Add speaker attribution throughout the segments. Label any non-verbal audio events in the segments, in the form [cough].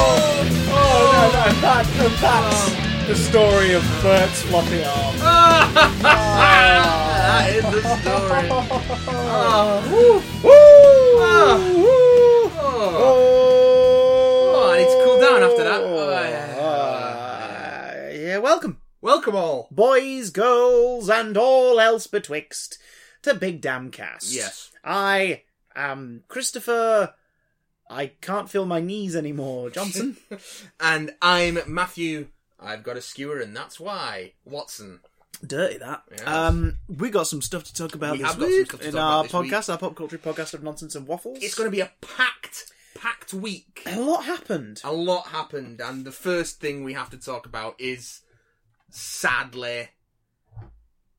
Speaker 1: no, no, that, that's the
Speaker 2: [laughs]
Speaker 1: story of Bert's floppy arm.
Speaker 2: that is the story. Ah,
Speaker 1: Oh,
Speaker 2: Oh. I need to cool down after that.
Speaker 1: yeah.
Speaker 2: Oh,
Speaker 1: uh, yeah, welcome,
Speaker 2: Welcome all.
Speaker 1: boys, girls, and all else betwixt, to Big Damn Cast.
Speaker 2: Yes.
Speaker 1: I am Christopher. I can't feel my knees anymore,
Speaker 2: [laughs]
Speaker 1: Johnson.
Speaker 2: And I'm Matthew. I've got a skewer, and that's why. Watson.
Speaker 1: Dirty that.
Speaker 2: Yes.
Speaker 1: Um, we got some stuff to talk about
Speaker 2: We
Speaker 1: this
Speaker 2: have got some
Speaker 1: week
Speaker 2: stuff to
Speaker 1: in
Speaker 2: talk
Speaker 1: our
Speaker 2: about this
Speaker 1: podcast, our pop culture podcast of nonsense and waffles.
Speaker 2: It's going to be a packed, packed week.
Speaker 1: a lot happened.
Speaker 2: A lot happened, and the first thing we have to talk about is, sadly,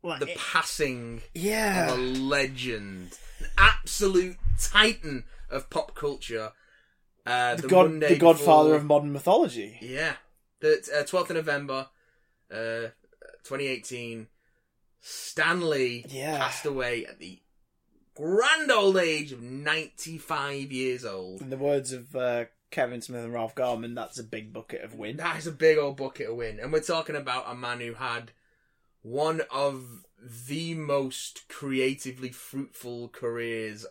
Speaker 1: Like,
Speaker 2: the passing of a
Speaker 1: yeah,
Speaker 2: legend, an absolute titan of pop culture. Uh,
Speaker 1: the,
Speaker 2: the,
Speaker 1: god,
Speaker 2: Monday
Speaker 1: the Godfather
Speaker 2: before-
Speaker 1: of modern mythology.
Speaker 2: Yeah. The twelfth of November, uh, twenty eighteen. Stanley
Speaker 1: Yeah.
Speaker 2: passed away at the grand old age of ninety five years old.
Speaker 1: In the words of uh, Kevin Smith and Ralph Garman, that's a big bucket of wind.
Speaker 2: That is a big old bucket of win, and we're talking about a man who had one of the most creatively fruitful careers.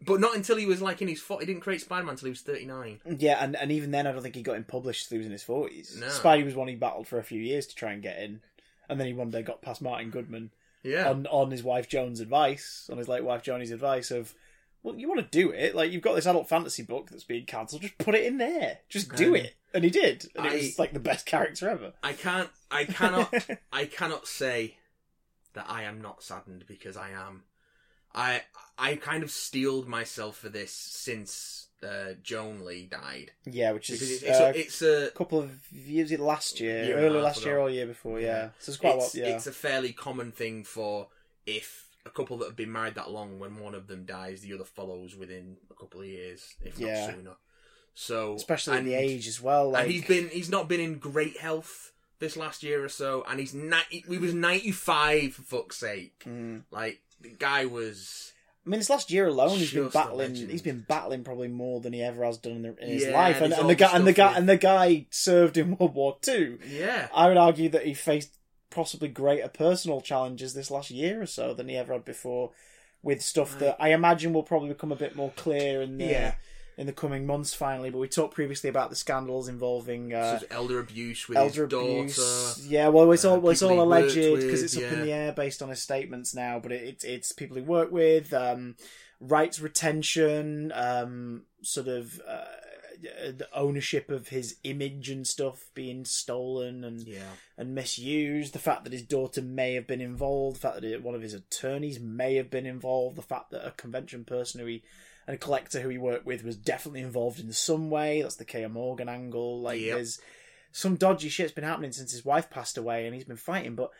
Speaker 2: But not until he was like in his 40. He didn't create Spider Man until he was 39.
Speaker 1: Yeah, and, and even then, I don't think he got him published till he was in his 40s.
Speaker 2: No.
Speaker 1: Spidey was one he battled for a few years to try and get in. And then he one day got past Martin Goodman
Speaker 2: Yeah.
Speaker 1: on, on his wife Joan's advice, on his late wife Joanny's advice of, well, you want to do it. Like, you've got this adult fantasy book that's being cancelled, just put it in there. Just do
Speaker 2: Um,
Speaker 1: it. And he did. And
Speaker 2: I-
Speaker 1: it was like the best character ever.
Speaker 2: I can't. I cannot. I cannot say that I am not saddened because I am. I I kind of steeled myself for this since uh, Joan Lee died
Speaker 1: [laughs] yeah, which
Speaker 2: because
Speaker 1: is
Speaker 2: it's,
Speaker 1: uh,
Speaker 2: it's, a, it's a
Speaker 1: a couple of years last year,
Speaker 2: Year and a
Speaker 1: early
Speaker 2: half
Speaker 1: last year
Speaker 2: ago.
Speaker 1: or year before, yeah. So it's quite
Speaker 2: it's,
Speaker 1: a lot, yeah.
Speaker 2: it's a fairly common thing for if a couple that have been married that long, when one of them dies, the other follows within a couple of years, if
Speaker 1: Yeah.
Speaker 2: not sooner. So
Speaker 1: Especially in the
Speaker 2: and-
Speaker 1: age as well. Like,
Speaker 2: and he's been he's not been in great health this last year or so, and he's ninety. He was ninety five for fuck's sake.
Speaker 1: Mm.
Speaker 2: Like the guy was
Speaker 1: I mean, this last year alone, he's been
Speaker 2: Just a
Speaker 1: battling.
Speaker 2: legend.
Speaker 1: He's been battling probably more than he ever has done in, the, in his
Speaker 2: Yeah,
Speaker 1: life. And,
Speaker 2: and it's
Speaker 1: and
Speaker 2: all
Speaker 1: the guy,
Speaker 2: the
Speaker 1: and the
Speaker 2: stuff
Speaker 1: guy, and the guy served in World War Two.
Speaker 2: yeah.
Speaker 1: I would argue that he faced possibly greater personal challenges this last year or so than he ever had before, with stuff that I imagine will probably become a bit more clear in the
Speaker 2: Yeah.
Speaker 1: in the coming months. Finally, but we talked previously about the scandals involving. Uh,
Speaker 2: This was elder abuse with
Speaker 1: elder
Speaker 2: his daughter.
Speaker 1: abuse. Yeah, well, it's all
Speaker 2: uh,
Speaker 1: well, it's all
Speaker 2: people he worked
Speaker 1: alleged because
Speaker 2: with,
Speaker 1: it's up in
Speaker 2: yeah.
Speaker 1: the air based on his statements now. But it, it's it's people he worked with, um, rights retention, um, sort of uh, the ownership of his image and stuff being stolen and
Speaker 2: Yeah,
Speaker 1: and misused. The fact that his daughter may have been involved. The fact that one of his attorneys may have been involved. The fact that a convention person who he and a collector who he worked with was definitely involved in some way. That's the K.M. Morgan angle. Like
Speaker 2: Yep.
Speaker 1: there's some dodgy shit's been happening since his wife passed away, and he's been fighting. But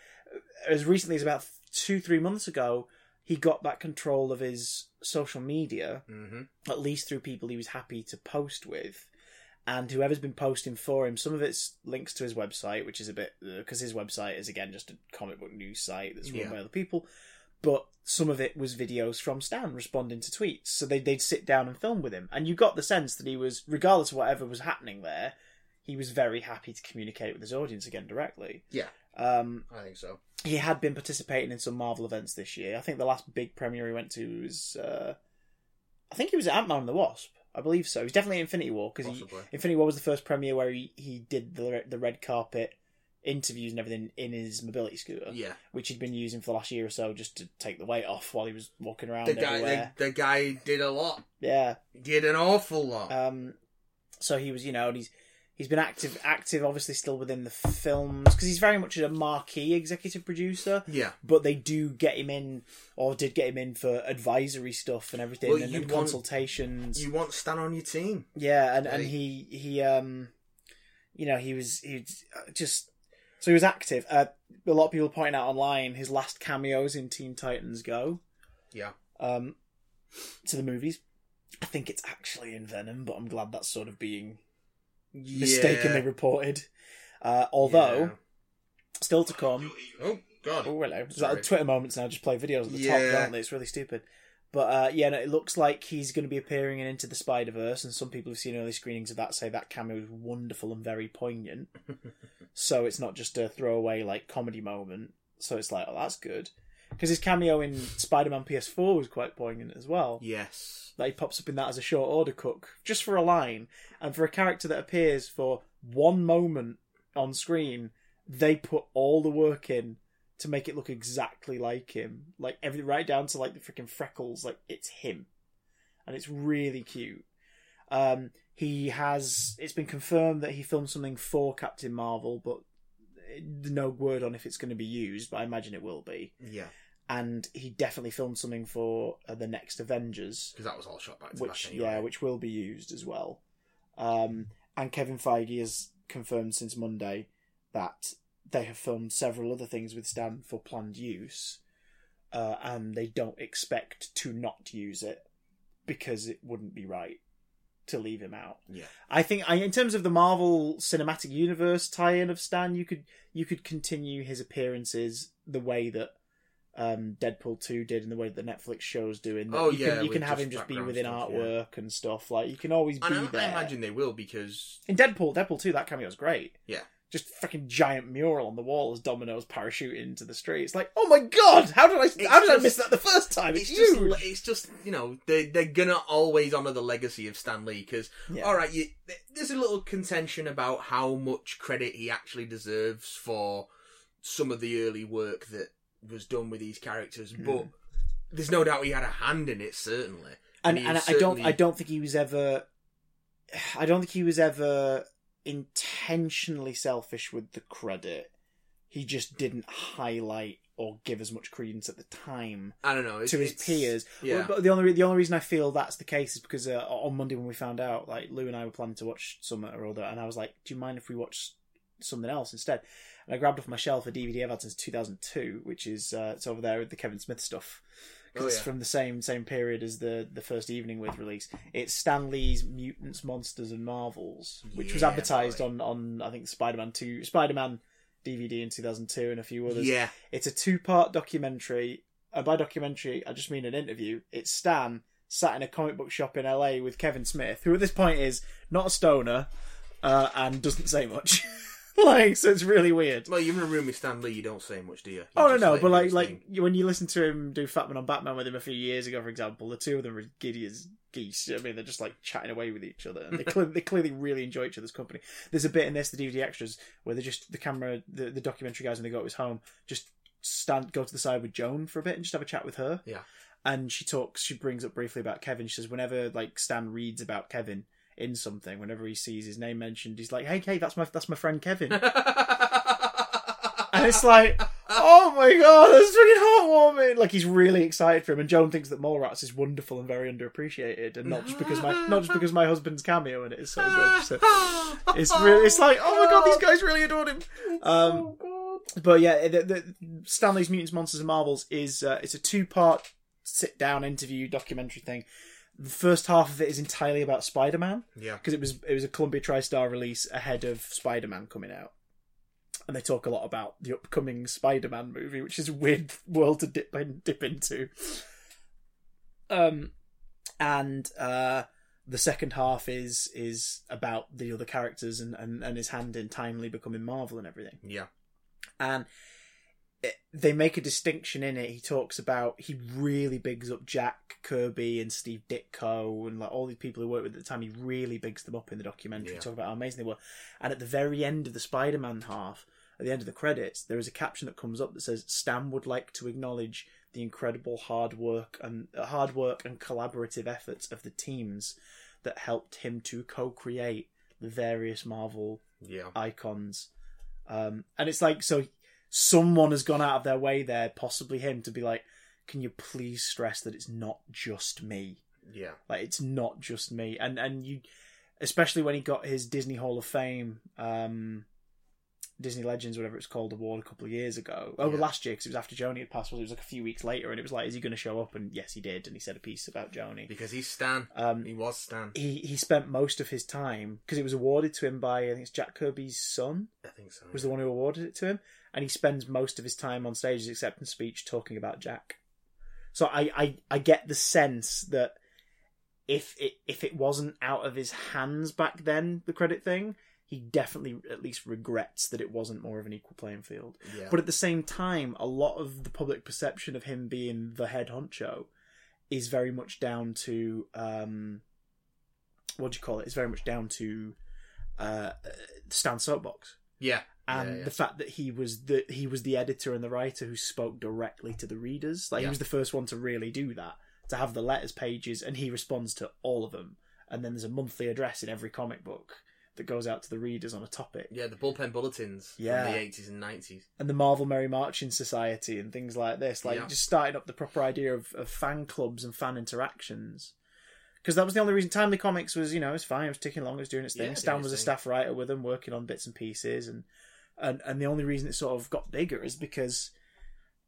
Speaker 1: as recently as about two, three months ago, he got back control of his social media
Speaker 2: hmm
Speaker 1: at least through people he was happy to post with. And whoever's been posting for him, some of it's links to his website, which is a bit because his website is again just a comic book news site that's run
Speaker 2: Yeah.
Speaker 1: by other people. But some of it was videos from Stan responding to tweets, so they, they'd sit down and film with him, and you got the sense that he was, regardless of whatever was happening there, he was very happy to communicate with his audience again directly.
Speaker 2: Yeah.
Speaker 1: Um,
Speaker 2: I think so.
Speaker 1: he had been participating in some Marvel events this year. I think the last big premiere he went to was, uh, I think he was at Ant Man and the Wasp. I believe so. He was definitely at Infinity War because
Speaker 2: Possibly.
Speaker 1: Infinity War was the first premiere where he, he did the re- the red carpet interviews and everything in his mobility scooter,
Speaker 2: Yeah,
Speaker 1: which he'd been using for the last year or so just to take the weight off while he was walking around
Speaker 2: the guy, the,
Speaker 1: everywhere.
Speaker 2: the guy did a lot.
Speaker 1: Yeah,
Speaker 2: Did an awful lot.
Speaker 1: um, so he was, you know, and he's he's been active, active, obviously still within the films because he's very much a marquee executive producer.
Speaker 2: yeah.
Speaker 1: But they do get him in, or did get him in for advisory stuff and everything,
Speaker 2: Well,
Speaker 1: and,
Speaker 2: you
Speaker 1: and
Speaker 2: want-
Speaker 1: consultations.
Speaker 2: You want Stan on your team.
Speaker 1: Yeah, and, and
Speaker 2: Right.
Speaker 1: he he um, you know, he was he was, uh, just so he was active. Uh, a lot of people pointing out online his last cameos in Teen Titans Go.
Speaker 2: Yeah.
Speaker 1: Um, to the movies. I think it's actually in Venom, but I'm glad that's sort of being mistakenly
Speaker 2: Yeah.
Speaker 1: reported. Uh, although,
Speaker 2: Yeah.
Speaker 1: still to come.
Speaker 2: Oh, God.
Speaker 1: Oh, hello. Is that
Speaker 2: Sorry.
Speaker 1: Twitter moments now just play videos at the top,
Speaker 2: Yeah.
Speaker 1: don't they? It's really stupid. But uh, yeah, no, it looks like he's going to be appearing in Into the Spider Verse, and some people who've seen early screenings of that say that cameo is wonderful and very
Speaker 2: [laughs]
Speaker 1: poignant. so it's not just a throwaway like comedy moment. So it's like, oh, that's good, because his cameo in Spider Man PS4 was quite poignant as well.
Speaker 2: Yes.
Speaker 1: That he pops up in that as a short order cook, just for a line, and for a character that appears for one moment on screen, they put all the work in to make it look exactly like him. Like everything right down to like the freaking freckles, like it's him. And it's really cute. Um he has it's been confirmed that he filmed something for Captain Marvel, but eh, no word on if it's going to be used, but I imagine it will be.
Speaker 2: Yeah.
Speaker 1: And he definitely filmed something for uh, the next Avengers
Speaker 2: Because that was all shot back to
Speaker 1: which
Speaker 2: back anyway.
Speaker 1: yeah, which will be used as well. Um, and Kevin Feige has confirmed since Monday that they have filmed several other things with Stan for planned use, uh, and they don't expect to not use it because it wouldn't be right to leave him out.
Speaker 2: Yeah.
Speaker 1: I think I, in terms of the Marvel Cinematic Universe tie-in of Stan, you could you could continue his appearances the way that um, Deadpool two did, and the way that Netflix shows doing. that
Speaker 2: Oh,
Speaker 1: you
Speaker 2: yeah,
Speaker 1: can, you
Speaker 2: with
Speaker 1: can have
Speaker 2: just
Speaker 1: him just be
Speaker 2: background
Speaker 1: within
Speaker 2: stuff, yeah.
Speaker 1: artwork and stuff. Like you can always be
Speaker 2: And I,
Speaker 1: there.
Speaker 2: I imagine they will because
Speaker 1: In Deadpool, Deadpool two, that cameo's great.
Speaker 2: Yeah.
Speaker 1: Just fucking giant mural on the wall as Domino's parachuting into the street. It's like, oh my god, how did I? how did I
Speaker 2: just-
Speaker 1: miss that the first time? It's,
Speaker 2: it's just
Speaker 1: huge.
Speaker 2: le- it's just you know they they're gonna always honor the legacy of Stan Lee because
Speaker 1: Yeah.
Speaker 2: all right you, th- there's a little contention about how much credit he actually deserves for some of the early work that was done with these characters
Speaker 1: Hmm.
Speaker 2: but there's no doubt he had a hand in it certainly
Speaker 1: and,
Speaker 2: he
Speaker 1: and
Speaker 2: was
Speaker 1: I don't I
Speaker 2: certainly-
Speaker 1: don't think he was ever I don't think he was ever intentionally selfish with the credit. He just didn't highlight or give as much credence at the time
Speaker 2: I don't know it's,
Speaker 1: to his
Speaker 2: it's-
Speaker 1: peers.
Speaker 2: yeah
Speaker 1: But the only the only reason I feel that's the case is because uh, on Monday when we found out, like Lou and I were planning to watch some or other, and I was like, "Do you mind if we watch something else instead?" And I grabbed off my shelf a DVD I've had since 2002, which is uh, it's over there with the Kevin Smith stuff. 'Cause
Speaker 2: Oh,
Speaker 1: it's
Speaker 2: yeah.
Speaker 1: from the same same period as the the first evening with release. It's Stan Lee's Mutants, Monsters, and Marvels, which was
Speaker 2: Yeah,
Speaker 1: advertised
Speaker 2: boy.
Speaker 1: on on I think Spider Man two Spider Man DVD in 2002 and a few others.
Speaker 2: yeah
Speaker 1: It's a two part documentary. And by documentary, I just mean an interview. It's Stan sat in a comic book shop in LA with Kevin Smith, who at this point is not a stoner uh, and doesn't say much. [laughs] like, so it's really weird.
Speaker 2: well you're in a room with Stan Lee you don't say much do you, You
Speaker 1: Oh no,
Speaker 2: just
Speaker 1: no,
Speaker 2: let
Speaker 1: but
Speaker 2: him do
Speaker 1: like,
Speaker 2: his
Speaker 1: like
Speaker 2: thing.
Speaker 1: you- when you listen to him do Fatman on Batman with him a few years ago, for example, the two of them are giddy as geese. you know what I mean, they're just like chatting away with each other, and they, cle they clearly really enjoy each other's company. There's a bit in this, the DVD extras, where they just the camera, the, the documentary guys, when they go to his home, just stand, go to the side with Joan for a bit, and just have a chat with her.
Speaker 2: Yeah.
Speaker 1: and she talks, she brings up briefly about Kevin. She says whenever like Stan reads about Kevin in something, whenever he sees his name mentioned, he's like, hey, hey, that's my that's my friend Kevin. And [laughs] it's like, oh my god, that's freaking heartwarming. Like he's really excited for him, and Joan thinks that Mallrats is wonderful and very underappreciated, and not just because my not just because my husband's cameo in it is so good. So
Speaker 2: [laughs]
Speaker 1: it's really, it's like, oh my god, these guys really adored him.
Speaker 2: Oh,
Speaker 1: Um, but yeah, the, the Stanley's Mutants, Monsters, and Marvels is uh, it's a two part sit down interview documentary thing. The first half of it is entirely about Spider Man
Speaker 2: yeah
Speaker 1: because it was it was a Columbia TriStar release ahead of Spider Man coming out, and they talk a lot about the upcoming Spider Man movie, which is a weird [laughs] world to dip in, dip into. Um, and uh, the second half is is about the other characters and and, and his hand in timely becoming Marvel and everything
Speaker 2: yeah
Speaker 1: and it, they make a distinction in it. He talks about he really bigs up Jack Kirby and Steve Ditko and like all these people who worked with at the time. He really bigs them up in the documentary.
Speaker 2: Yeah.
Speaker 1: Talk about how amazing they were. And at the very end of the Spider-Man half, at the end of the credits, there is a caption that comes up that says, "Stan would like to acknowledge the incredible hard work and uh, hard work and collaborative efforts of the teams that helped him to co-create the various Marvel
Speaker 2: yeah
Speaker 1: icons. Um, and it's like, so someone has gone out of their way there, possibly him, to be like, can you please stress that it's not just me?
Speaker 2: yeah
Speaker 1: Like, it's not just me. And, and you, especially when he got his Disney Hall of Fame, um, Disney Legends, whatever it's called, award a couple of years ago. Over
Speaker 2: Yeah.
Speaker 1: last year, because it was after Joni had passed, was it? It was like a few weeks later, and it was like, is he going to show up? And yes, he did. And he said a piece about Joni.
Speaker 2: because he's Stan
Speaker 1: Um,
Speaker 2: he was Stan
Speaker 1: he, he spent most of his time, because it was awarded to him by, I think it's Jack Kirby's son
Speaker 2: I think so
Speaker 1: was the one who awarded it to him, and he spends most of his time on stage as acceptance speech talking about Jack. So I, I, I get the sense that if it if it wasn't out of his hands back then, the credit thing, he definitely at least regrets that it wasn't more of an equal playing field.
Speaker 2: Yeah.
Speaker 1: But at the same time, a lot of the public perception of him being the head honcho is very much down to um, what do you call it? It's very much down to uh, Stan Soapbox
Speaker 2: yeah.
Speaker 1: and
Speaker 2: Yeah, yeah.
Speaker 1: the fact that he was the he was the editor and the writer who spoke directly to the readers. Like he
Speaker 2: Yeah.
Speaker 1: was the first one to really do that, to have the letters pages, and he responds to all of them. And then there's a monthly address in every comic book that goes out to the readers on a topic.
Speaker 2: Yeah, the bullpen bulletins
Speaker 1: Yeah.
Speaker 2: from the eighties and nineties.
Speaker 1: And the Marvel Merry Marching Society and things like this. Like
Speaker 2: Yeah.
Speaker 1: just starting up the proper idea of, of fan clubs and fan interactions. Because that was the only reason Timely Comics was, you know, it was fine, it was ticking along, it was doing its thing.
Speaker 2: Yeah,
Speaker 1: Stan
Speaker 2: doing
Speaker 1: was a
Speaker 2: its thing.
Speaker 1: staff writer with them, working on bits and pieces and and and the only reason it sort of got bigger is because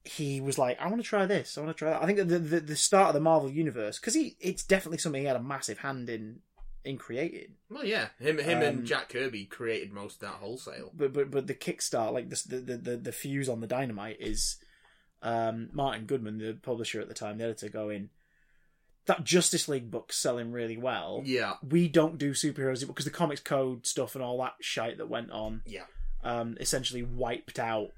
Speaker 1: he was like, I want to try this, I want to try that. I think that the, the the start of the Marvel universe because he it's definitely something he had a massive hand in in creating.
Speaker 2: Well, yeah, him, him,
Speaker 1: Um,
Speaker 2: and Jack Kirby created most of that wholesale.
Speaker 1: But but but the kickstart, like this, the the the, the fuse on the dynamite is um, Martin Goodman, the publisher at the time, the editor, going that Justice League book's selling really well.
Speaker 2: Yeah,
Speaker 1: We don't do superheroes because the comics code stuff and all that shite that went on.
Speaker 2: yeah,
Speaker 1: um, essentially wiped out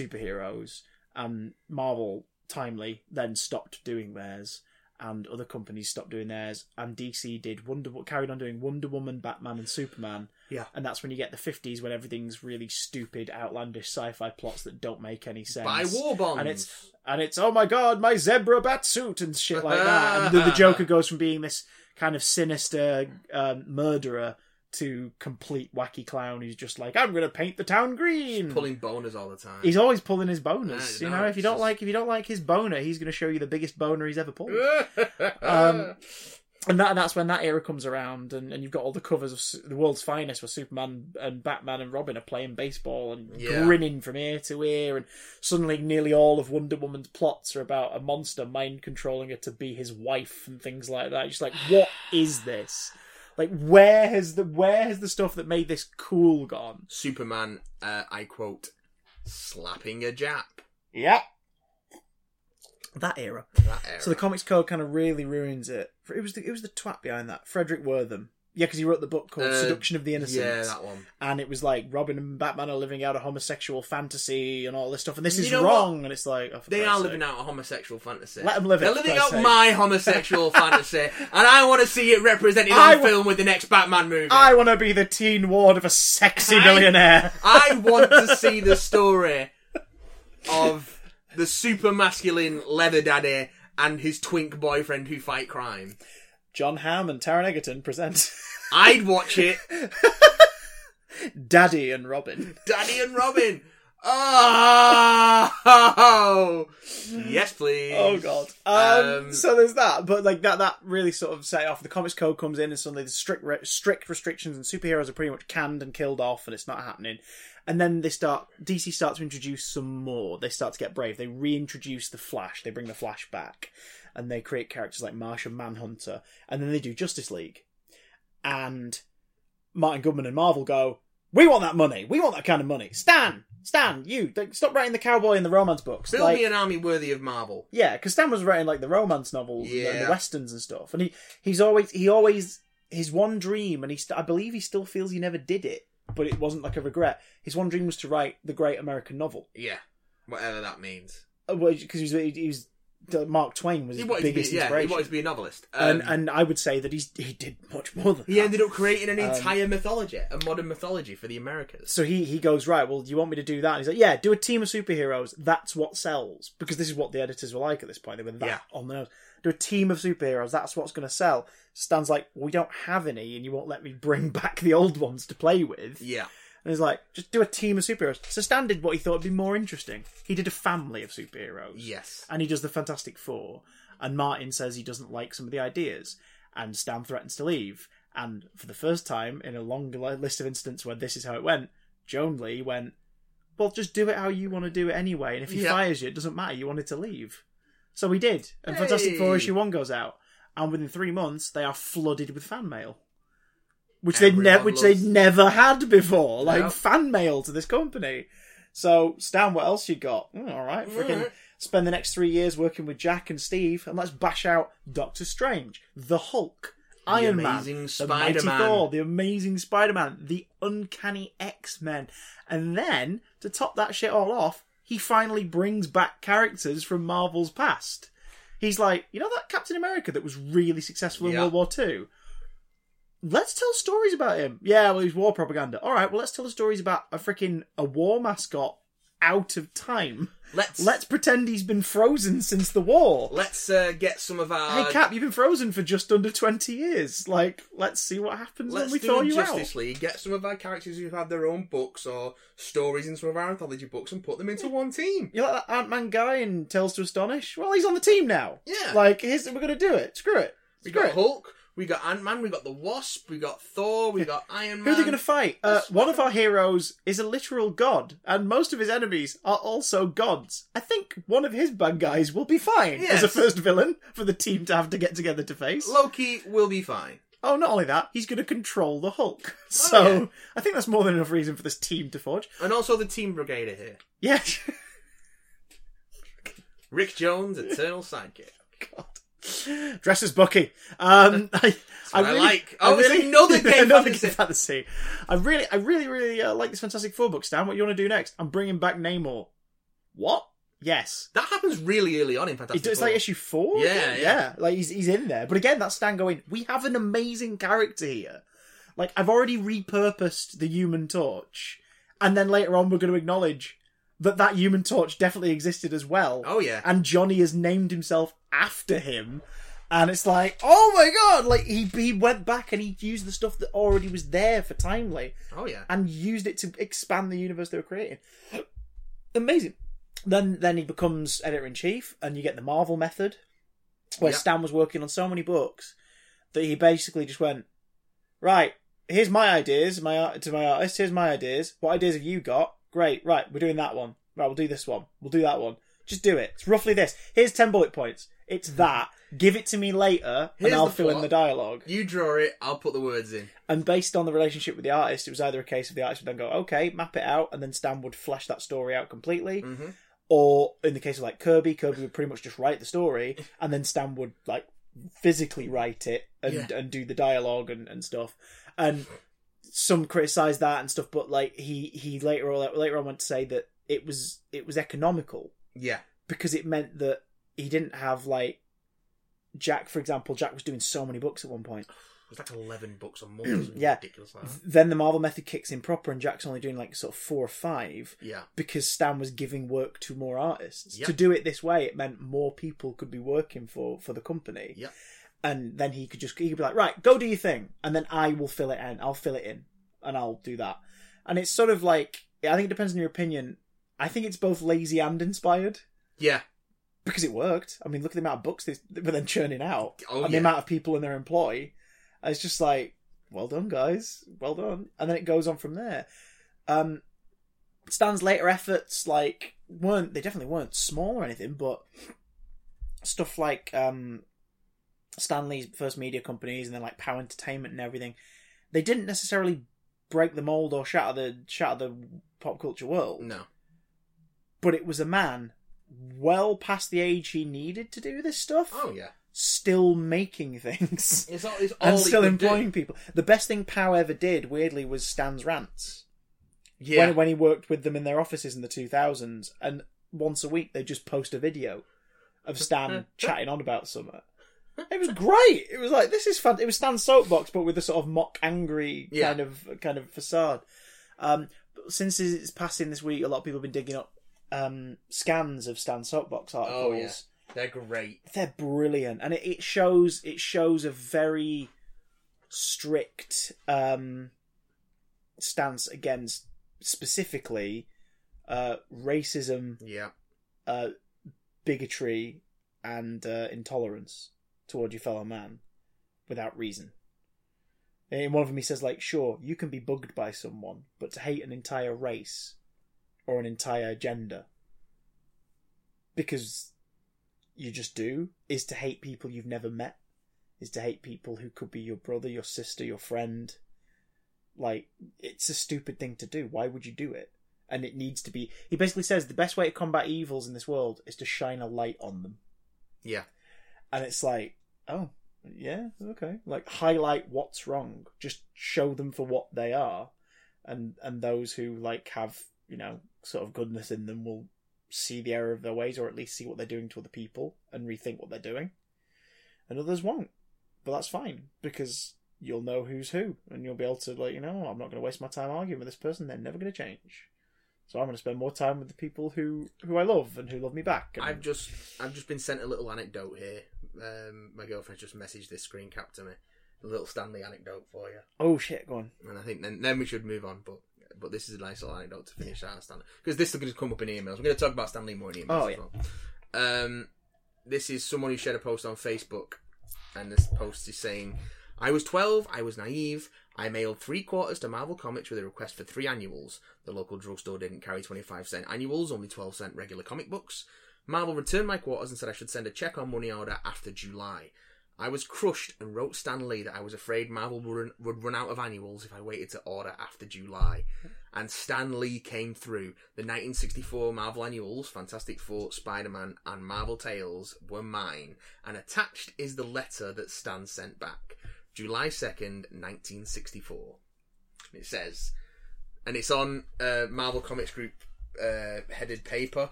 Speaker 1: superheroes, and Marvel timely then stopped doing theirs, and other companies stopped doing theirs, and DC did Wonder Wo- carried on doing Wonder Woman, Batman, and Superman.
Speaker 2: Yeah.
Speaker 1: and that's when you get the fifties when everything's really stupid, outlandish sci-fi plots that don't make any sense.
Speaker 2: by war bonds.
Speaker 1: And it's and it's oh my god, my zebra bat suit and shit like that. And the, the
Speaker 2: [laughs]
Speaker 1: Joker goes from being this kind of sinister um, murderer to complete wacky clown who's just like I'm going to paint the town green.
Speaker 2: pulling boners all the time. [laughs]
Speaker 1: He's always pulling his boners.
Speaker 2: Yeah,
Speaker 1: you
Speaker 2: no,
Speaker 1: know, if you
Speaker 2: it's
Speaker 1: don't
Speaker 2: just-
Speaker 1: like if you don't like his boner, he's going to show you the biggest boner he's ever pulled. Um, and that and that's when that era comes around, and, and you've got all the covers of Su- the world's finest, where Superman and Batman and Robin are playing baseball and
Speaker 2: Yeah.
Speaker 1: grinning from ear to ear, and suddenly nearly all of Wonder Woman's plots are about a monster mind controlling her to be his wife and things like that. You're just like,
Speaker 2: [sighs]
Speaker 1: what is this? Like, where has the where has the stuff that made this cool gone?
Speaker 2: Superman, uh, I quote, slapping a Jap.
Speaker 1: Yeah, that era.
Speaker 2: That era.
Speaker 1: So the Comics Code kind of really ruins it. It was the, it was the twat behind that, Frederick Wortham. Yeah, because he wrote the book called
Speaker 2: Uh,
Speaker 1: Seduction of the Innocent.
Speaker 2: yeah, that one.
Speaker 1: and it was like Robin and Batman are living out a homosexual fantasy and all this stuff, and this
Speaker 2: You
Speaker 1: is
Speaker 2: know
Speaker 1: wrong. And it's like oh, for
Speaker 2: They
Speaker 1: Christ's
Speaker 2: are
Speaker 1: sake.
Speaker 2: living out a homosexual fantasy.
Speaker 1: Let 'em live it,
Speaker 2: They're living
Speaker 1: for
Speaker 2: out
Speaker 1: Christ's sake. [laughs]
Speaker 2: my homosexual fantasy, and I want to see it represented
Speaker 1: I
Speaker 2: on
Speaker 1: wa-
Speaker 2: film with the next Batman movie.
Speaker 1: I want to be the teen ward of a sexy
Speaker 2: I- [laughs]
Speaker 1: millionaire.
Speaker 2: I want to see the story of the super masculine leather daddy and his twink boyfriend who fight crime.
Speaker 1: John Hamm and Taron Egerton present [laughs]
Speaker 2: I'd watch it.
Speaker 1: Daddy and Robin.
Speaker 2: Daddy and Robin. Oh, yes, please.
Speaker 1: Oh god. Um,
Speaker 2: Um,
Speaker 1: so there's that, but like that that really sort of set it off. The comics code comes in, and suddenly the strict re- strict restrictions and superheroes are pretty much canned and killed off, and it's not happening. And then they start DC starts to introduce some more. They start to get brave. They reintroduce the Flash. They bring the Flash back, and they create characters like Martian Manhunter, and then they do Justice League, and Martin Goodman and Marvel go. We want that money. We want that kind of money. Stan, Stan, you don't- stop writing the cowboy and the romance books.
Speaker 2: Build
Speaker 1: Like-
Speaker 2: me an army worthy of Marvel.
Speaker 1: yeah, because Stan was writing like the romance novels and
Speaker 2: Yeah.
Speaker 1: the westerns and stuff, and he he's always he always his one dream, and he st- I believe he still feels he never did it, but it wasn't like a regret. His one dream was to write the great American novel,
Speaker 2: Yeah, whatever that means.
Speaker 1: because he was, he was Mark Twain was
Speaker 2: He
Speaker 1: his
Speaker 2: wanted, to be,
Speaker 1: biggest
Speaker 2: yeah, he
Speaker 1: inspiration,
Speaker 2: wanted to be a novelist.
Speaker 1: and
Speaker 2: Um,
Speaker 1: and I would say that he's he did much more than
Speaker 2: he
Speaker 1: that.
Speaker 2: ended up creating an
Speaker 1: Um,
Speaker 2: entire mythology, a modern mythology for the Americas.
Speaker 1: So he he goes right. Well, do you want me to do that? And he's like, yeah, do a team of superheroes. That's what sells because this is what the editors were like at this point. They were that
Speaker 2: Yeah.
Speaker 1: on the nose. Do a team of superheroes. That's what's going to sell. Stan's like, we don't have any, and you won't let me bring [laughs] back the old ones to play with.
Speaker 2: Yeah,
Speaker 1: And he's like, just do a team of superheroes. So Stan did what he thought would be more interesting. He did a family of superheroes
Speaker 2: yes.
Speaker 1: and he does the Fantastic Four. And Martin says he doesn't like some of the ideas, and Stan threatens to leave. And for the first time in a long li- list of incidents where this is how it went, Joan Lee went, "Well, just do it how you want to do it anyway, and if he
Speaker 2: Yeah.
Speaker 1: fires you, it doesn't matter. You wanted to leave, so we did." And Fantastic Four
Speaker 2: Hey.
Speaker 1: issue one goes out, and within three months, they are flooded with fan mail, which they ne-
Speaker 2: Everyone
Speaker 1: which
Speaker 2: loves-
Speaker 1: they never had before, like
Speaker 2: Yep.
Speaker 1: fan mail to this company. So Stan, what else you got? Mm, all right, freaking
Speaker 2: Alright.
Speaker 1: Spend the next three years working with Jack and Steve, and let's bash out Doctor Strange, the Hulk, Iron
Speaker 2: Amazing
Speaker 1: Man, the
Speaker 2: Spider-Man.
Speaker 1: Mighty Thor, the Amazing Spider-Man, the Uncanny X-Men, and then to top that shit all off, he finally brings back characters from Marvel's past. He's like, you know that Captain America that was really successful in
Speaker 2: Yeah.
Speaker 1: World War Two. Let's tell stories about him. Yeah, well, he's war propaganda. All right, well, let's tell the stories about a freaking a war mascot out of time.
Speaker 2: [laughs] Let's
Speaker 1: Let's pretend he's been frozen since the war.
Speaker 2: let's uh, get some of our.
Speaker 1: Hey Cap, you've been frozen for just under twenty years. Like, let's see what happens
Speaker 2: Let's
Speaker 1: when we
Speaker 2: do
Speaker 1: thaw
Speaker 2: a
Speaker 1: you
Speaker 2: Justice
Speaker 1: out.
Speaker 2: League. Get some of our characters who've had their own books or stories in some of our anthology books and put them into one team.
Speaker 1: You like that Ant Man guy in Tales to Astonish? Well, he's on the team now.
Speaker 2: Yeah.
Speaker 1: Like, here's we're gonna do it. Screw it.
Speaker 2: We
Speaker 1: Screw
Speaker 2: got
Speaker 1: it.
Speaker 2: Hulk. We got Ant Man. We got the Wasp. We got Thor. We got Iron Man.
Speaker 1: Who are they going to fight? Uh, one of our heroes is a literal god, and most of his enemies are also gods. I think one of his bad guys will be fine as a
Speaker 2: Yes.
Speaker 1: first villain for the team to have to get together to face.
Speaker 2: Loki will be fine.
Speaker 1: oh, not only that, he's going to control the Hulk. [laughs] So
Speaker 2: Oh, yeah.
Speaker 1: I think that's more than enough reason for this team to forge.
Speaker 2: And also the Team Brigade are here.
Speaker 1: Yeah. [laughs]
Speaker 2: Rick Jones, eternal sidekick.
Speaker 1: God. Dress as Bucky. Um, I,
Speaker 2: what I like. Oh, it's
Speaker 1: [laughs]
Speaker 2: another gay
Speaker 1: another
Speaker 2: fantasy.
Speaker 1: gay fantasy. I really, I really, really uh, like this Fantastic Four book, Stan. What you want to do next? I'm bringing back Namor. What? Yes.
Speaker 2: That happens really early on in Fantastic
Speaker 1: It's, it's
Speaker 2: Four.
Speaker 1: like issue four.
Speaker 2: Yeah,
Speaker 1: I think?
Speaker 2: yeah.
Speaker 1: Like he's he's in there, but again, that's Stan going. We have an amazing character here. Like I've already repurposed the Human Torch, and then later on we're going to acknowledge that that Human Torch definitely existed as well.
Speaker 2: Oh, yeah.
Speaker 1: and Johnny has named himself after him. And it's like, oh my god! Like he he went back and he used the stuff that already was there for Timely
Speaker 2: oh, yeah.
Speaker 1: and used it to expand the universe they were creating. [gasps] Amazing. Then then he becomes editor in chief, and you get the Marvel method, where
Speaker 2: Yeah.
Speaker 1: Stan was working on so many books that he basically just went, right, here's my ideas, my art- to my artist, here's my ideas. What ideas have you got? Great, right, we're doing that one. Right, we'll do this one. We'll do that one. Just do it. It's roughly this. Here's ten bullet points. It's that. Give it to me later,
Speaker 2: Hmm. Here's
Speaker 1: and I'll
Speaker 2: the
Speaker 1: fill in
Speaker 2: plot.
Speaker 1: the dialogue.
Speaker 2: You draw it, I'll put the words in.
Speaker 1: And based on the relationship with the artist, it was either a case of the artist would then go, okay, map it out, and then Stan would flesh that story out completely.
Speaker 2: Mhm.
Speaker 1: Or in the case of like Kirby, Kirby would pretty much just write the story, and then Stan would like physically write it and,
Speaker 2: Yeah.
Speaker 1: and do the dialogue and, and stuff. And some criticize that and stuff, but like he he later on later on went to say that it was it was economical
Speaker 2: Yeah.
Speaker 1: because it meant that he didn't have like Jack, for example. Jack was doing so many books at one point.
Speaker 2: It was like 11 books a month. It was
Speaker 1: [clears throat] Yeah.
Speaker 2: Ridiculous. Like that.
Speaker 1: then the Marvel method kicks in proper, and Jack's only doing like sort of four or five
Speaker 2: Yeah.
Speaker 1: because Stan was giving work to more artists.
Speaker 2: Yep.
Speaker 1: To do it this way, it meant more people could be working for for the company,
Speaker 2: Yep.
Speaker 1: and then he could just he could be like, right, go do your thing, and then I will fill it in. I'll fill it in, and I'll do that. And it's sort of like I think it depends on your opinion. I think it's both lazy and inspired
Speaker 2: Yeah.
Speaker 1: because it worked. I mean, look at the amount of books they they were then churning out,
Speaker 2: Oh,
Speaker 1: and the
Speaker 2: yeah.
Speaker 1: amount of people in their employ. And It's just like, well done, guys, well done, and then it goes on from there. Um, Stan's later efforts, like, weren't they definitely weren't small or anything, but stuff like um, Stanley's first media companies, and then like Power Entertainment and everything, they didn't necessarily break the mold or shatter the shatter the pop culture world
Speaker 2: No.
Speaker 1: but it was a man well past the age he needed to do this stuff,
Speaker 2: Oh, yeah.
Speaker 1: still making [laughs] things
Speaker 2: It's all, it's all
Speaker 1: and
Speaker 2: he
Speaker 1: still
Speaker 2: could
Speaker 1: employing
Speaker 2: do.
Speaker 1: people. The best thing Pow ever did, weirdly, was Stan's rants.
Speaker 2: Yeah.
Speaker 1: When, when he worked with them in their offices in the 2000s, and once a week they just post a video of
Speaker 2: [laughs]
Speaker 1: Stan chatting on about summer. It was great. It was like this is fun. It was Stan's soapbox, but with a sort of mock angry
Speaker 2: Yeah.
Speaker 1: kind of kind of facade. Um, but since it's passing this week, a lot of people have been digging up um, scans of Stan's soapbox articles
Speaker 2: Oh, yeah. They're great.
Speaker 1: they're brilliant and it, it shows it shows a very strict um stance against specifically uh racism
Speaker 2: Yeah.
Speaker 1: uh bigotry and uh, intolerance toward your fellow man without reason in one of them he says like sure you can be bugged by someone but to hate an entire race or an entire gender because you just do is to hate people you've never met is to hate people who could be your brother your sister your friend like it's a stupid thing to do why would you do it and it needs to be. He basically says the best way to combat evils in this world is to shine a light on them,
Speaker 2: Yeah.
Speaker 1: and it's like, oh, yeah, okay, like highlight what's wrong, just show them for what they are, and and those who like have you know sort of goodness in them will see the error of their ways or at least see what they're doing to other people and rethink what they're doing, and others won't, but that's fine because. You'll know who's who, and you'll be able to, like, you know, I'm not going to waste my time arguing with this person. They're never going to change. So I'm going to spend more time with the people who who I love and who love me back. And
Speaker 2: I've just I've just been sent a little anecdote here. Um, my girlfriend's just messaged this screen cap to me. A little Stanley anecdote for you.
Speaker 1: oh shit, go on.
Speaker 2: And I think then then we should move on. But but this is a nice little anecdote to finish out Stanley because this is going to come up in emails. We're going to talk about Stanley more in emails
Speaker 1: Oh,
Speaker 2: as well. Um, this is someone who shared a post on Facebook, and this post is saying, "I was 12. I was naive. I mailed three quarters to Marvel Comics with a request for three annuals. The local drugstore didn't carry 25 cent annuals, only 12 cent regular comic books. Marvel returned my quarters and said I should send a check on money order after July." I was crushed and wrote Stan Lee that I was afraid Marvel would run, would run out of annuals if I waited to order after July. And Stan Lee came through. The 1964 Marvel annuals, Fantastic Four, Spider Man, and Marvel Tales were mine. And attached is the letter that Stan sent back. July 2nd, 1964. It says, and it's on uh, Marvel Comics Group uh, headed paper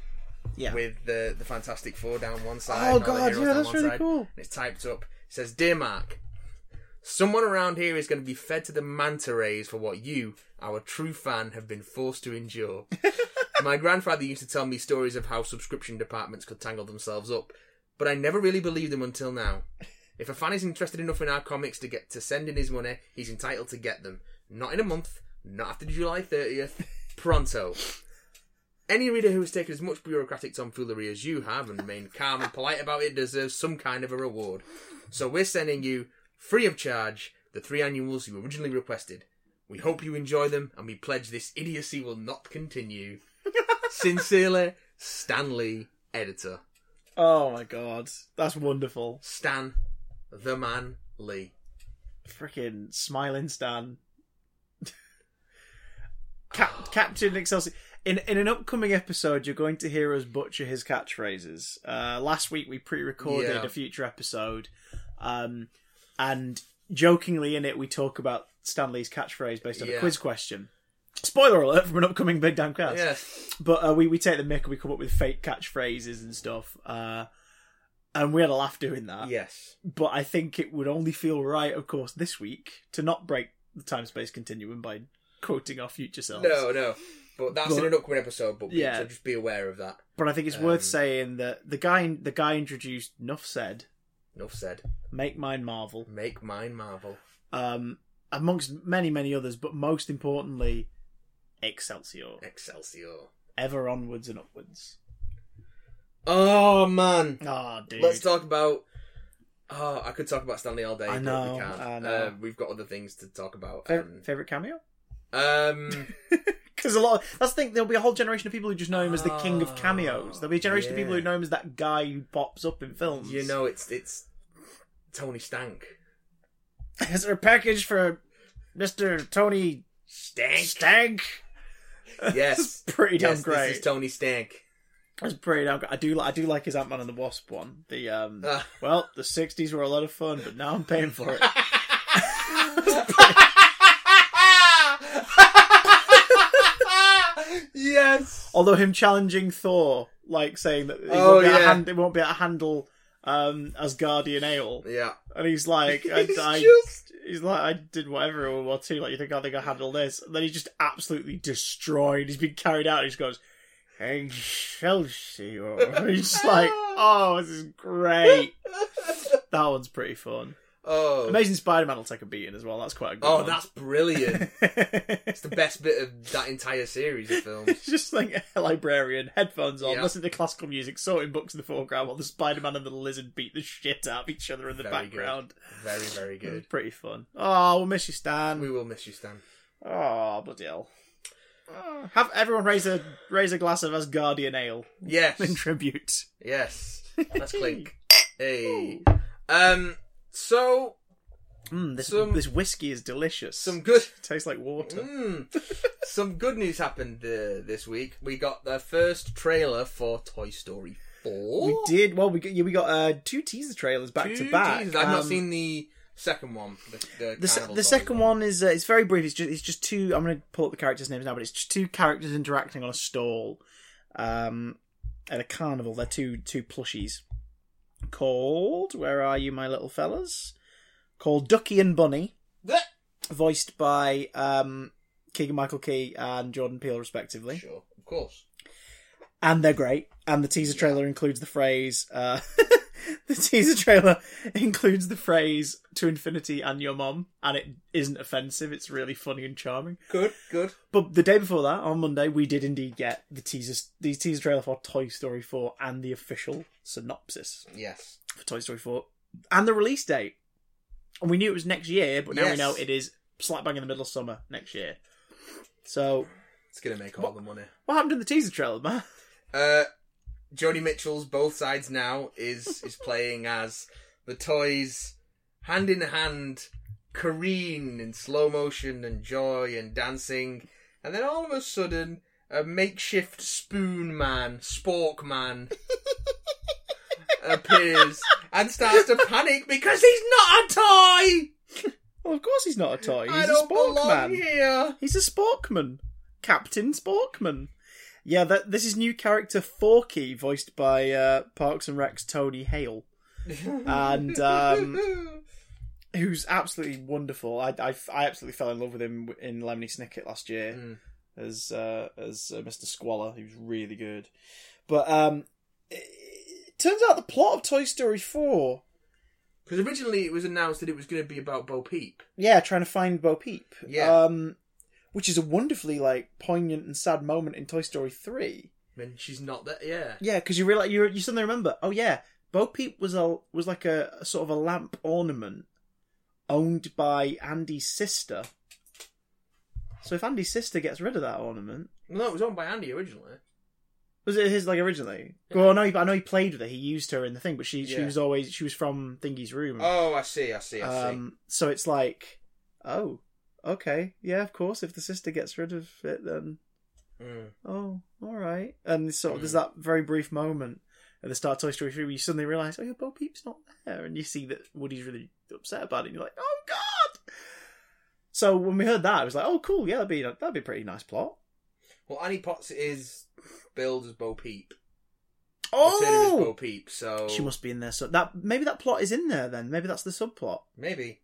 Speaker 1: Yeah.
Speaker 2: with the the Fantastic Four down one side.
Speaker 1: Oh,
Speaker 2: and all the
Speaker 1: God,
Speaker 2: heroes
Speaker 1: yeah,
Speaker 2: down
Speaker 1: that's
Speaker 2: one
Speaker 1: really
Speaker 2: side,
Speaker 1: cool.
Speaker 2: And it's typed up. It says, "Dear Mark, someone around here is going to be fed to the manta rays for what you, our true fan, have been forced to
Speaker 1: [laughs]
Speaker 2: endure." My grandfather used to tell me stories of how subscription departments could tangle themselves up, but I never really believed them until now. If a fan is interested enough in our comics to get to send in his money, he's entitled to get them. Not in a month, not after July 30th, pronto. Any reader who has taken as much bureaucratic tomfoolery as you have and remained calm and polite about it deserves some kind of a reward. So we're sending you, free of charge, the three annuals you originally requested. We hope you enjoy them, and we pledge this idiocy will not continue. Sincerely, Stanley, editor.
Speaker 1: Oh my god, that's wonderful.
Speaker 2: Stan, the man, Lee.
Speaker 1: Freaking smiling Stan. [laughs] Cap- Captain Excelsior. In in an upcoming episode, you're going to hear us butcher his catchphrases. Uh, last week we pre-recorded
Speaker 2: Yeah.
Speaker 1: a future episode, um, and jokingly in it we talk about Stanley's catchphrase based on a
Speaker 2: Yeah.
Speaker 1: quiz question. Spoiler alert from an upcoming Big Damn Cast.
Speaker 2: Yes.
Speaker 1: But uh, we we take the mick and we come up with fake catchphrases and stuff. Uh, and we had a laugh doing that.
Speaker 2: Yes.
Speaker 1: But I think it would only feel right, of course, this week to not break the time space continuum by quoting our future selves.
Speaker 2: No, no. But that's in
Speaker 1: But-
Speaker 2: an upcoming episode, but
Speaker 1: Yeah.
Speaker 2: so just be aware of that.
Speaker 1: But I think it's worth
Speaker 2: Um,
Speaker 1: saying that the guy the guy introduced Nuff said,
Speaker 2: Enough said.
Speaker 1: "Make mine Marvel,"
Speaker 2: Make mine Marvel.
Speaker 1: um, amongst many many others. But most importantly, Excelsior,
Speaker 2: Excelsior.
Speaker 1: ever onwards and upwards.
Speaker 2: Oh, man.
Speaker 1: Ah, dude.
Speaker 2: Let's talk about. Oh, I could talk about Stanley all day.
Speaker 1: I
Speaker 2: but
Speaker 1: know,
Speaker 2: We can't.
Speaker 1: I know.
Speaker 2: Uh, we've got other things to talk about.
Speaker 1: Favorite, favorite cameo.
Speaker 2: Um,
Speaker 1: [laughs]
Speaker 2: um,
Speaker 1: Because a lot, that's the thing. There'll be a whole generation of people who just know him as the king of cameos. There'll be a generation of people who
Speaker 2: Ah, Yeah.
Speaker 1: know him as that guy who pops up in films.
Speaker 2: you know, it's it's Tony Stank.
Speaker 1: [laughs] is there a package for Mister Tony [laughs]
Speaker 2: Stank.
Speaker 1: Stank?
Speaker 2: Yes.
Speaker 1: Pretty damn
Speaker 2: yes,
Speaker 1: great.
Speaker 2: This is Tony Stank.
Speaker 1: That's pretty damn great. I do, li- I do like his Ant Man and the Wasp one. The um,
Speaker 2: Ah.
Speaker 1: well, the '60s were a lot of fun, but now I'm paying for it. [laughs]
Speaker 2: yes.
Speaker 1: Although him challenging Thor, like saying that he
Speaker 2: Oh,
Speaker 1: won't, be able to
Speaker 2: yeah.
Speaker 1: hand- he won't be able to handle um, Asgardian ale,
Speaker 2: Yeah.
Speaker 1: and he's [laughs] like, I,
Speaker 2: It's
Speaker 1: I,
Speaker 2: just-
Speaker 1: He's like, I did whatever in World War Two. Like, you think I think I handled this? And then he's just absolutely destroyed. He's been carried out. He just goes, Excelsior. And [laughs] he's just like, oh, this is great. That one's pretty fun.
Speaker 2: oh.
Speaker 1: Amazing Spider-Man will take a beating as well. That's quite a good
Speaker 2: Oh,
Speaker 1: one. [laughs]
Speaker 2: that's brilliant.
Speaker 1: that's
Speaker 2: It's the best bit of that entire series of films.
Speaker 1: just like a librarian, headphones on,
Speaker 2: Yeah.
Speaker 1: listening to classical music, sorting books in the foreground, while the Spider-Man and the lizard beat the shit out of each other in the
Speaker 2: Very good.
Speaker 1: background.
Speaker 2: Very, very
Speaker 1: It was
Speaker 2: good.
Speaker 1: pretty fun. Oh, we'll miss you, Stan.
Speaker 2: We will miss you, Stan.
Speaker 1: Oh, bloody hell. Ah, Have everyone raise a raise a glass of Asgardian ale
Speaker 2: Yes.
Speaker 1: [laughs] in tribute. [laughs]
Speaker 2: Yes. Let's clink. Hey. Um. So
Speaker 1: Mm, this
Speaker 2: Some-
Speaker 1: this whiskey is delicious.
Speaker 2: Some good
Speaker 1: tastes like water.
Speaker 2: Mm. Some good news happened uh, this week. We got the first trailer for Toy Story 4.
Speaker 1: We did well. We got, yeah, we got uh, two teaser trailers back
Speaker 2: Two
Speaker 1: to back.
Speaker 2: teasers. I've not
Speaker 1: Um,
Speaker 2: seen the second one. The, the,
Speaker 1: the, se-
Speaker 2: cannibal
Speaker 1: the
Speaker 2: Toy
Speaker 1: second one is uh, it's very brief. It's just it's just two. I'm going to pull up the characters' names now, but it's just two characters interacting on a stall, um, at a carnival. They're two two plushies called Where are you, my little fellas? Called Ducky and Bunny,
Speaker 2: Bleh.
Speaker 1: voiced by um, Keegan Michael Key and Jordan Peele respectively,
Speaker 2: Sure, of course.
Speaker 1: and they're great. And the teaser trailer includes the phrase. Uh, [laughs] The teaser trailer includes the phrase "to infinity and your mom," and it isn't offensive. It's really funny and charming.
Speaker 2: Good, good.
Speaker 1: But the day before that, on Monday, we did indeed get the teaser, the teaser trailer for Toy Story 4 and the official synopsis
Speaker 2: Yes.
Speaker 1: for Toy Story 4 and the release date. And we knew it was next year, but now we
Speaker 2: Yes.
Speaker 1: know it is slap bang in the middle of summer next year. So,
Speaker 2: It's going to make all the money.
Speaker 1: what happened to the teaser trailer, man?
Speaker 2: Uh, Jodie Mitchell's Both Sides Now
Speaker 1: [laughs]
Speaker 2: is is playing as the toys hand in hand careen in slow motion and joy and dancing, and then all of a sudden a makeshift spoon man,
Speaker 1: [laughs]
Speaker 2: spork man. appears and starts to panic because he's not a toy.
Speaker 1: [laughs] Well, of course he's not a toy.
Speaker 2: I
Speaker 1: He's a
Speaker 2: don't belong
Speaker 1: sporkman.
Speaker 2: here.
Speaker 1: He's a sporkman. Captain Sporkman. Yeah, that this is new character Forky, voiced by uh, Parks and Rec's Tony Hale. And,
Speaker 2: [laughs]
Speaker 1: um, who's absolutely wonderful. I, I, I absolutely fell in love with him in Lemony Snicket last year
Speaker 2: Mm.
Speaker 1: as uh, as uh, Mr. Squalor. He was really good. But um, it, it turns out the plot of Toy Story four,
Speaker 2: Because originally it was announced that it was going to be about Bo Peep.
Speaker 1: yeah, trying to find Bo Peep,
Speaker 2: Yeah.
Speaker 1: um, which is a wonderfully like poignant and sad moment in Toy Story three.
Speaker 2: And she's not there. Yeah.
Speaker 1: Yeah, because you realize you you suddenly remember. Oh yeah, Bo Peep was a was like a, a sort of a lamp ornament owned by Andy's sister. So if Andy's sister gets rid of that ornament,
Speaker 2: No, it was owned by Andy originally.
Speaker 1: was it his like originally? Well, I know he, I know he played with her. He used her in the thing, but she she
Speaker 2: Yeah.
Speaker 1: was always she was from Thingy's room.
Speaker 2: Oh, I see, I see, I see.
Speaker 1: um, so it's like, oh, okay, yeah, of course. If the sister gets rid of it, then
Speaker 2: Mm.
Speaker 1: oh, all right. And sort
Speaker 2: Hmm.
Speaker 1: of there's that very brief moment at the start of Toy Story 3 where you suddenly realise, oh, yeah, Bo Peep's not there. And you see that Woody's really upset about it. And you're like, oh, God! So when we heard that, it was like, oh, cool, yeah, that'd be, that'd be a pretty nice plot.
Speaker 2: Well, Annie Potts is billed as Bo Peep. Returning as Bo
Speaker 1: Oh!
Speaker 2: Peep, so
Speaker 1: She must be in there. So that maybe that plot is in there then. Maybe that's the subplot.
Speaker 2: maybe.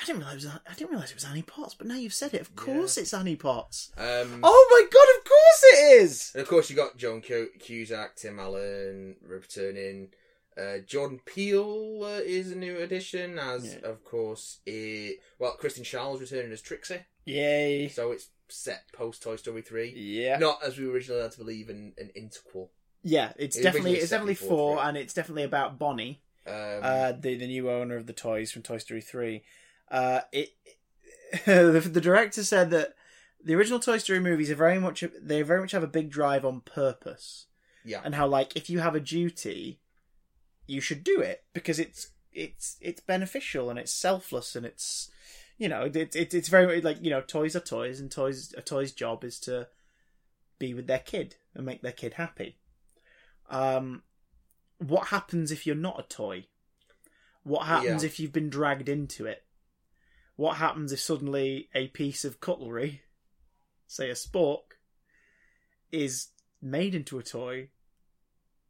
Speaker 1: I didn't realize. I didn't realize it was Annie Potts, but now you've said it. Of course, it's Annie Potts.
Speaker 2: Um,
Speaker 1: Oh my god! Of course it is.
Speaker 2: And of course, you got John Cu- Cusack, Tim Allen returning. Uh, Jordan Peele uh, is a new addition, as
Speaker 1: Yeah.
Speaker 2: of course, it, well, Kristen Charles returning as Trixie,
Speaker 1: Yay!
Speaker 2: so it's set post Toy Story three,
Speaker 1: Yeah.
Speaker 2: not as we originally had to believe in an interquel.
Speaker 1: Yeah, it's
Speaker 2: It
Speaker 1: definitely
Speaker 2: originally
Speaker 1: it's
Speaker 2: said
Speaker 1: definitely
Speaker 2: before,
Speaker 1: four,
Speaker 2: three.
Speaker 1: and it's definitely about Bonnie,
Speaker 2: Um,
Speaker 1: uh, the the new owner of the toys from Toy Story three. Uh, it [laughs] the, the director said that the original Toy Story movies are very much they very much have a big drive on purpose
Speaker 2: yeah,
Speaker 1: and how like if you have a duty, you should do it because it's it's it's beneficial and it's selfless and it's you know it, it, it's very like you know toys are toys and toys a toy's job is to be with their kid and make their kid happy. Um, what happens if you're not a toy? What happens
Speaker 2: Yeah.
Speaker 1: if you've been dragged into it? What happens if suddenly a piece of cutlery, say a spork, is made into a toy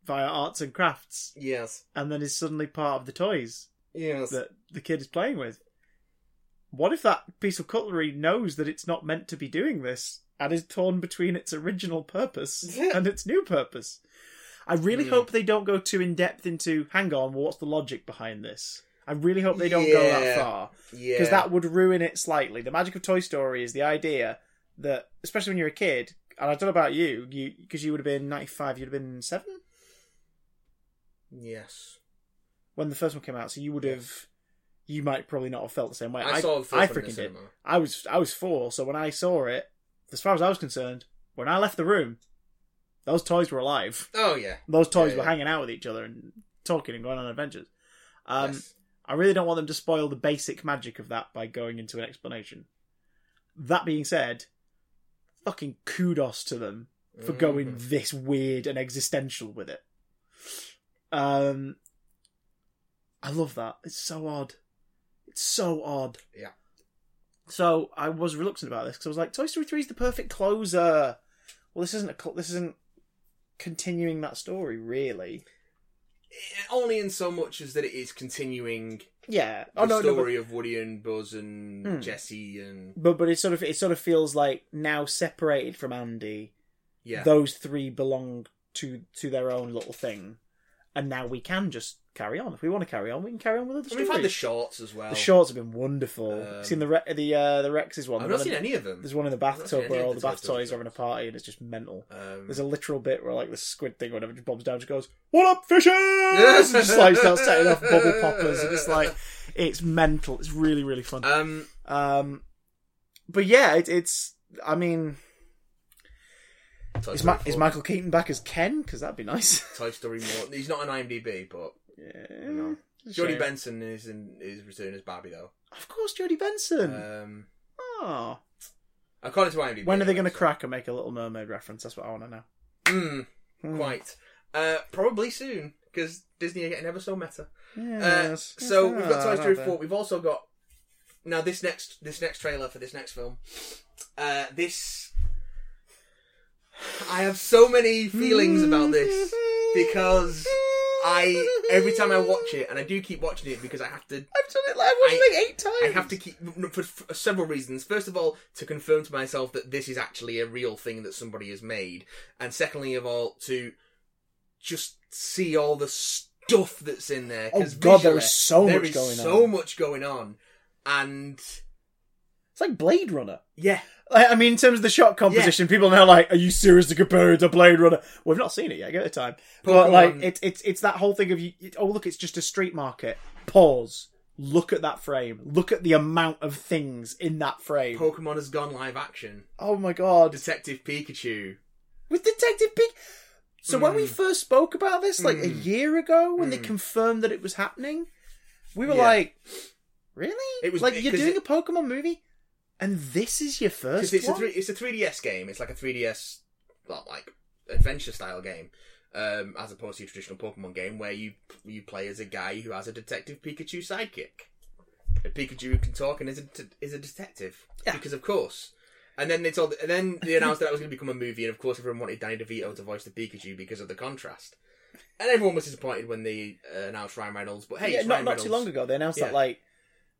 Speaker 1: via arts and crafts
Speaker 2: yes,
Speaker 1: and then is suddenly part of the toys
Speaker 2: yes,
Speaker 1: that the kid is playing with. What if that piece of cutlery knows that it's not meant to be doing this and is torn between its original
Speaker 2: [laughs]
Speaker 1: purpose and its new purpose? I really
Speaker 2: Hmm.
Speaker 1: hope they don't go too in depth into hang on, what's the logic behind this? I really hope they don't go that
Speaker 2: Yeah.
Speaker 1: far
Speaker 2: yeah,
Speaker 1: because that would ruin it slightly. The magic of Toy Story is the idea that, especially when you're a kid, and I don't know about you, you because you would have been 95, you'd have been seven
Speaker 2: yes.
Speaker 1: when the first one came out, so you would have, you might probably not have felt the same way.
Speaker 2: I, saw the first
Speaker 1: I
Speaker 2: one in the
Speaker 1: freaking did.
Speaker 2: cinema.
Speaker 1: I was I was four, so when I saw it, as far as I was concerned, when I left the room, those toys were alive.
Speaker 2: Oh yeah.
Speaker 1: Those toys
Speaker 2: Yeah,
Speaker 1: were
Speaker 2: yeah.
Speaker 1: hanging out with each other and talking and going on adventures. Um,
Speaker 2: yes.
Speaker 1: I really don't want them to spoil the basic magic of that by going into an explanation. That being said, fucking kudos to them for going
Speaker 2: Mhm.
Speaker 1: this weird and existential with it. Um, I love that. It's so odd. It's so odd.
Speaker 2: Yeah.
Speaker 1: So I was reluctant about this because I was like, Toy Story Three is the perfect closer. Well, this isn't a cl- this isn't continuing that story really.
Speaker 2: Eh, Only in so much as that it is continuing
Speaker 1: Yeah.
Speaker 2: the
Speaker 1: Oh no, no, but-
Speaker 2: story of Woody and Buzz and
Speaker 1: Hmm.
Speaker 2: Jesse and
Speaker 1: but but it sort of it sort of feels like now separated from Andy,
Speaker 2: yeah,
Speaker 1: those three belong to to their own little thing, and now we can just carry on. If we want to carry on, we can carry on with other
Speaker 2: And
Speaker 1: stories.
Speaker 2: we've had the shorts as well.
Speaker 1: The shorts have been wonderful.
Speaker 2: Um,
Speaker 1: seen the Re- the uh, the Rex's one.
Speaker 2: I've
Speaker 1: The
Speaker 2: not
Speaker 1: one
Speaker 2: seen
Speaker 1: in-
Speaker 2: any of them.
Speaker 1: There's one in the
Speaker 2: I've not seen
Speaker 1: bathtub
Speaker 2: any
Speaker 1: where
Speaker 2: of
Speaker 1: all
Speaker 2: the
Speaker 1: the
Speaker 2: Toy
Speaker 1: bath
Speaker 2: Story
Speaker 1: toys are having a party, and it's just mental.
Speaker 2: Um,
Speaker 1: There's a literal bit where like the squid thing or whatever just bobs down, just goes, "What up,
Speaker 2: [laughs]
Speaker 1: fishes?" and just like starts setting off bubble poppers, and it's like it's mental. It's really really fun.
Speaker 2: um,
Speaker 1: Um, but yeah, it, it's. I mean,
Speaker 2: Toy
Speaker 1: is,
Speaker 2: Story
Speaker 1: Ma- is
Speaker 2: four.
Speaker 1: Michael Keaton back as Ken? Because that'd be nice.
Speaker 2: [laughs] Toy Story more? He's not on IMDb, but
Speaker 1: yeah.
Speaker 2: No.
Speaker 1: Eh, It's a
Speaker 2: Jodie
Speaker 1: shame.
Speaker 2: Benson is in is returning as Barbie though.
Speaker 1: Of course, Jodie Benson.
Speaker 2: Um,
Speaker 1: oh.
Speaker 2: according to IMDb.
Speaker 1: When are they going to
Speaker 2: so-
Speaker 1: crack and make a Little Mermaid reference? That's what I want to know.
Speaker 2: Mm,
Speaker 1: Hmm.
Speaker 2: quite. Uh, probably soon because Disney are getting ever so meta. Uh,
Speaker 1: Yes.
Speaker 2: so
Speaker 1: Yes,
Speaker 2: we've got
Speaker 1: ah,
Speaker 2: Toy Story
Speaker 1: there.
Speaker 2: Four. We've also got now this next this next trailer for this next film. Uh, this I have so many feelings about
Speaker 1: [laughs]
Speaker 2: this because I every time I watch it and I do keep watching it because I have to
Speaker 1: I've done it. Like, I've watched
Speaker 2: I-
Speaker 1: it like eight times.
Speaker 2: I have to keep for, for several reasons. First of all, to confirm to myself that this is actually a real thing that somebody has made, and secondly of all, to just see all the stuff that's in there.
Speaker 1: Oh
Speaker 2: 'cause
Speaker 1: god, there
Speaker 2: visually,
Speaker 1: is so
Speaker 2: there
Speaker 1: much
Speaker 2: is
Speaker 1: going
Speaker 2: so
Speaker 1: on.
Speaker 2: much going on, and
Speaker 1: It's like Blade Runner.
Speaker 2: yeah,
Speaker 1: Like, I mean, in terms of the shot composition, people are now like, "Are you seriously comparing it to Blade Runner?" We've not seen it yet. Get the time, but
Speaker 2: Pokemon.
Speaker 1: like, it's it's it's that whole thing of you. It, oh, look, it's just a street market. Pause. Look at that frame. Look at the amount of things in that frame.
Speaker 2: Pokemon has gone live action.
Speaker 1: oh my god!
Speaker 2: Detective Pikachu.
Speaker 1: With Detective Pig. So when we
Speaker 2: Mm.
Speaker 1: first spoke about this, like a
Speaker 2: Mm.
Speaker 1: year ago, when they
Speaker 2: Mm.
Speaker 1: confirmed that it was happening, we were
Speaker 2: Yeah.
Speaker 1: like, "Really?
Speaker 2: It was-
Speaker 1: like you're
Speaker 2: 'cause
Speaker 1: doing
Speaker 2: it-
Speaker 1: a Pokemon movie, and this is your
Speaker 2: 'Cause
Speaker 1: first
Speaker 2: it's a
Speaker 1: one."
Speaker 2: three, it's a 3DS game. It's like a 3DS, well, like adventure style game, um, as opposed to your traditional Pokemon game where you you play as a guy who has a detective Pikachu sidekick, a Pikachu who can talk and is a det- is a detective.
Speaker 1: Yeah.
Speaker 2: Because of course. And then they told, and then they announced that it was going to become a movie, and of course everyone wanted Danny DeVito to voice the Pikachu because of the contrast. And everyone was disappointed when they uh, announced Ryan Reynolds, but hey,
Speaker 1: yeah,
Speaker 2: it's
Speaker 1: not,
Speaker 2: Ryan
Speaker 1: not too
Speaker 2: Reynolds.
Speaker 1: long ago. They announced that
Speaker 2: Yeah.
Speaker 1: like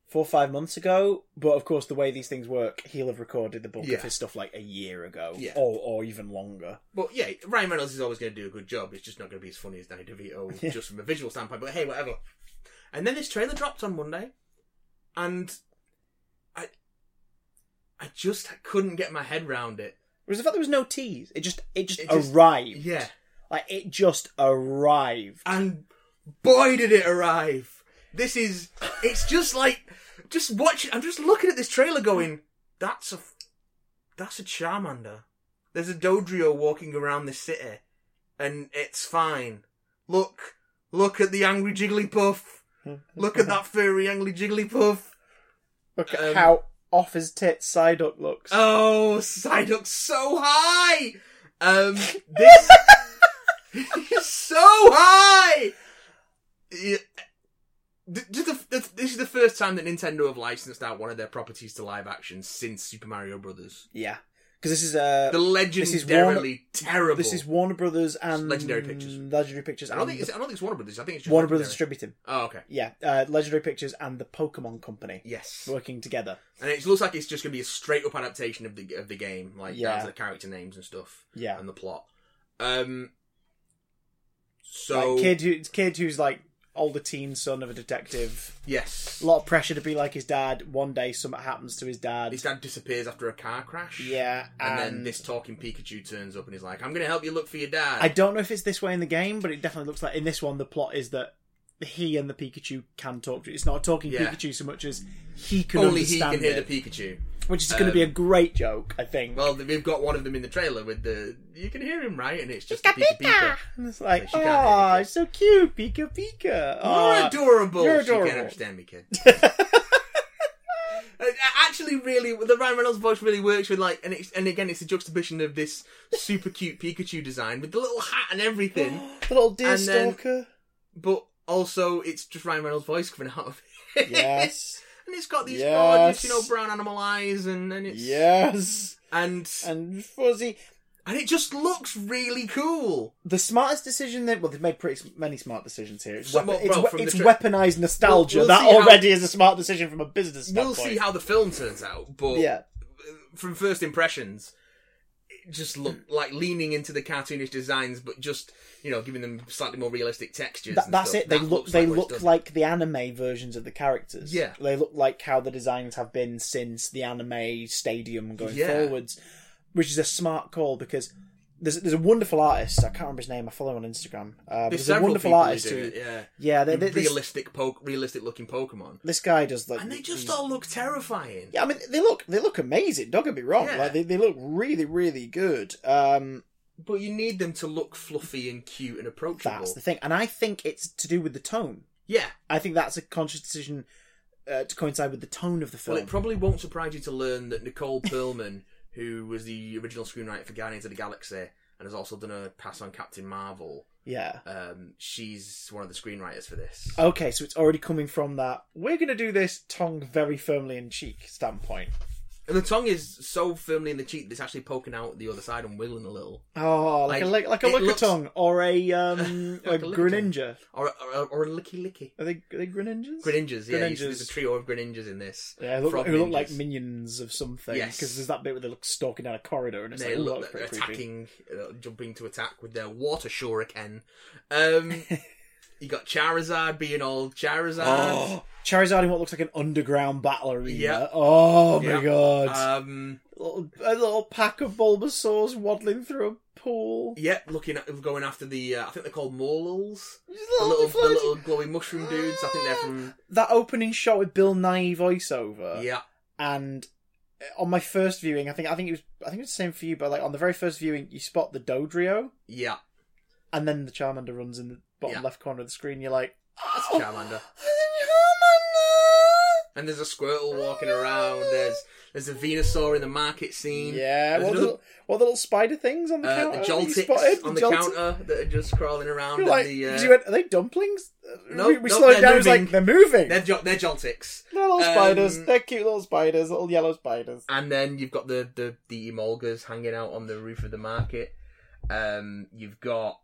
Speaker 1: four or five months ago. But of course, the way these things work, he'll have recorded the bulk
Speaker 2: Yeah.
Speaker 1: of his stuff like a year ago,
Speaker 2: Yeah.
Speaker 1: or or even longer.
Speaker 2: But yeah, Ryan Reynolds is always going to do a good job. It's just not going to be as funny as Danny DeVito,
Speaker 1: Yeah.
Speaker 2: just from a visual standpoint. But hey, whatever. And then this trailer dropped on Monday, and I, I just couldn't get my head round it.
Speaker 1: It was the fact there was no tease. It just it just
Speaker 2: It just-
Speaker 1: arrived.
Speaker 2: Yeah,
Speaker 1: like it just arrived.
Speaker 2: and boy did it arrive! This is, it's just like, just watch. I'm just looking at this trailer, going, that's a, that's a Charmander. There's a Dodrio walking around the city, and it's fine. Look, look at the angry Jigglypuff. Look at that furry angry Jigglypuff.
Speaker 1: Look at
Speaker 2: um,
Speaker 1: how off his tits Psyduck looks.
Speaker 2: Oh, Psyduck's so high. Um,
Speaker 1: [laughs]
Speaker 2: this is so high. Yeah. Th- Just the, th- this is the first time that Nintendo have licensed out one of their properties to live action since Super Mario Brothers.
Speaker 1: yeah, because this is uh,
Speaker 2: The legendarily
Speaker 1: is Warner-
Speaker 2: terrible.
Speaker 1: this is Warner Brothers and
Speaker 2: Legendary Pictures.
Speaker 1: Legendary Pictures
Speaker 2: I
Speaker 1: and
Speaker 2: don't think
Speaker 1: the-
Speaker 2: it's, I don't think it's Warner Brothers. I think it's just
Speaker 1: Warner Brothers
Speaker 2: Legendary.
Speaker 1: distributed.
Speaker 2: Oh, okay.
Speaker 1: Yeah, uh, Legendary Pictures and the Pokemon Company
Speaker 2: Yes.
Speaker 1: working together.
Speaker 2: And it looks like it's just going to be a straight up adaptation of the of the game, like down
Speaker 1: Yeah.
Speaker 2: to the character names and stuff
Speaker 1: Yeah,
Speaker 2: and the plot. Um. So
Speaker 1: like kid who kid who's like older teen son of a detective.
Speaker 2: yes,
Speaker 1: A lot of pressure to be like his dad. One day something happens to his dad.
Speaker 2: his dad disappears after a car crash.
Speaker 1: Yeah,
Speaker 2: And, then this talking Pikachu turns up and he's like, "I'm going to help you look for your dad."
Speaker 1: I don't know if it's this way in the game, but it definitely looks like in this one the plot is that he and the Pikachu can talk to. It's not a talking
Speaker 2: Yeah.
Speaker 1: Pikachu so much as he can
Speaker 2: Only he
Speaker 1: understand
Speaker 2: can hear
Speaker 1: it.
Speaker 2: the Pikachu.
Speaker 1: which is going to be a great joke, I think.
Speaker 2: Well, we've got one of them in the trailer with the. You can hear him right, and it's just a Pika Pika.
Speaker 1: and it's like,
Speaker 2: she can't
Speaker 1: oh,
Speaker 2: hear
Speaker 1: it's so cute, Pika Pika.
Speaker 2: You're
Speaker 1: Aw."
Speaker 2: adorable.
Speaker 1: Uh, you're
Speaker 2: She
Speaker 1: adorable.
Speaker 2: can't understand
Speaker 1: [laughs]
Speaker 2: me, kid. Uh, Actually, really, the Ryan Reynolds voice really works with like, and it's and again, it's a juxtaposition of this super cute Pikachu design with the little hat
Speaker 1: [gasps]
Speaker 2: and everything, [gasps]
Speaker 1: the little deer
Speaker 2: And then- [laughs]
Speaker 1: stalker.
Speaker 2: but also it's just Ryan Reynolds' voice coming out of it.
Speaker 1: Yes,
Speaker 2: [laughs] and it's got these
Speaker 1: Yes.
Speaker 2: gorgeous, you know, brown animal eyes, and and it's
Speaker 1: yes,
Speaker 2: and
Speaker 1: and fuzzy.
Speaker 2: and it just looks really cool.
Speaker 1: The smartest decision that well, they've made pretty s- many smart decisions here. It's,
Speaker 2: So-
Speaker 1: weapon,
Speaker 2: well,
Speaker 1: it's,
Speaker 2: well,
Speaker 1: we-
Speaker 2: from the
Speaker 1: it's
Speaker 2: tra-
Speaker 1: weaponized nostalgia.
Speaker 2: We'll- we'll
Speaker 1: that
Speaker 2: see how-
Speaker 1: already is a smart decision from a business
Speaker 2: We'll
Speaker 1: standpoint.
Speaker 2: see how the film turns out, but
Speaker 1: yeah,
Speaker 2: from first impressions, it just looked like leaning into the cartoonish designs, but just you know giving them slightly more realistic textures.
Speaker 1: That-
Speaker 2: and
Speaker 1: that's
Speaker 2: stuff.
Speaker 1: it. They
Speaker 2: That
Speaker 1: look.
Speaker 2: looks
Speaker 1: They
Speaker 2: like what it's
Speaker 1: look
Speaker 2: done.
Speaker 1: like the anime versions of the characters.
Speaker 2: Yeah.
Speaker 1: they look like how the designs have been since the anime stadium going
Speaker 2: Yeah.
Speaker 1: forwards, which is a smart call because there's there's a wonderful artist. I can't remember his name. I follow him on Instagram. Uh, but
Speaker 2: There's
Speaker 1: there's a
Speaker 2: several
Speaker 1: wonderful
Speaker 2: people who
Speaker 1: artist
Speaker 2: do
Speaker 1: who,
Speaker 2: it, yeah,
Speaker 1: yeah, they, they, this,
Speaker 2: realistic, po- realistic looking Pokemon,
Speaker 1: this guy does like
Speaker 2: and they just
Speaker 1: these-
Speaker 2: all look terrifying.
Speaker 1: Yeah, I mean they look they look amazing. Don't get me wrong.
Speaker 2: Yeah.
Speaker 1: Like they, they look really really good. Um,
Speaker 2: But you need them to look fluffy and cute and approachable.
Speaker 1: That's the thing, and I think it's to do with the tone.
Speaker 2: yeah.
Speaker 1: I think that's a conscious decision uh, to coincide with the tone of the
Speaker 2: Well,
Speaker 1: film.
Speaker 2: it probably won't surprise you to learn that Nicole Perlman, [laughs] who was the original screenwriter for Guardians of the Galaxy and has also done a pass on Captain Marvel,
Speaker 1: yeah.
Speaker 2: um, she's one of the screenwriters for this.
Speaker 1: Okay, so it's already coming from that. We're going to do this tongue very firmly in cheek standpoint.
Speaker 2: And the tongue is so firmly in the cheek that it's actually poking out the other side and wiggling a little,
Speaker 1: Oh, like, a
Speaker 2: Like,
Speaker 1: like, like a
Speaker 2: it
Speaker 1: liquor
Speaker 2: looks-
Speaker 1: tongue or a um
Speaker 2: [laughs] Like
Speaker 1: a,
Speaker 2: a liquor
Speaker 1: greninja.
Speaker 2: or or, or a licky licky.
Speaker 1: Are they are they greninjas?
Speaker 2: Greninjas, yeah. you-
Speaker 1: Greninjas.
Speaker 2: There's a trio of Greninjas in this.
Speaker 1: yeah, look,
Speaker 2: Frog
Speaker 1: who look
Speaker 2: ninjas.
Speaker 1: like minions of something.
Speaker 2: Yes.
Speaker 1: because there's that bit where they look stalking down a corridor and it's
Speaker 2: They
Speaker 1: like,
Speaker 2: look
Speaker 1: look,
Speaker 2: they're
Speaker 1: pretty creepy.
Speaker 2: attacking, uh, jumping to attack with their water shuriken.
Speaker 1: [laughs]
Speaker 2: Um, you got Charizard being all Charizard.
Speaker 1: Oh, [gasps] Charizard in what looks like an underground battle arena.
Speaker 2: Yeah.
Speaker 1: Oh my
Speaker 2: Yeah.
Speaker 1: god.
Speaker 2: Um,
Speaker 1: little, a little pack of Bulbasaurs waddling through a pool.
Speaker 2: yeah, looking at going after the. Uh, I think they're called Morlulls.
Speaker 1: Just
Speaker 2: The
Speaker 1: little
Speaker 2: little, the
Speaker 1: floating-
Speaker 2: little glowy mushroom dudes. I think they're from.
Speaker 1: That opening shot with Bill Nye voiceover,
Speaker 2: Yeah,
Speaker 1: and uh, on my first viewing, I think I think it was I think it was the same for you, but like on the very first viewing, you spot the Dodrio,
Speaker 2: yeah.
Speaker 1: and then the Charmander runs in the bottom
Speaker 2: Yeah.
Speaker 1: left corner of the screen. You're like,
Speaker 2: That's
Speaker 1: "Oh,
Speaker 2: Charmander.
Speaker 1: it's
Speaker 2: And there's a Squirtle walking around. There's there's a Venusaur in the market
Speaker 1: a Charmander!"
Speaker 2: scene.
Speaker 1: Yeah,
Speaker 2: There's
Speaker 1: what, are the,
Speaker 2: another-
Speaker 1: what are the little spider things on the
Speaker 2: Uh,
Speaker 1: counter?
Speaker 2: the
Speaker 1: that you
Speaker 2: Joltics
Speaker 1: spotted?
Speaker 2: on the
Speaker 1: Joltics?
Speaker 2: counter that are just crawling around.
Speaker 1: You're
Speaker 2: and
Speaker 1: like,
Speaker 2: the,
Speaker 1: 'cause
Speaker 2: uh,
Speaker 1: you went, are they dumplings?
Speaker 2: No,
Speaker 1: we we
Speaker 2: no,
Speaker 1: slowed
Speaker 2: they're
Speaker 1: down. It was like
Speaker 2: moving.
Speaker 1: they're moving.
Speaker 2: they're, jo- they're Joltics.
Speaker 1: They're little
Speaker 2: Um,
Speaker 1: spiders. They're cute little spiders, little yellow spiders.
Speaker 2: And then you've got the the the Emolgas hanging out on the roof of the market. Um, you've got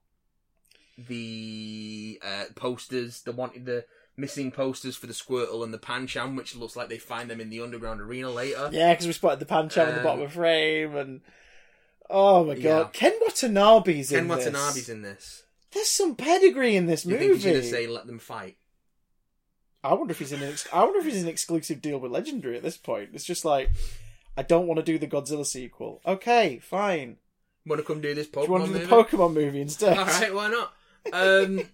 Speaker 2: the uh, posters. The wanted the missing posters for the Squirtle and the Pancham, which looks like they find them in the underground arena later.
Speaker 1: Yeah, because we spotted the pancham on the
Speaker 2: Um,
Speaker 1: bottom of the frame, and oh my
Speaker 2: Yeah.
Speaker 1: god, Ken Watanabe's
Speaker 2: Ken
Speaker 1: in
Speaker 2: Watanabe's
Speaker 1: this.
Speaker 2: in this.
Speaker 1: There's some pedigree in this
Speaker 2: Do you think he's
Speaker 1: movie.
Speaker 2: gonna say let them fight?
Speaker 1: I wonder if he's in. An ex- I wonder if he's an exclusive deal with Legendary at this point. It's just like, I don't want to do the Godzilla sequel. Okay, fine.
Speaker 2: Want to come do this
Speaker 1: Do
Speaker 2: Pokemon
Speaker 1: you want to do the
Speaker 2: movie?
Speaker 1: Pokemon movie instead?
Speaker 2: [laughs] All right, why not? Um,
Speaker 1: [laughs]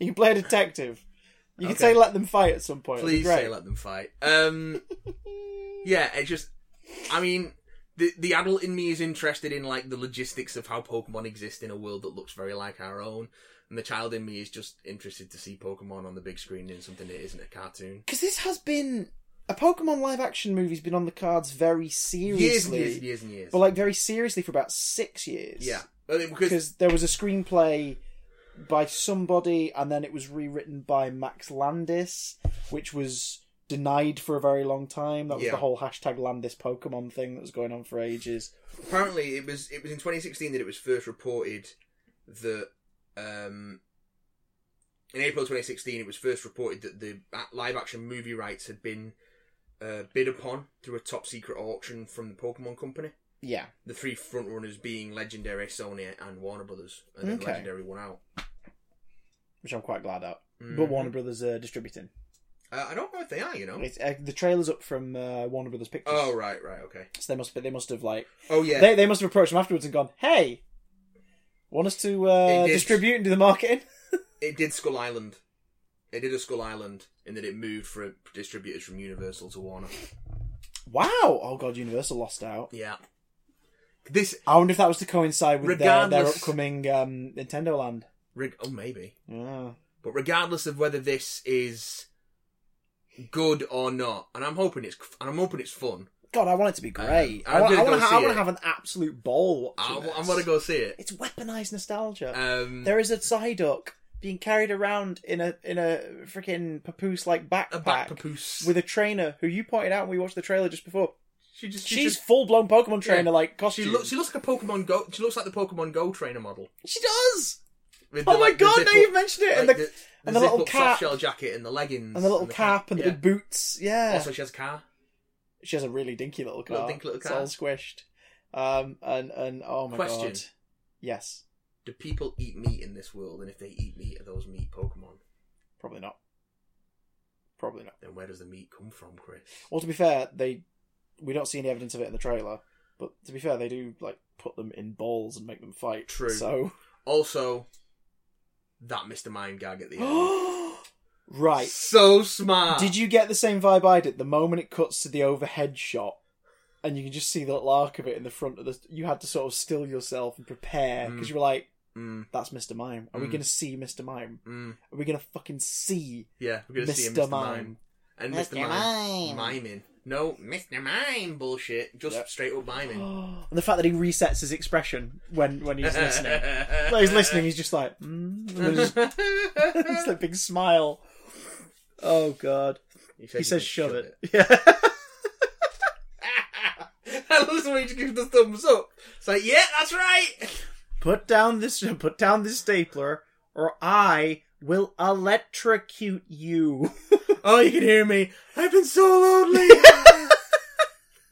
Speaker 1: You can play a detective. You can
Speaker 2: Okay.
Speaker 1: say let them fight at some point. It'd be
Speaker 2: please
Speaker 1: great.
Speaker 2: say let them fight.
Speaker 1: [laughs]
Speaker 2: Um, yeah, it's just, I mean, the the adult in me is interested in like the logistics of how Pokemon exist in a world that looks very like our own, and the child in me is just interested to see Pokemon on the big screen in something that isn't a cartoon.
Speaker 1: Because this has been a Pokemon live action movie's been on the cards very seriously,
Speaker 2: Years and years and years and years.
Speaker 1: but like very seriously for about six years.
Speaker 2: yeah, Well, it- because
Speaker 1: because there was a screenplay by somebody, and then it was rewritten by Max Landis, which was denied for a very long time. That was
Speaker 2: Yeah.
Speaker 1: the whole hashtag Landis Pokemon thing that was going on for ages.
Speaker 2: apparently it was it was in 2016 that it was first reported that um in April 2016 it was first reported that the live action movie rights had been uh, bid upon through a top secret auction from the Pokemon company
Speaker 1: Yeah,
Speaker 2: the three front runners being Legendary Sony and Warner Brothers and then
Speaker 1: Okay.
Speaker 2: Legendary won out
Speaker 1: which I'm quite glad at. But
Speaker 2: Mm.
Speaker 1: Warner Brothers are distributing.
Speaker 2: uh, I don't know if they are you know
Speaker 1: It's, uh, the trailer's up from uh, Warner Brothers Pictures,
Speaker 2: oh right right okay
Speaker 1: so they must be, they must have like
Speaker 2: oh yeah
Speaker 1: They, they must have approached him afterwards and gone, "Hey, want us to uh,
Speaker 2: It did.
Speaker 1: distribute and do the marketing?" [laughs]
Speaker 2: it did Skull Island it did a Skull Island in that it moved from distributors from Universal to Warner
Speaker 1: Wow! Oh god, Universal lost out.
Speaker 2: Yeah. This
Speaker 1: I wonder if that was to coincide with uh, their, their
Speaker 2: Regardless-
Speaker 1: upcoming um, Nintendo Land.
Speaker 2: reg- oh maybe.
Speaker 1: Yeah.
Speaker 2: But regardless of whether this is good or not, and I'm hoping it's and I'm hoping it's fun.
Speaker 1: God, I want it to be great. I,
Speaker 2: Um, I'm
Speaker 1: want, I,
Speaker 2: gonna
Speaker 1: want
Speaker 2: go
Speaker 1: to,
Speaker 2: see
Speaker 1: I want
Speaker 2: it.
Speaker 1: to have an absolute ball
Speaker 2: I,
Speaker 1: watching this.
Speaker 2: want to go see it.
Speaker 1: It's weaponized nostalgia.
Speaker 2: Um,
Speaker 1: there is a Psyduck being carried around in a in a freaking papoose like backpack
Speaker 2: a back papoose.
Speaker 1: with a trainer who you pointed out when we watched the trailer just before.
Speaker 2: she just she
Speaker 1: She's
Speaker 2: just-
Speaker 1: full blown Pokemon trainer like
Speaker 2: she
Speaker 1: costume.
Speaker 2: looks she looks like a Pokemon Go. She looks like the Pokemon Go trainer model.
Speaker 1: She does.
Speaker 2: With
Speaker 1: Oh
Speaker 2: the,
Speaker 1: my
Speaker 2: like, the
Speaker 1: god!
Speaker 2: zip
Speaker 1: Now
Speaker 2: up-
Speaker 1: you've mentioned it, and the,
Speaker 2: like,
Speaker 1: and the little
Speaker 2: zip-up
Speaker 1: cap.
Speaker 2: soft shell jacket, and the leggings,
Speaker 1: and the little cap and the
Speaker 2: yeah.
Speaker 1: big boots. Yeah.
Speaker 2: Also, she has a car.
Speaker 1: she has a really dinky little car.
Speaker 2: Little dinky little
Speaker 1: it's
Speaker 2: car.
Speaker 1: all squished. Um and and oh my
Speaker 2: Question.
Speaker 1: god. Yes,
Speaker 2: Do people eat meat in this world? And if they eat meat, are those meat Pokemon?
Speaker 1: probably not. Probably not.
Speaker 2: Then where does the meat come from, Chris?
Speaker 1: Well, to be fair, they we don't see any evidence of it in the trailer, but to be fair, they do like put them in balls and make them fight.
Speaker 2: True.
Speaker 1: So
Speaker 2: Also, that Mr. Mind gag
Speaker 1: [gasps]
Speaker 2: at the end. [gasps]
Speaker 1: right.
Speaker 2: so smart.
Speaker 1: Did you get the same vibe I did? The moment it cuts to the overhead shot, and you can just see the little arc of it in the front of the. You had to sort of still yourself and prepare because
Speaker 2: Mm.
Speaker 1: you were like,
Speaker 2: Mm,
Speaker 1: "That's Mr. Mime. Are we
Speaker 2: Mm.
Speaker 1: gonna see Mr. Mime?
Speaker 2: mm,
Speaker 1: Are we gonna fucking see
Speaker 2: yeah, we're gonna see a
Speaker 1: Mr.
Speaker 2: Mr. Mime.
Speaker 1: Mime?
Speaker 2: and
Speaker 1: Mr.
Speaker 2: Mr. Mime.
Speaker 1: Mime.
Speaker 2: miming. No, Mr. Mime bullshit. Just
Speaker 1: Yep.
Speaker 2: straight up [laughs] miming.
Speaker 1: [gasps] and the fact that he resets his expression when when
Speaker 2: [laughs]
Speaker 1: he's listening. Like, he's listening. He's just like, mm, and then just [laughs]
Speaker 2: [laughs]
Speaker 1: it's that big smile. Oh god. He says shove it. Yeah.
Speaker 2: [laughs] I love the way he just gives the thumbs up. It's like, yeah, that's right.
Speaker 1: [laughs] put down this [laughs] put down this stapler or I will electrocute you.
Speaker 2: [laughs]
Speaker 1: [laughs]
Speaker 2: Oh, you can hear me. I've been so [laughs] lonely.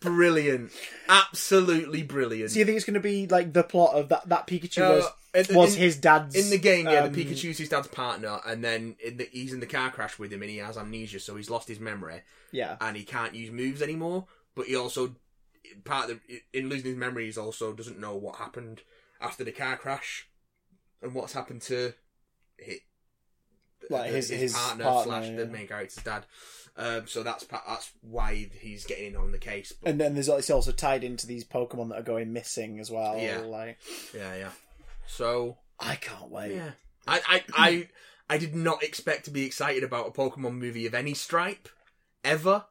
Speaker 2: brilliant. Absolutely brilliant.
Speaker 1: So you think it's gonna be like the plot of that that Pikachu
Speaker 2: No,
Speaker 1: was
Speaker 2: at the-
Speaker 1: was
Speaker 2: in,
Speaker 1: his dad's
Speaker 2: in the game, yeah,
Speaker 1: um,
Speaker 2: the Pikachu's his dad's partner, and then in the, he's in the car crash with him, and he has amnesia, so he's lost his memory,
Speaker 1: Yeah.
Speaker 2: and he can't use moves anymore. But he also part of the, in losing his memory, he also doesn't know what happened after the car crash, and what's happened to hit
Speaker 1: Like his- his
Speaker 2: partner,
Speaker 1: partner,
Speaker 2: slash
Speaker 1: yeah.
Speaker 2: the main character's dad. Um, so that's pa- that's why he's getting in on the case. But
Speaker 1: And then there's it's also tied into these Pokemon that are going missing as well.
Speaker 2: Yeah.
Speaker 1: Like
Speaker 2: yeah, yeah. So
Speaker 1: I can't wait.
Speaker 2: Yeah. I, I, I, I did not expect to be excited about a Pokemon movie of any stripe, ever.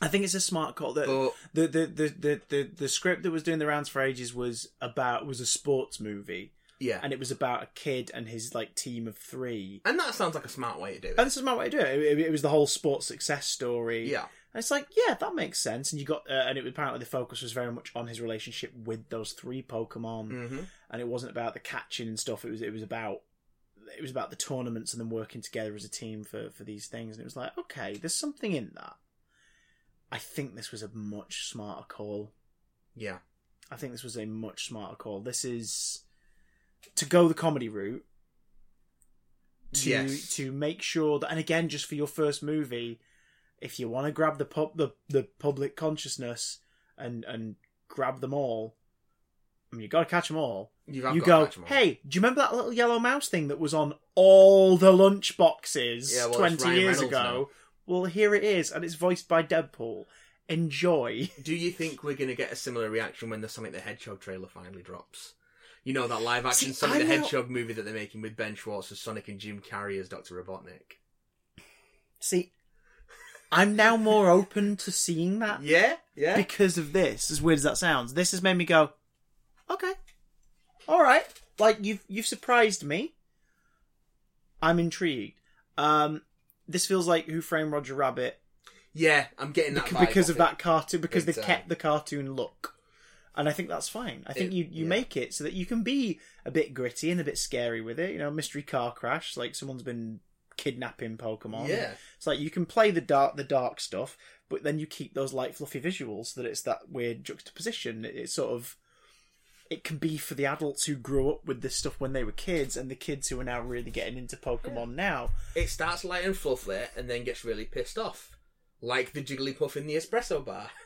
Speaker 1: I think it's a smart call that
Speaker 2: But
Speaker 1: the the, the, the, the the script that was doing the rounds for ages was about was a sports movie
Speaker 2: yeah,
Speaker 1: and it was about a kid and his like team of three.
Speaker 2: and that sounds like a smart way to do
Speaker 1: And
Speaker 2: it.
Speaker 1: this is my way to do it. It, it was the whole sports success story.
Speaker 2: Yeah,
Speaker 1: and it's like yeah, that makes sense. And you got uh, and it apparently the focus was very much on his relationship with those three Pokemon,
Speaker 2: hmm
Speaker 1: and it wasn't about the catching and stuff. It was it was about it was about the tournaments and them working together as a team for for these things. And it was like okay, there's something in that. I think this was a much smarter call.
Speaker 2: yeah,
Speaker 1: I think this was a much smarter call. This is to go the comedy route. To
Speaker 2: Yes.
Speaker 1: to make sure that, and again, just for your first movie, if you want to grab the pub the, the public consciousness and and grab them all, I mean, you got to catch them all.
Speaker 2: you've I've
Speaker 1: you
Speaker 2: got
Speaker 1: go,
Speaker 2: Patch Mole.
Speaker 1: hey, do you remember that little yellow mouse thing that was on all the lunch boxes
Speaker 2: Yeah, well, it's
Speaker 1: twenty
Speaker 2: Ryan
Speaker 1: years
Speaker 2: Reynolds
Speaker 1: ago? Well, here it is, and it's voiced by Deadpool. Enjoy.
Speaker 2: do you think we're gonna get a similar reaction when the Sonic the Hedgehog trailer finally drops? You know that live action
Speaker 1: See,
Speaker 2: Sonic
Speaker 1: I
Speaker 2: the
Speaker 1: don't-
Speaker 2: Hedgehog movie that they're making with Ben Schwartz as Sonic and Jim Carrey as Doctor Robotnik.
Speaker 1: See, I'm now more open to seeing that
Speaker 2: Yeah, yeah.
Speaker 1: because of this. As weird as that sounds, this has made me go, okay, all right. Like you've you've surprised me. I'm intrigued. Um, this feels like Who Framed Roger Rabbit
Speaker 2: yeah, I'm getting that
Speaker 1: bec-
Speaker 2: vibe
Speaker 1: because of
Speaker 2: it.
Speaker 1: that cartoon because
Speaker 2: Big
Speaker 1: they
Speaker 2: time.
Speaker 1: kept the cartoon look. And I think that's fine. I think
Speaker 2: uh, It-
Speaker 1: you, you
Speaker 2: yeah.
Speaker 1: make it so that you can be a bit gritty and a bit scary with it. You know, mystery car crash, like someone's been kidnapping Pokemon.
Speaker 2: Yeah,
Speaker 1: It's like you can play the dark the dark stuff, but then you keep those light fluffy visuals so that it's that weird juxtaposition. It, it's sort of it can be for the adults who grew up with this stuff when they were kids and the kids who are now really getting into Pokemon now.
Speaker 2: It starts light and fluffy and then gets really pissed off. Like the Jigglypuff in the espresso
Speaker 1: [clears throat]
Speaker 2: bar. [laughs]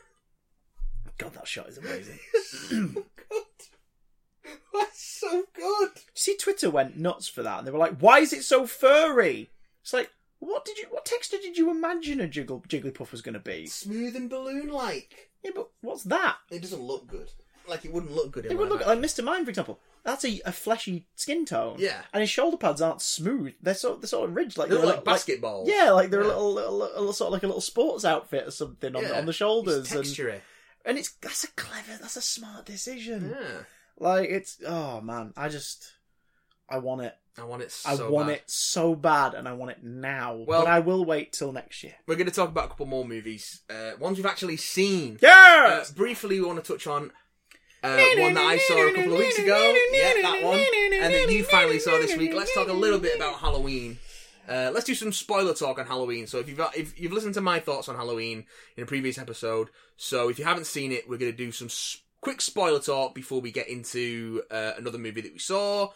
Speaker 1: God, that shot is amazing. [laughs]
Speaker 2: so good. Oh, That's so good.
Speaker 1: See, Twitter went nuts for that and they were like, "Why is it so furry?" It's like, what did you what texture did you imagine a Jiggle, Jigglypuff was going to be?
Speaker 2: Smooth and balloon like.
Speaker 1: Yeah, but what's that?
Speaker 2: It doesn't look good. Like it wouldn't look good. In
Speaker 1: It would
Speaker 2: live
Speaker 1: look like Mr. Mime, for example. That's a, a fleshy skin tone.
Speaker 2: Yeah.
Speaker 1: And his shoulder pads aren't smooth. They're sort they're sort of ridged, like
Speaker 2: They look
Speaker 1: they're a
Speaker 2: like
Speaker 1: little-
Speaker 2: basketballs.
Speaker 1: yeah, like they're
Speaker 2: Yeah.
Speaker 1: a little, little, little sort of like a little sports outfit or something on,
Speaker 2: Yeah.
Speaker 1: the on the
Speaker 2: It's
Speaker 1: shoulders, and,
Speaker 2: textury.
Speaker 1: and it's that's a clever, that's a smart decision.
Speaker 2: Yeah.
Speaker 1: Like it's oh man, I just I want it.
Speaker 2: I want it. So
Speaker 1: I want
Speaker 2: bad.
Speaker 1: it so bad, and I want it now.
Speaker 2: Well-
Speaker 1: but I will wait till next year.
Speaker 2: We're going to talk about a couple more movies. Uh, ones we've actually seen. Uh,
Speaker 1: Yeah.
Speaker 2: briefly, we want to touch on uh, one that I saw a couple of weeks ago. Yeah, that one. And that you finally saw this week. Let's talk a little bit about Halloween. Uh, let's do some spoiler talk on Halloween. So if you've if you've listened to my thoughts on Halloween in a previous episode, so if you haven't seen it, we're going to do some s- quick spoiler talk before we get into uh, another movie that we saw.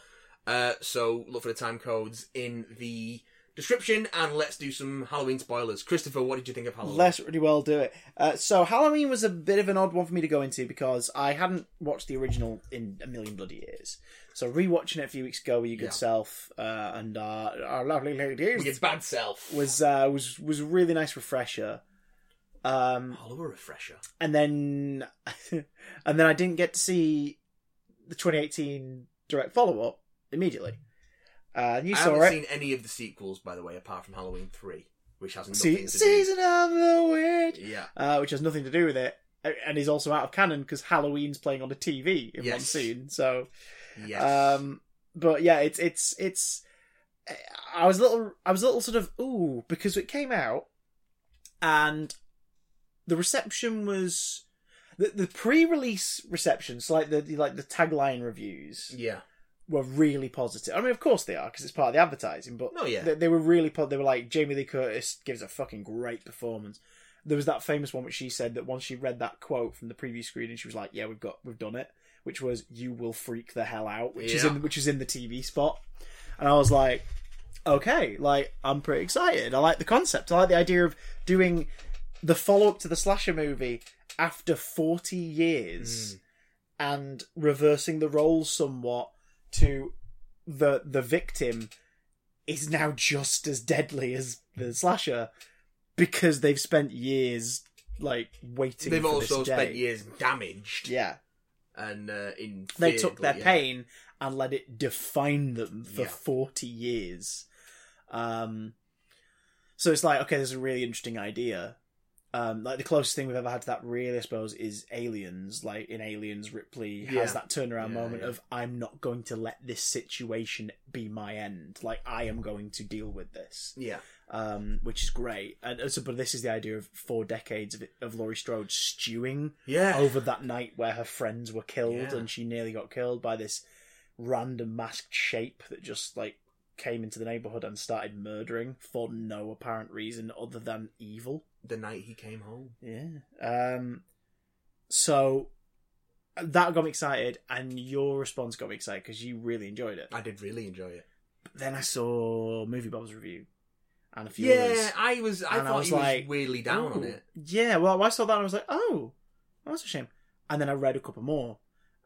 Speaker 2: Uh, so look for the time codes in the description, and let's do some Halloween spoilers. Christopher, what did you think of Halloween?
Speaker 1: Let's really well do it. Uh, so Halloween was a bit of an odd one for me to go into because I hadn't watched the original in a million bloody years. So rewatching it a few weeks ago with your good
Speaker 2: Yeah.
Speaker 1: self uh, and uh, our lovely ladies
Speaker 2: With your bad self.
Speaker 1: was uh, was was a really nice refresher. Um,
Speaker 2: Hollow a refresher.
Speaker 1: and then [laughs] and then I didn't get to see the 2018 direct follow up immediately. Uh, you
Speaker 2: I
Speaker 1: saw
Speaker 2: haven't
Speaker 1: it.
Speaker 2: seen any of the sequels, by the way, apart from Halloween three, which has nothing
Speaker 1: See,
Speaker 2: to
Speaker 1: season of the witch,
Speaker 2: do. Yeah,
Speaker 1: uh, which has nothing to do with it, a- and is also out of canon because Halloween's playing on a TV in one
Speaker 2: Yes.
Speaker 1: scene. So,
Speaker 2: yes.
Speaker 1: um, but yeah, it's it's it's. I was a little, I was a little sort of ooh because it came out, and the reception was. The, the pre-release receptions, like the the- like the tagline reviews,
Speaker 2: yeah,
Speaker 1: were really positive. I mean, of course they are because it's part of the advertising. But
Speaker 2: No, Oh, yeah.
Speaker 1: they, they were really po- they were like Jamie Lee Curtis gives a fucking great performance. There was that famous one which she said that once she read that quote from the preview screen and she was like, "Yeah, we've got we've done it," which was "You will freak the hell out," which is
Speaker 2: Yeah.
Speaker 1: in which is in the TV spot, and I was like. Okay, like I'm pretty excited. I like the concept. I like the idea of doing the follow up to the slasher movie after 40
Speaker 2: Hmm.
Speaker 1: years and reversing the role somewhat to the the victim is now just as deadly as the slasher because they've spent years like waiting
Speaker 2: they've
Speaker 1: for
Speaker 2: also
Speaker 1: this day.
Speaker 2: spent years damaged
Speaker 1: yeah
Speaker 2: and uh, in.
Speaker 1: they
Speaker 2: fear,
Speaker 1: took their
Speaker 2: yeah.
Speaker 1: pain and let it define them for
Speaker 2: Yeah.
Speaker 1: 40 years um so it's like okay there's a really interesting idea um like the closest thing we've ever had to that really i suppose is aliens like in aliens ripley
Speaker 2: Yeah.
Speaker 1: has that turnaround
Speaker 2: Yeah,
Speaker 1: moment
Speaker 2: yeah.
Speaker 1: of i'm not going to let this situation be my end like i am going to deal with this
Speaker 2: Yeah,
Speaker 1: um which is great and uh, so but this is the idea of four decades of, of laurie strode stewing
Speaker 2: yeah.
Speaker 1: over that night where her friends were killed
Speaker 2: Yeah.
Speaker 1: and she nearly got killed by this random masked shape that just like came into the neighborhood and started murdering for no apparent reason other than evil.
Speaker 2: the night he came home.
Speaker 1: Yeah. Um so that got me excited and your response got me excited because you really enjoyed it.
Speaker 2: I did really enjoy it.
Speaker 1: But then I saw Movie Bob's review and a few
Speaker 2: Yeah,
Speaker 1: others.
Speaker 2: I was. I
Speaker 1: And I
Speaker 2: thought
Speaker 1: was
Speaker 2: he was
Speaker 1: like,
Speaker 2: weirdly down on
Speaker 1: Ooh.
Speaker 2: it.
Speaker 1: Yeah, well, I saw that and I was like, oh, well, that's a shame. And then I read a couple more,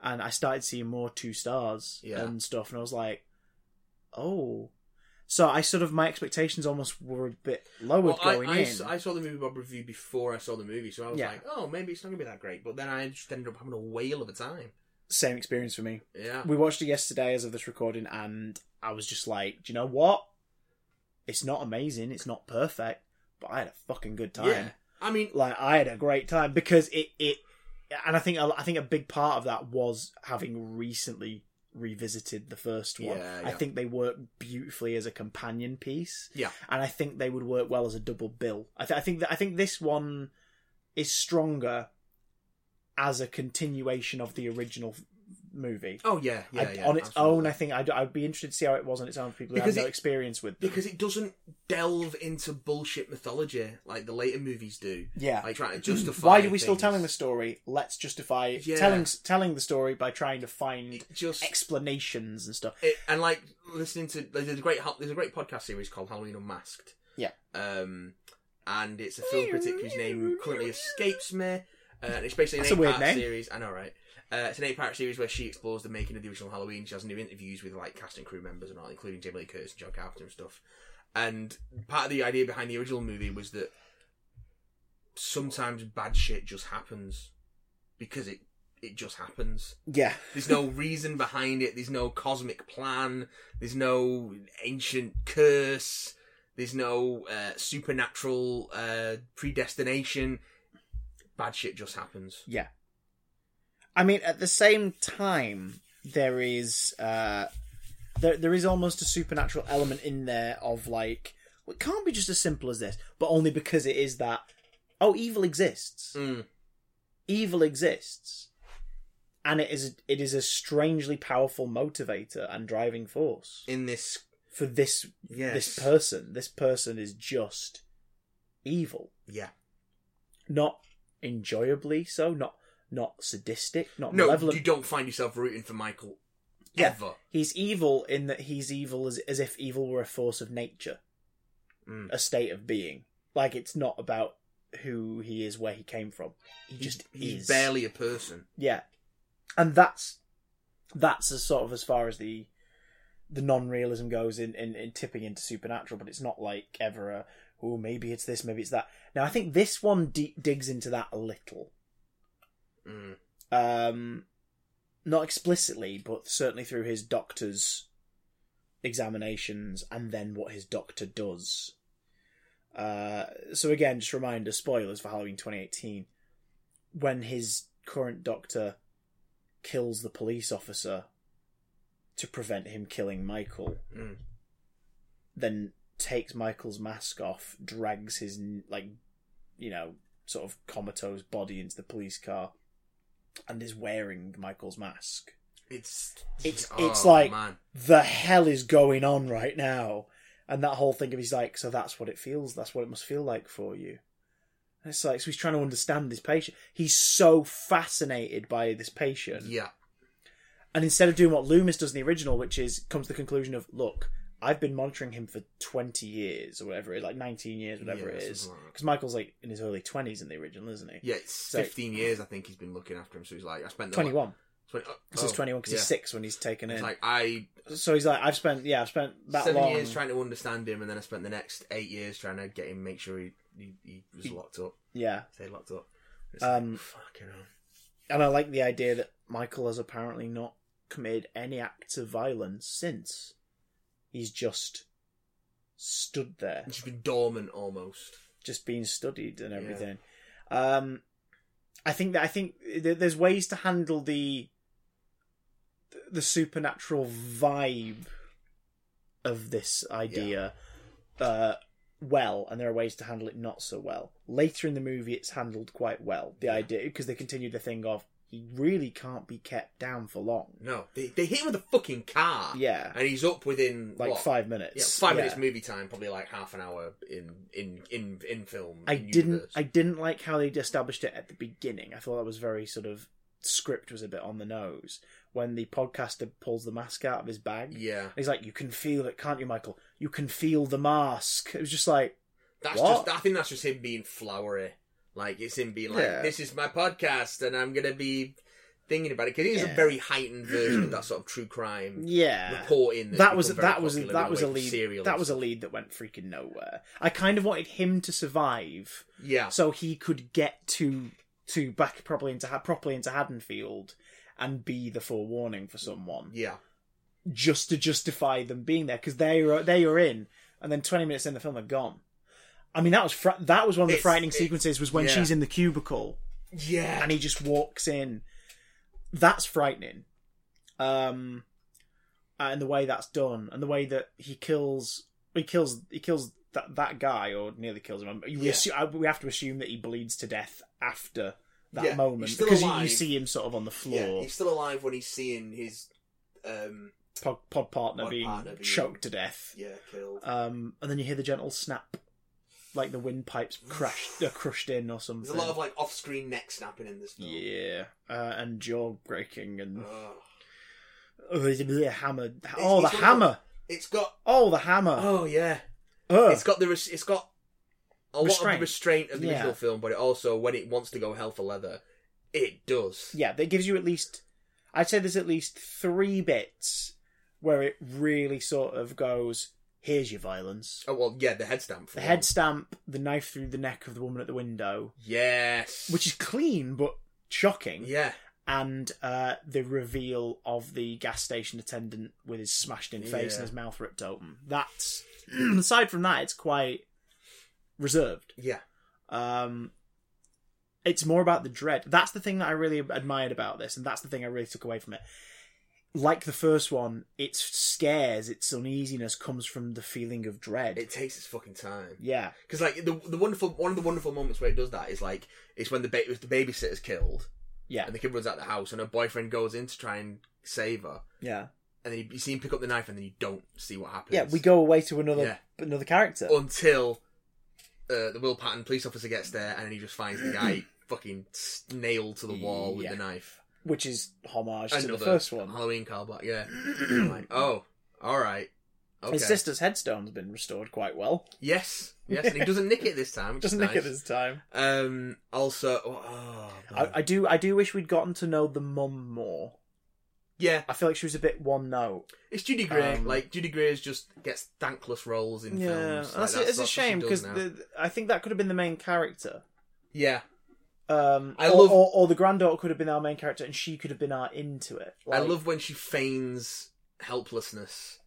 Speaker 1: and I started seeing more two stars
Speaker 2: Yeah.
Speaker 1: and stuff, and I was like, oh. So I sort of my expectations almost were a bit lowered
Speaker 2: Well, I,
Speaker 1: going
Speaker 2: I
Speaker 1: in.
Speaker 2: s- I saw the movie Bob review before I saw the movie, so I was
Speaker 1: Yeah.
Speaker 2: like, "Oh, maybe it's not gonna be that great." But then I just ended up having a whale of a time.
Speaker 1: Same experience for me.
Speaker 2: Yeah,
Speaker 1: We watched it yesterday as of this recording, and I was just like, do you know what? It's not amazing. It's not perfect, but I had a fucking good time.
Speaker 2: yeah. I mean,
Speaker 1: like I had a great time because it it and I think I think a big part of that was having recently revisited the first one.
Speaker 2: Yeah,
Speaker 1: I
Speaker 2: yeah.
Speaker 1: think they work beautifully as a companion piece.
Speaker 2: Yeah.
Speaker 1: and I think they would work well as a double bill. I, th- I think that I think this one is stronger as a continuation of the original f- movie.
Speaker 2: oh yeah, yeah,
Speaker 1: I-
Speaker 2: yeah
Speaker 1: on its own,
Speaker 2: absolutely.
Speaker 1: I think I'd, I'd be interested to see how it was on its own for people who
Speaker 2: Because
Speaker 1: have no
Speaker 2: it-
Speaker 1: experience with them.
Speaker 2: because it doesn't delve into bullshit mythology like the later movies do.
Speaker 1: yeah,
Speaker 2: Like trying to justify.
Speaker 1: Hmm. why do we still
Speaker 2: things.
Speaker 1: telling the story? Let's justify
Speaker 2: Yeah.
Speaker 1: telling telling the story by trying to find
Speaker 2: It just
Speaker 1: explanations and stuff.
Speaker 2: it, and like listening to there's a great there's a great podcast series called Halloween Unmasked.
Speaker 1: Yeah.
Speaker 2: Um, and it's a film critic whose name currently escapes me. Uh, and it's basically an
Speaker 1: That's a weird
Speaker 2: eight-part
Speaker 1: name.
Speaker 2: series. I know, right? Uh, it's an eight-part series where she explores the making of the original Halloween. She has new interviews with like cast and crew members and all, including Jamie Lee Curtis and John Carpenter and stuff. And part of the idea behind the original movie was that sometimes bad shit just happens because it it just happens.
Speaker 1: Yeah.
Speaker 2: There's no reason behind it. There's no cosmic plan. There's no ancient curse. There's no uh, supernatural uh, predestination. Bad shit just happens.
Speaker 1: Yeah. I mean, at the same time, there is uh, there there is almost a supernatural element in there of like well, it can't be just as simple as this, but only because it is that oh evil exists,
Speaker 2: Mm.
Speaker 1: evil exists, and it is it is a strangely powerful motivator and driving force
Speaker 2: In this,
Speaker 1: for this
Speaker 2: yes,
Speaker 1: this person. This person is just evil,
Speaker 2: yeah,
Speaker 1: not enjoyably so, not not sadistic, not
Speaker 2: no,
Speaker 1: malevolent.
Speaker 2: you don't find yourself rooting for Michael
Speaker 1: Yeah.
Speaker 2: ever.
Speaker 1: He's evil in that he's evil as, as if evil were a force of nature,
Speaker 2: Mm.
Speaker 1: a state of being. Like it's not about who he is, where he came from. He just
Speaker 2: he's
Speaker 1: is.
Speaker 2: barely a person.
Speaker 1: yeah, and that's that's as sort of as far as the the non-realism goes in, in, in tipping into supernatural, but it's not like ever a oh maybe it's this, maybe it's that. Now I think this one de- digs into that a little,
Speaker 2: Mm.
Speaker 1: um, not explicitly, but certainly through his doctor's examinations and then what his doctor does. Uh, so again, just reminder, spoilers for Halloween 2018. When his current doctor kills the police officer to prevent him killing Michael,
Speaker 2: Mm.
Speaker 1: then takes Michael's mask off, drags his n- like, you know, sort of comatose body into the police car, and is wearing Michael's mask.
Speaker 2: It's
Speaker 1: It's-
Speaker 2: oh,
Speaker 1: it's like-
Speaker 2: man.
Speaker 1: The hell is going on right now? And that whole thing of he's like, so that's what it feels. That's what it must feel like for you. And it's like so he's trying to understand this patient. He's so fascinated by this patient.
Speaker 2: yeah,
Speaker 1: And instead of doing what Loomis does in the original, which is comes to the conclusion of, look, I've been monitoring him for 20 years or whatever, it- like 19 years, whatever
Speaker 2: Yeah,
Speaker 1: it is.
Speaker 2: something like that.
Speaker 1: Because Michael's like in his early 20s in the original, isn't he?
Speaker 2: yeah. It's
Speaker 1: Like-
Speaker 2: fifteen years I think he's been looking after him. So he's like, I spent the-
Speaker 1: 21.
Speaker 2: Twenty- oh,
Speaker 1: This is 21 because
Speaker 2: yeah.
Speaker 1: he's six when he's taken
Speaker 2: It's
Speaker 1: in.
Speaker 2: like I
Speaker 1: so he's like, I've spent, yeah, I've spent that
Speaker 2: seven
Speaker 1: long.
Speaker 2: years trying to understand him, and then I spent the next eight years trying to get him, make sure he he, he was
Speaker 1: He-
Speaker 2: locked up,
Speaker 1: yeah.
Speaker 2: stay locked up. It's
Speaker 1: Um,
Speaker 2: like, fucking hell.
Speaker 1: And I like the idea that Michael has apparently not committed any acts of violence since. He's just stood there.
Speaker 2: It's just been dormant almost.
Speaker 1: just being studied and
Speaker 2: Yeah.
Speaker 1: everything. Um, I think that I think th- there's ways to handle the the supernatural vibe of this idea uh, well, and there are ways to handle it not so well. Later in the movie, it's handled quite well. The idea because they continue the thing of he really can't be kept down for long.
Speaker 2: No, they they hit him with a fucking car.
Speaker 1: Yeah,
Speaker 2: and he's up within
Speaker 1: like
Speaker 2: what?
Speaker 1: five
Speaker 2: Yeah,
Speaker 1: minutes.
Speaker 2: five
Speaker 1: Yeah.
Speaker 2: minutes movie time, probably like half an hour in in in in film.
Speaker 1: I
Speaker 2: in
Speaker 1: didn't.
Speaker 2: universe.
Speaker 1: I didn't like how they established it at the beginning. I thought that was very sort of script was a bit on the nose when the podcaster pulls the mask out of his bag.
Speaker 2: Yeah,
Speaker 1: He's like, "You can feel it, can't you, Michael? You can feel the mask." It was just like,
Speaker 2: that's
Speaker 1: What?
Speaker 2: just. I think that's just him being flowery. Like it's him being like,
Speaker 1: Yeah.
Speaker 2: "This is my podcast, and I'm gonna be thinking about it." Because it is
Speaker 1: Yeah.
Speaker 2: a very heightened version of that sort of true crime
Speaker 1: yeah,
Speaker 2: reporting.
Speaker 1: that was that was that was a lead. That was a
Speaker 2: a
Speaker 1: lead that went freaking nowhere. I kind of wanted him to survive
Speaker 2: yeah.
Speaker 1: so he could get to to back properly into Ha- properly into Haddonfield and be the forewarning for someone.
Speaker 2: Yeah,
Speaker 1: just to justify them being there because they are they are in, and then twenty minutes in the film they're gone. I mean, that was fr- that was one of the
Speaker 2: It's-
Speaker 1: frightening
Speaker 2: it's-
Speaker 1: sequences was when
Speaker 2: yeah.
Speaker 1: she's in the cubicle
Speaker 2: yeah.
Speaker 1: and he just walks in. That's frightening, um, and the way that's done, and the way that he kills he kills he kills that that guy or nearly kills him. We,
Speaker 2: Yeah.
Speaker 1: assu- I- we have to assume that he bleeds to death after that
Speaker 2: Yeah,
Speaker 1: moment
Speaker 2: he's still
Speaker 1: because you- you
Speaker 2: alive.
Speaker 1: see him sort of on the floor.
Speaker 2: yeah, he's still alive when he's seeing his, um,
Speaker 1: pod, pod partner
Speaker 2: Pod
Speaker 1: being
Speaker 2: partner being-
Speaker 1: choked to death.
Speaker 2: yeah, killed.
Speaker 1: Um, and then you hear the gentle snap, like the windpipes crashed, uh, crushed in or something.
Speaker 2: There's a lot of like off-screen neck snapping in this film.
Speaker 1: Um, yeah, uh, and jaw breaking and
Speaker 2: Ugh.
Speaker 1: oh, the hammer. Oh, the
Speaker 2: it's one of
Speaker 1: hammer.
Speaker 2: it's got.
Speaker 1: Oh, the hammer.
Speaker 2: Oh yeah,
Speaker 1: Ugh.
Speaker 2: it's got the. Res- it's got a lot of
Speaker 1: Restraint.
Speaker 2: the restraint of the
Speaker 1: Yeah.
Speaker 2: original film, but it also when it wants to go hell for leather, it does.
Speaker 1: yeah, that gives you at least. I'd say there's at least three bits where it really sort of goes. here's your violence.
Speaker 2: Oh well, yeah, the head stamp. For
Speaker 1: The
Speaker 2: one.
Speaker 1: head stamp, the knife through the neck of the woman at the window,
Speaker 2: Yes.
Speaker 1: which is clean but shocking,
Speaker 2: yeah,
Speaker 1: and uh, the reveal of the gas station attendant with his smashed in face
Speaker 2: Yeah.
Speaker 1: and his mouth ripped open. That's [clears throat] aside from that, it's quite reserved.
Speaker 2: yeah,
Speaker 1: Um, it's more about the dread. That's the thing that I really admired about this, and that's the thing I really took away from it. Like the first one, its scares, its uneasiness comes from the feeling of dread.
Speaker 2: it takes its fucking time.
Speaker 1: yeah,
Speaker 2: Because like the the wonderful one of the wonderful moments where it does that is like it's when the ba- the babysitter's killed
Speaker 1: yeah,
Speaker 2: and the kid runs out the house and her boyfriend goes in to try and save her
Speaker 1: yeah,
Speaker 2: and then you, you see him pick up the knife and then you don't see what happens.
Speaker 1: yeah. We go away to another
Speaker 2: Yeah.
Speaker 1: another character.
Speaker 2: until uh, the Will Patton police officer gets there and then he just finds
Speaker 1: [clears throat]
Speaker 2: the guy fucking s- nailed to the wall with
Speaker 1: Yeah.
Speaker 2: the knife.
Speaker 1: which is homage to the
Speaker 2: Another
Speaker 1: first one.
Speaker 2: Halloween Carl Black. Yeah.
Speaker 1: [clears throat]
Speaker 2: [clears throat] like oh, all right. Okay.
Speaker 1: His sister's headstone's been restored quite well. [laughs]
Speaker 2: Yes, yes, and he doesn't nick it this time. Which
Speaker 1: Doesn't
Speaker 2: is
Speaker 1: nick
Speaker 2: nice.
Speaker 1: it this time.
Speaker 2: Um. Also, oh, man.
Speaker 1: I, I do. I do wish we'd gotten to know the mum more.
Speaker 2: yeah,
Speaker 1: I feel like she was a bit one note.
Speaker 2: it's Judy Greer.
Speaker 1: Um,
Speaker 2: like Judy Greer's just gets thankless roles in films. Like,
Speaker 1: that's, it. it's a
Speaker 2: what she
Speaker 1: shame
Speaker 2: does
Speaker 1: because
Speaker 2: now.
Speaker 1: I think that could have been the main character.
Speaker 2: yeah,
Speaker 1: Um,
Speaker 2: I
Speaker 1: or,
Speaker 2: love-
Speaker 1: or, or the granddaughter could have been our main character, and she could have been our into it.
Speaker 2: I
Speaker 1: Like,
Speaker 2: love when she feigns helplessness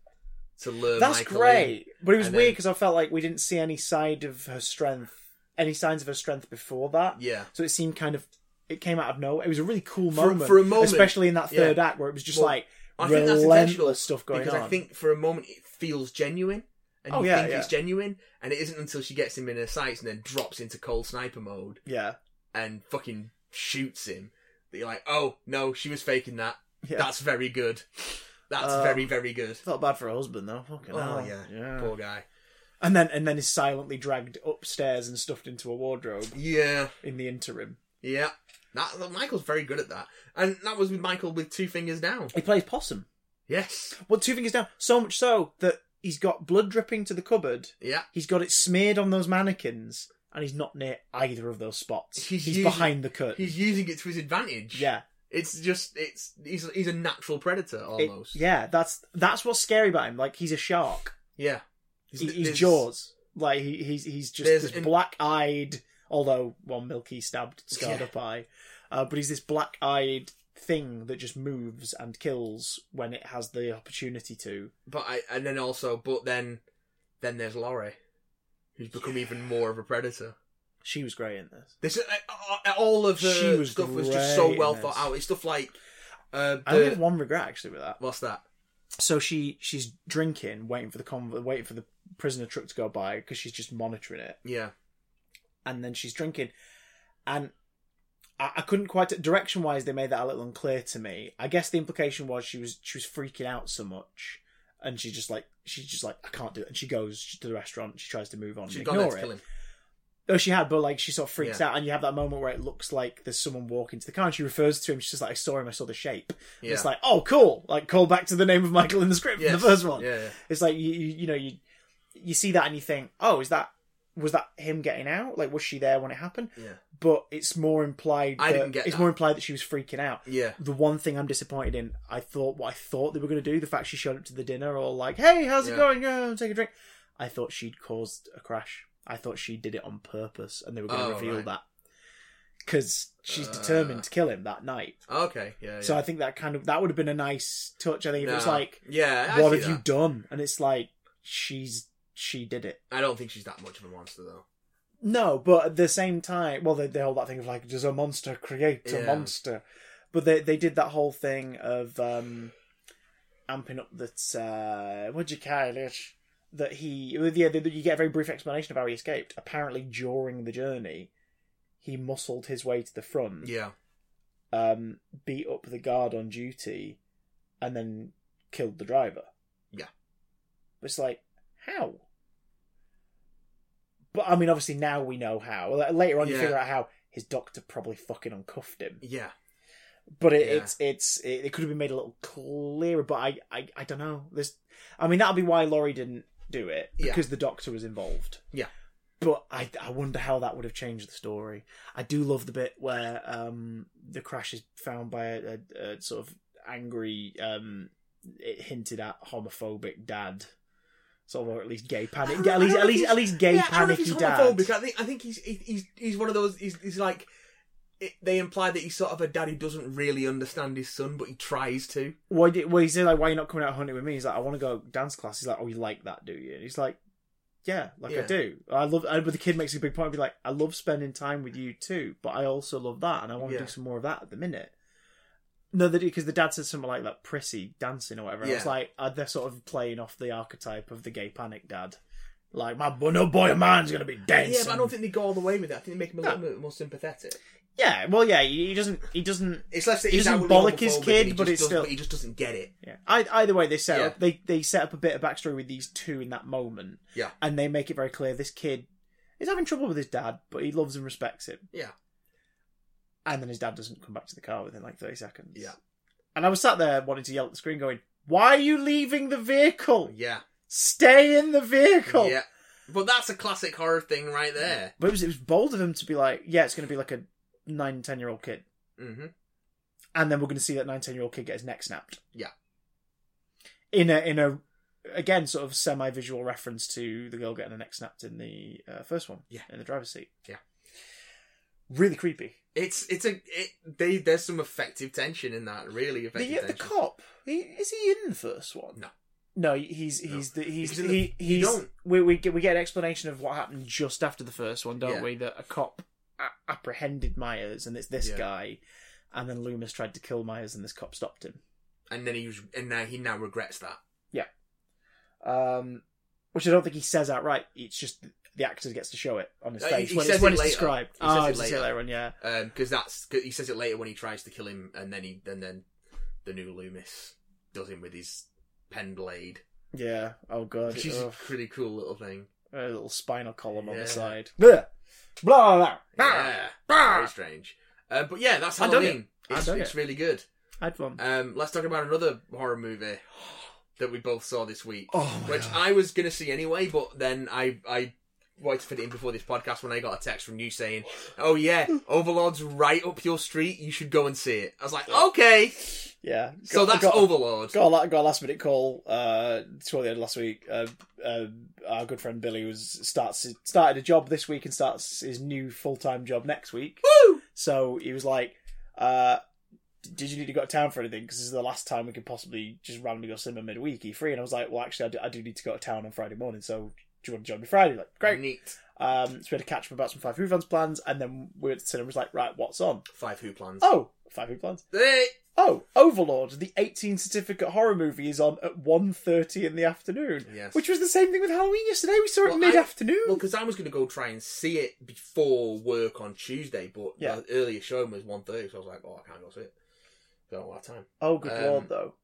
Speaker 2: to lure.
Speaker 1: that's
Speaker 2: Michael in.
Speaker 1: great, but it was
Speaker 2: and
Speaker 1: weird
Speaker 2: then-
Speaker 1: because I felt like we didn't see any side of her strength, any signs of her strength before that.
Speaker 2: Yeah,
Speaker 1: So it seemed kind of it came out of nowhere. It was a really cool
Speaker 2: For-
Speaker 1: moment
Speaker 2: for a moment,
Speaker 1: especially in that
Speaker 2: yeah.
Speaker 1: third act where it was just
Speaker 2: Well,
Speaker 1: like
Speaker 2: I think that's intentional
Speaker 1: relentless stuff going
Speaker 2: because
Speaker 1: on.
Speaker 2: I think for a moment it feels genuine, and
Speaker 1: Oh,
Speaker 2: you
Speaker 1: yeah,
Speaker 2: think it's
Speaker 1: yeah.
Speaker 2: genuine, and it isn't until she gets him in her sights and then drops into cold sniper mode
Speaker 1: yeah,
Speaker 2: and fucking shoots him that you're like, oh no, she was faking that.
Speaker 1: yeah.
Speaker 2: That's very good. That's
Speaker 1: Um,
Speaker 2: very very good.
Speaker 1: felt bad for her husband though. Fucking
Speaker 2: Oh
Speaker 1: hell.
Speaker 2: yeah, poor guy.
Speaker 1: And then and then is silently dragged upstairs and stuffed into a wardrobe
Speaker 2: Yeah,
Speaker 1: in the interim.
Speaker 2: yeah. That, that- Michael's very good at that, and that was with Michael with two fingers down.
Speaker 1: He plays possum.
Speaker 2: Yes.
Speaker 1: Well, two fingers down. So much so that he's got blood dripping to the cupboard.
Speaker 2: Yeah.
Speaker 1: He's got it smeared on those mannequins, and he's not near either of those spots.
Speaker 2: He's
Speaker 1: He's,
Speaker 2: using-
Speaker 1: behind the curtain.
Speaker 2: He's using it to his advantage.
Speaker 1: Yeah,
Speaker 2: It's just it's he's he's a natural predator
Speaker 1: It-
Speaker 2: almost.
Speaker 1: yeah. That's that's what's scary about him. Like he's a shark.
Speaker 2: Yeah.
Speaker 1: He,
Speaker 2: There's-
Speaker 1: he's Jaws. Like he, he's he's just
Speaker 2: There's
Speaker 1: this
Speaker 2: an-
Speaker 1: black-eyed, although one milky stabbed, scarred
Speaker 2: Yeah.
Speaker 1: up eye, uh, but he's this black-eyed thing that just moves and kills when it has the opportunity to.
Speaker 2: But I and then also but then then there's Laurie, who's become even more of a predator.
Speaker 1: She was great in this.
Speaker 2: This uh, uh, all of the
Speaker 1: She was
Speaker 2: stuff was just so
Speaker 1: great
Speaker 2: well
Speaker 1: in
Speaker 2: thought
Speaker 1: this.
Speaker 2: out. It's stuff like uh,
Speaker 1: I only
Speaker 2: the-
Speaker 1: have one regret actually with that.
Speaker 2: what's that?
Speaker 1: So she she's drinking, waiting for the convo, waiting for the prisoner truck to go by because she's just monitoring it,
Speaker 2: Yeah,
Speaker 1: and then she's drinking, and. I I couldn't quite direction wise. They made that a little unclear to me. I guess the implication was she was she was freaking out so much, and she just like she's just like I can't do it, and she goes to the restaurant. She tries to move on,
Speaker 2: she's
Speaker 1: and
Speaker 2: gone there
Speaker 1: ignore
Speaker 2: to kill
Speaker 1: it.
Speaker 2: him.
Speaker 1: Oh, she had, but like she sort of freaks
Speaker 2: Yeah.
Speaker 1: out, and you have that moment where it looks like there's someone walking to the car, and she refers to him. She's just like I saw him, I saw the shape. And
Speaker 2: Yeah,
Speaker 1: It's like oh cool, like call back to the name of Michael in the script
Speaker 2: Yes.
Speaker 1: from the first one.
Speaker 2: Yeah, yeah.
Speaker 1: It's like you, you you know you you see that and you think, oh, is that was that him getting out? Like, was she there when it happened?
Speaker 2: Yeah.
Speaker 1: But it's more implied.
Speaker 2: I
Speaker 1: that-
Speaker 2: didn't get
Speaker 1: It's
Speaker 2: that.
Speaker 1: more implied that she was freaking out.
Speaker 2: yeah.
Speaker 1: The one thing I'm disappointed in, I thought what I thought they were going to do, the fact she showed up to the dinner, or like, hey, how's
Speaker 2: Yeah.
Speaker 1: it going? Yeah, take a drink. I thought she'd caused a crash. I thought she did it on purpose, and they were going
Speaker 2: Oh,
Speaker 1: to reveal
Speaker 2: right.
Speaker 1: that because she's
Speaker 2: Uh.
Speaker 1: determined to kill him that night.
Speaker 2: Okay, yeah. yeah.
Speaker 1: So I think that kind of that would have been a nice touch. I think if it was
Speaker 2: No.
Speaker 1: like
Speaker 2: yeah, I
Speaker 1: what
Speaker 2: see
Speaker 1: have you
Speaker 2: that.
Speaker 1: done? And it's like she's she did it.
Speaker 2: I don't think she's that much of a monster though.
Speaker 1: No, but at the same time, well, they, they all that thing of like, does a monster create a
Speaker 2: Yeah.
Speaker 1: monster? But they they did that whole thing of um amping up that uh, what do you call it? That he well, yeah, that you get a very brief explanation of how he escaped. Apparently, during the journey, he muscled his way to the front,
Speaker 2: Yeah,
Speaker 1: um, beat up the guard on duty, and then killed the driver.
Speaker 2: Yeah.
Speaker 1: It's like, how? But I mean, obviously, now we know how. Like, Later on, you
Speaker 2: Yeah.
Speaker 1: figure out how his doctor probably fucking uncuffed him.
Speaker 2: yeah.
Speaker 1: But it,
Speaker 2: Yeah.
Speaker 1: it's it's it, it could have been made a little clearer. But I I, I don't know. There's, I mean, that'll be why Laurie didn't do it
Speaker 2: Yeah.
Speaker 1: because the doctor was involved.
Speaker 2: Yeah.
Speaker 1: But I, I wonder how that would have changed the story. I do love the bit where um the crash is found by a, a, a sort of angry um it hinted at homophobic dad sort of, or at least gay panic. At least, at least, at least gay
Speaker 2: yeah, I don't know if
Speaker 1: panicky
Speaker 2: he's
Speaker 1: dad.
Speaker 2: homophobic. I think I think he's he- he's he's one of those. He's, he's like it, they imply that he's sort of a dad who doesn't really understand his son, but he tries to.
Speaker 1: Why did? Well, he said like, "Why are you not coming out hunting with me?" He's like, "I want to go dance class." He's like, "Oh, you like that, do you?" And he's like, "Yeah, like I
Speaker 2: Yeah.
Speaker 1: do. I love." And, but the kid makes a big point of be like, "I love spending time with you too, but I also love that, and I want to
Speaker 2: Yeah.
Speaker 1: do some more of that at the minute." No, that because the dad said something like that, prissy dancing or whatever. And I was
Speaker 2: Yeah.
Speaker 1: like, uh, they're sort of playing off the archetype of the gay panic dad. Like my bo- no boy of mine's gonna be dancing.
Speaker 2: Yeah, but I don't think they go all the way with it. I think they make him a
Speaker 1: No.
Speaker 2: little bit more sympathetic.
Speaker 1: Yeah, well, yeah, he he doesn't. He doesn't.
Speaker 2: It's less that
Speaker 1: He
Speaker 2: he's
Speaker 1: doesn't
Speaker 2: outwardly
Speaker 1: bollock his
Speaker 2: homophobic and
Speaker 1: kid,
Speaker 2: he
Speaker 1: but
Speaker 2: just
Speaker 1: it's
Speaker 2: doesn't-
Speaker 1: still-
Speaker 2: but he just doesn't get it.
Speaker 1: Yeah. I, either way, they set
Speaker 2: Yeah.
Speaker 1: up they they set up a bit of backstory with these two in that moment.
Speaker 2: Yeah.
Speaker 1: and they make it very clear this kid is having trouble with his dad, but he loves and respects him.
Speaker 2: Yeah.
Speaker 1: And then his dad doesn't come back to the car within like thirty seconds.
Speaker 2: Yeah.
Speaker 1: And I was sat there wanting to yell at the screen, going, "Why are you leaving the vehicle?
Speaker 2: Yeah,
Speaker 1: Stay in the vehicle!"
Speaker 2: yeah. But that's a classic horror thing right there.
Speaker 1: But it was it was bold of him to be like, "Yeah, it's going to be like a nine ten year old kid."
Speaker 2: hmm
Speaker 1: and then we're going to see that 19 year old kid get his neck snapped.
Speaker 2: Yeah.
Speaker 1: In a in a again sort of semi visual reference to the girl getting her neck snapped in the uh, first one.
Speaker 2: Yeah.
Speaker 1: In the driver's seat.
Speaker 2: Yeah.
Speaker 1: Really creepy.
Speaker 2: It's it's a it, they there's some effective tension in that really effective
Speaker 1: The, uh, the
Speaker 2: tension.
Speaker 1: cop he, is he in the first one?
Speaker 2: No.
Speaker 1: No, he's
Speaker 2: No.
Speaker 1: he's the, he's
Speaker 2: He's in the-
Speaker 1: he,
Speaker 2: you
Speaker 1: he's
Speaker 2: don't.
Speaker 1: we we get, we get an explanation of what happened just after the first one, don't
Speaker 2: Yeah.
Speaker 1: we? That a cop a- apprehended Myers and it's this
Speaker 2: Yeah.
Speaker 1: guy, and then Loomis tried to kill Myers and this cop stopped him.
Speaker 2: and then he was, and now he now regrets that.
Speaker 1: um, which I don't think he says outright. It's just the actor gets to show it on his
Speaker 2: Uh, he-
Speaker 1: face
Speaker 2: he
Speaker 1: when,
Speaker 2: says
Speaker 1: it's, when
Speaker 2: it
Speaker 1: it's
Speaker 2: later.
Speaker 1: described.
Speaker 2: He says
Speaker 1: Ah,
Speaker 2: it
Speaker 1: does he say
Speaker 2: later.
Speaker 1: on, yeah.
Speaker 2: because that's Um, 'cause he says it later when he tries to kill him, and then he and then the new Loomis does him with his pen blade,
Speaker 1: Yeah. Oh god.
Speaker 2: which is a
Speaker 1: Ugh.
Speaker 2: pretty cool little thing.
Speaker 1: A little spinal column on
Speaker 2: Yeah.
Speaker 1: the side. Blah blah blah. blah.
Speaker 2: Yeah,
Speaker 1: bah.
Speaker 2: very strange. Uh, but yeah, that's
Speaker 1: I dug
Speaker 2: Halloween.
Speaker 1: I
Speaker 2: It's,
Speaker 1: dug Ah!
Speaker 2: it's
Speaker 1: it.
Speaker 2: really good.
Speaker 1: I had fun.
Speaker 2: Um, let's talk about another horror movie that we both saw this week,
Speaker 1: Oh my
Speaker 2: which
Speaker 1: god.
Speaker 2: I was going to see anyway, but then I I wanted to fit it in before this podcast when I got a text from you saying, "Oh yeah, Overlord's right up your street. You should go and see it." I was like, "Okay."
Speaker 1: yeah.
Speaker 2: So
Speaker 1: Got-
Speaker 2: that's
Speaker 1: got,
Speaker 2: Overlord.
Speaker 1: Got a, la- got a last minute call uh, toward the end of last week. Uh, uh, our good friend Billy was starts started a job this week and starts his new full time job next week.
Speaker 2: Woo!
Speaker 1: So he was like, uh, "Did you need to go to town for anything? Because this is the last time we could possibly just randomly go cinema midweek. Are you free?" And I was like, "Well, actually, I do, I do need to go to town on Friday morning. So do you want to join me Friday?" Like, great.
Speaker 2: Neat.
Speaker 1: Um, so we had a catch up about some Five Who Fans plans, and then we went to cinema. Was like, "Right, what's on?"
Speaker 2: Five Who plans.
Speaker 1: Oh, Five Who plans.
Speaker 2: Hey!
Speaker 1: Oh, Overlord, the 18 certificate horror movie is on at 1.30 in the afternoon.
Speaker 2: Yes.
Speaker 1: Which was the same thing with Halloween yesterday. We saw it
Speaker 2: Well, I-
Speaker 1: mid afternoon.
Speaker 2: Well, because I was going to go try and see it before work on Tuesday, but
Speaker 1: Yeah.
Speaker 2: the earlier showing was 1.30, so I was like, oh, I can't go see it. Don't have a lot of time.
Speaker 1: oh, good
Speaker 2: um,
Speaker 1: lord, though.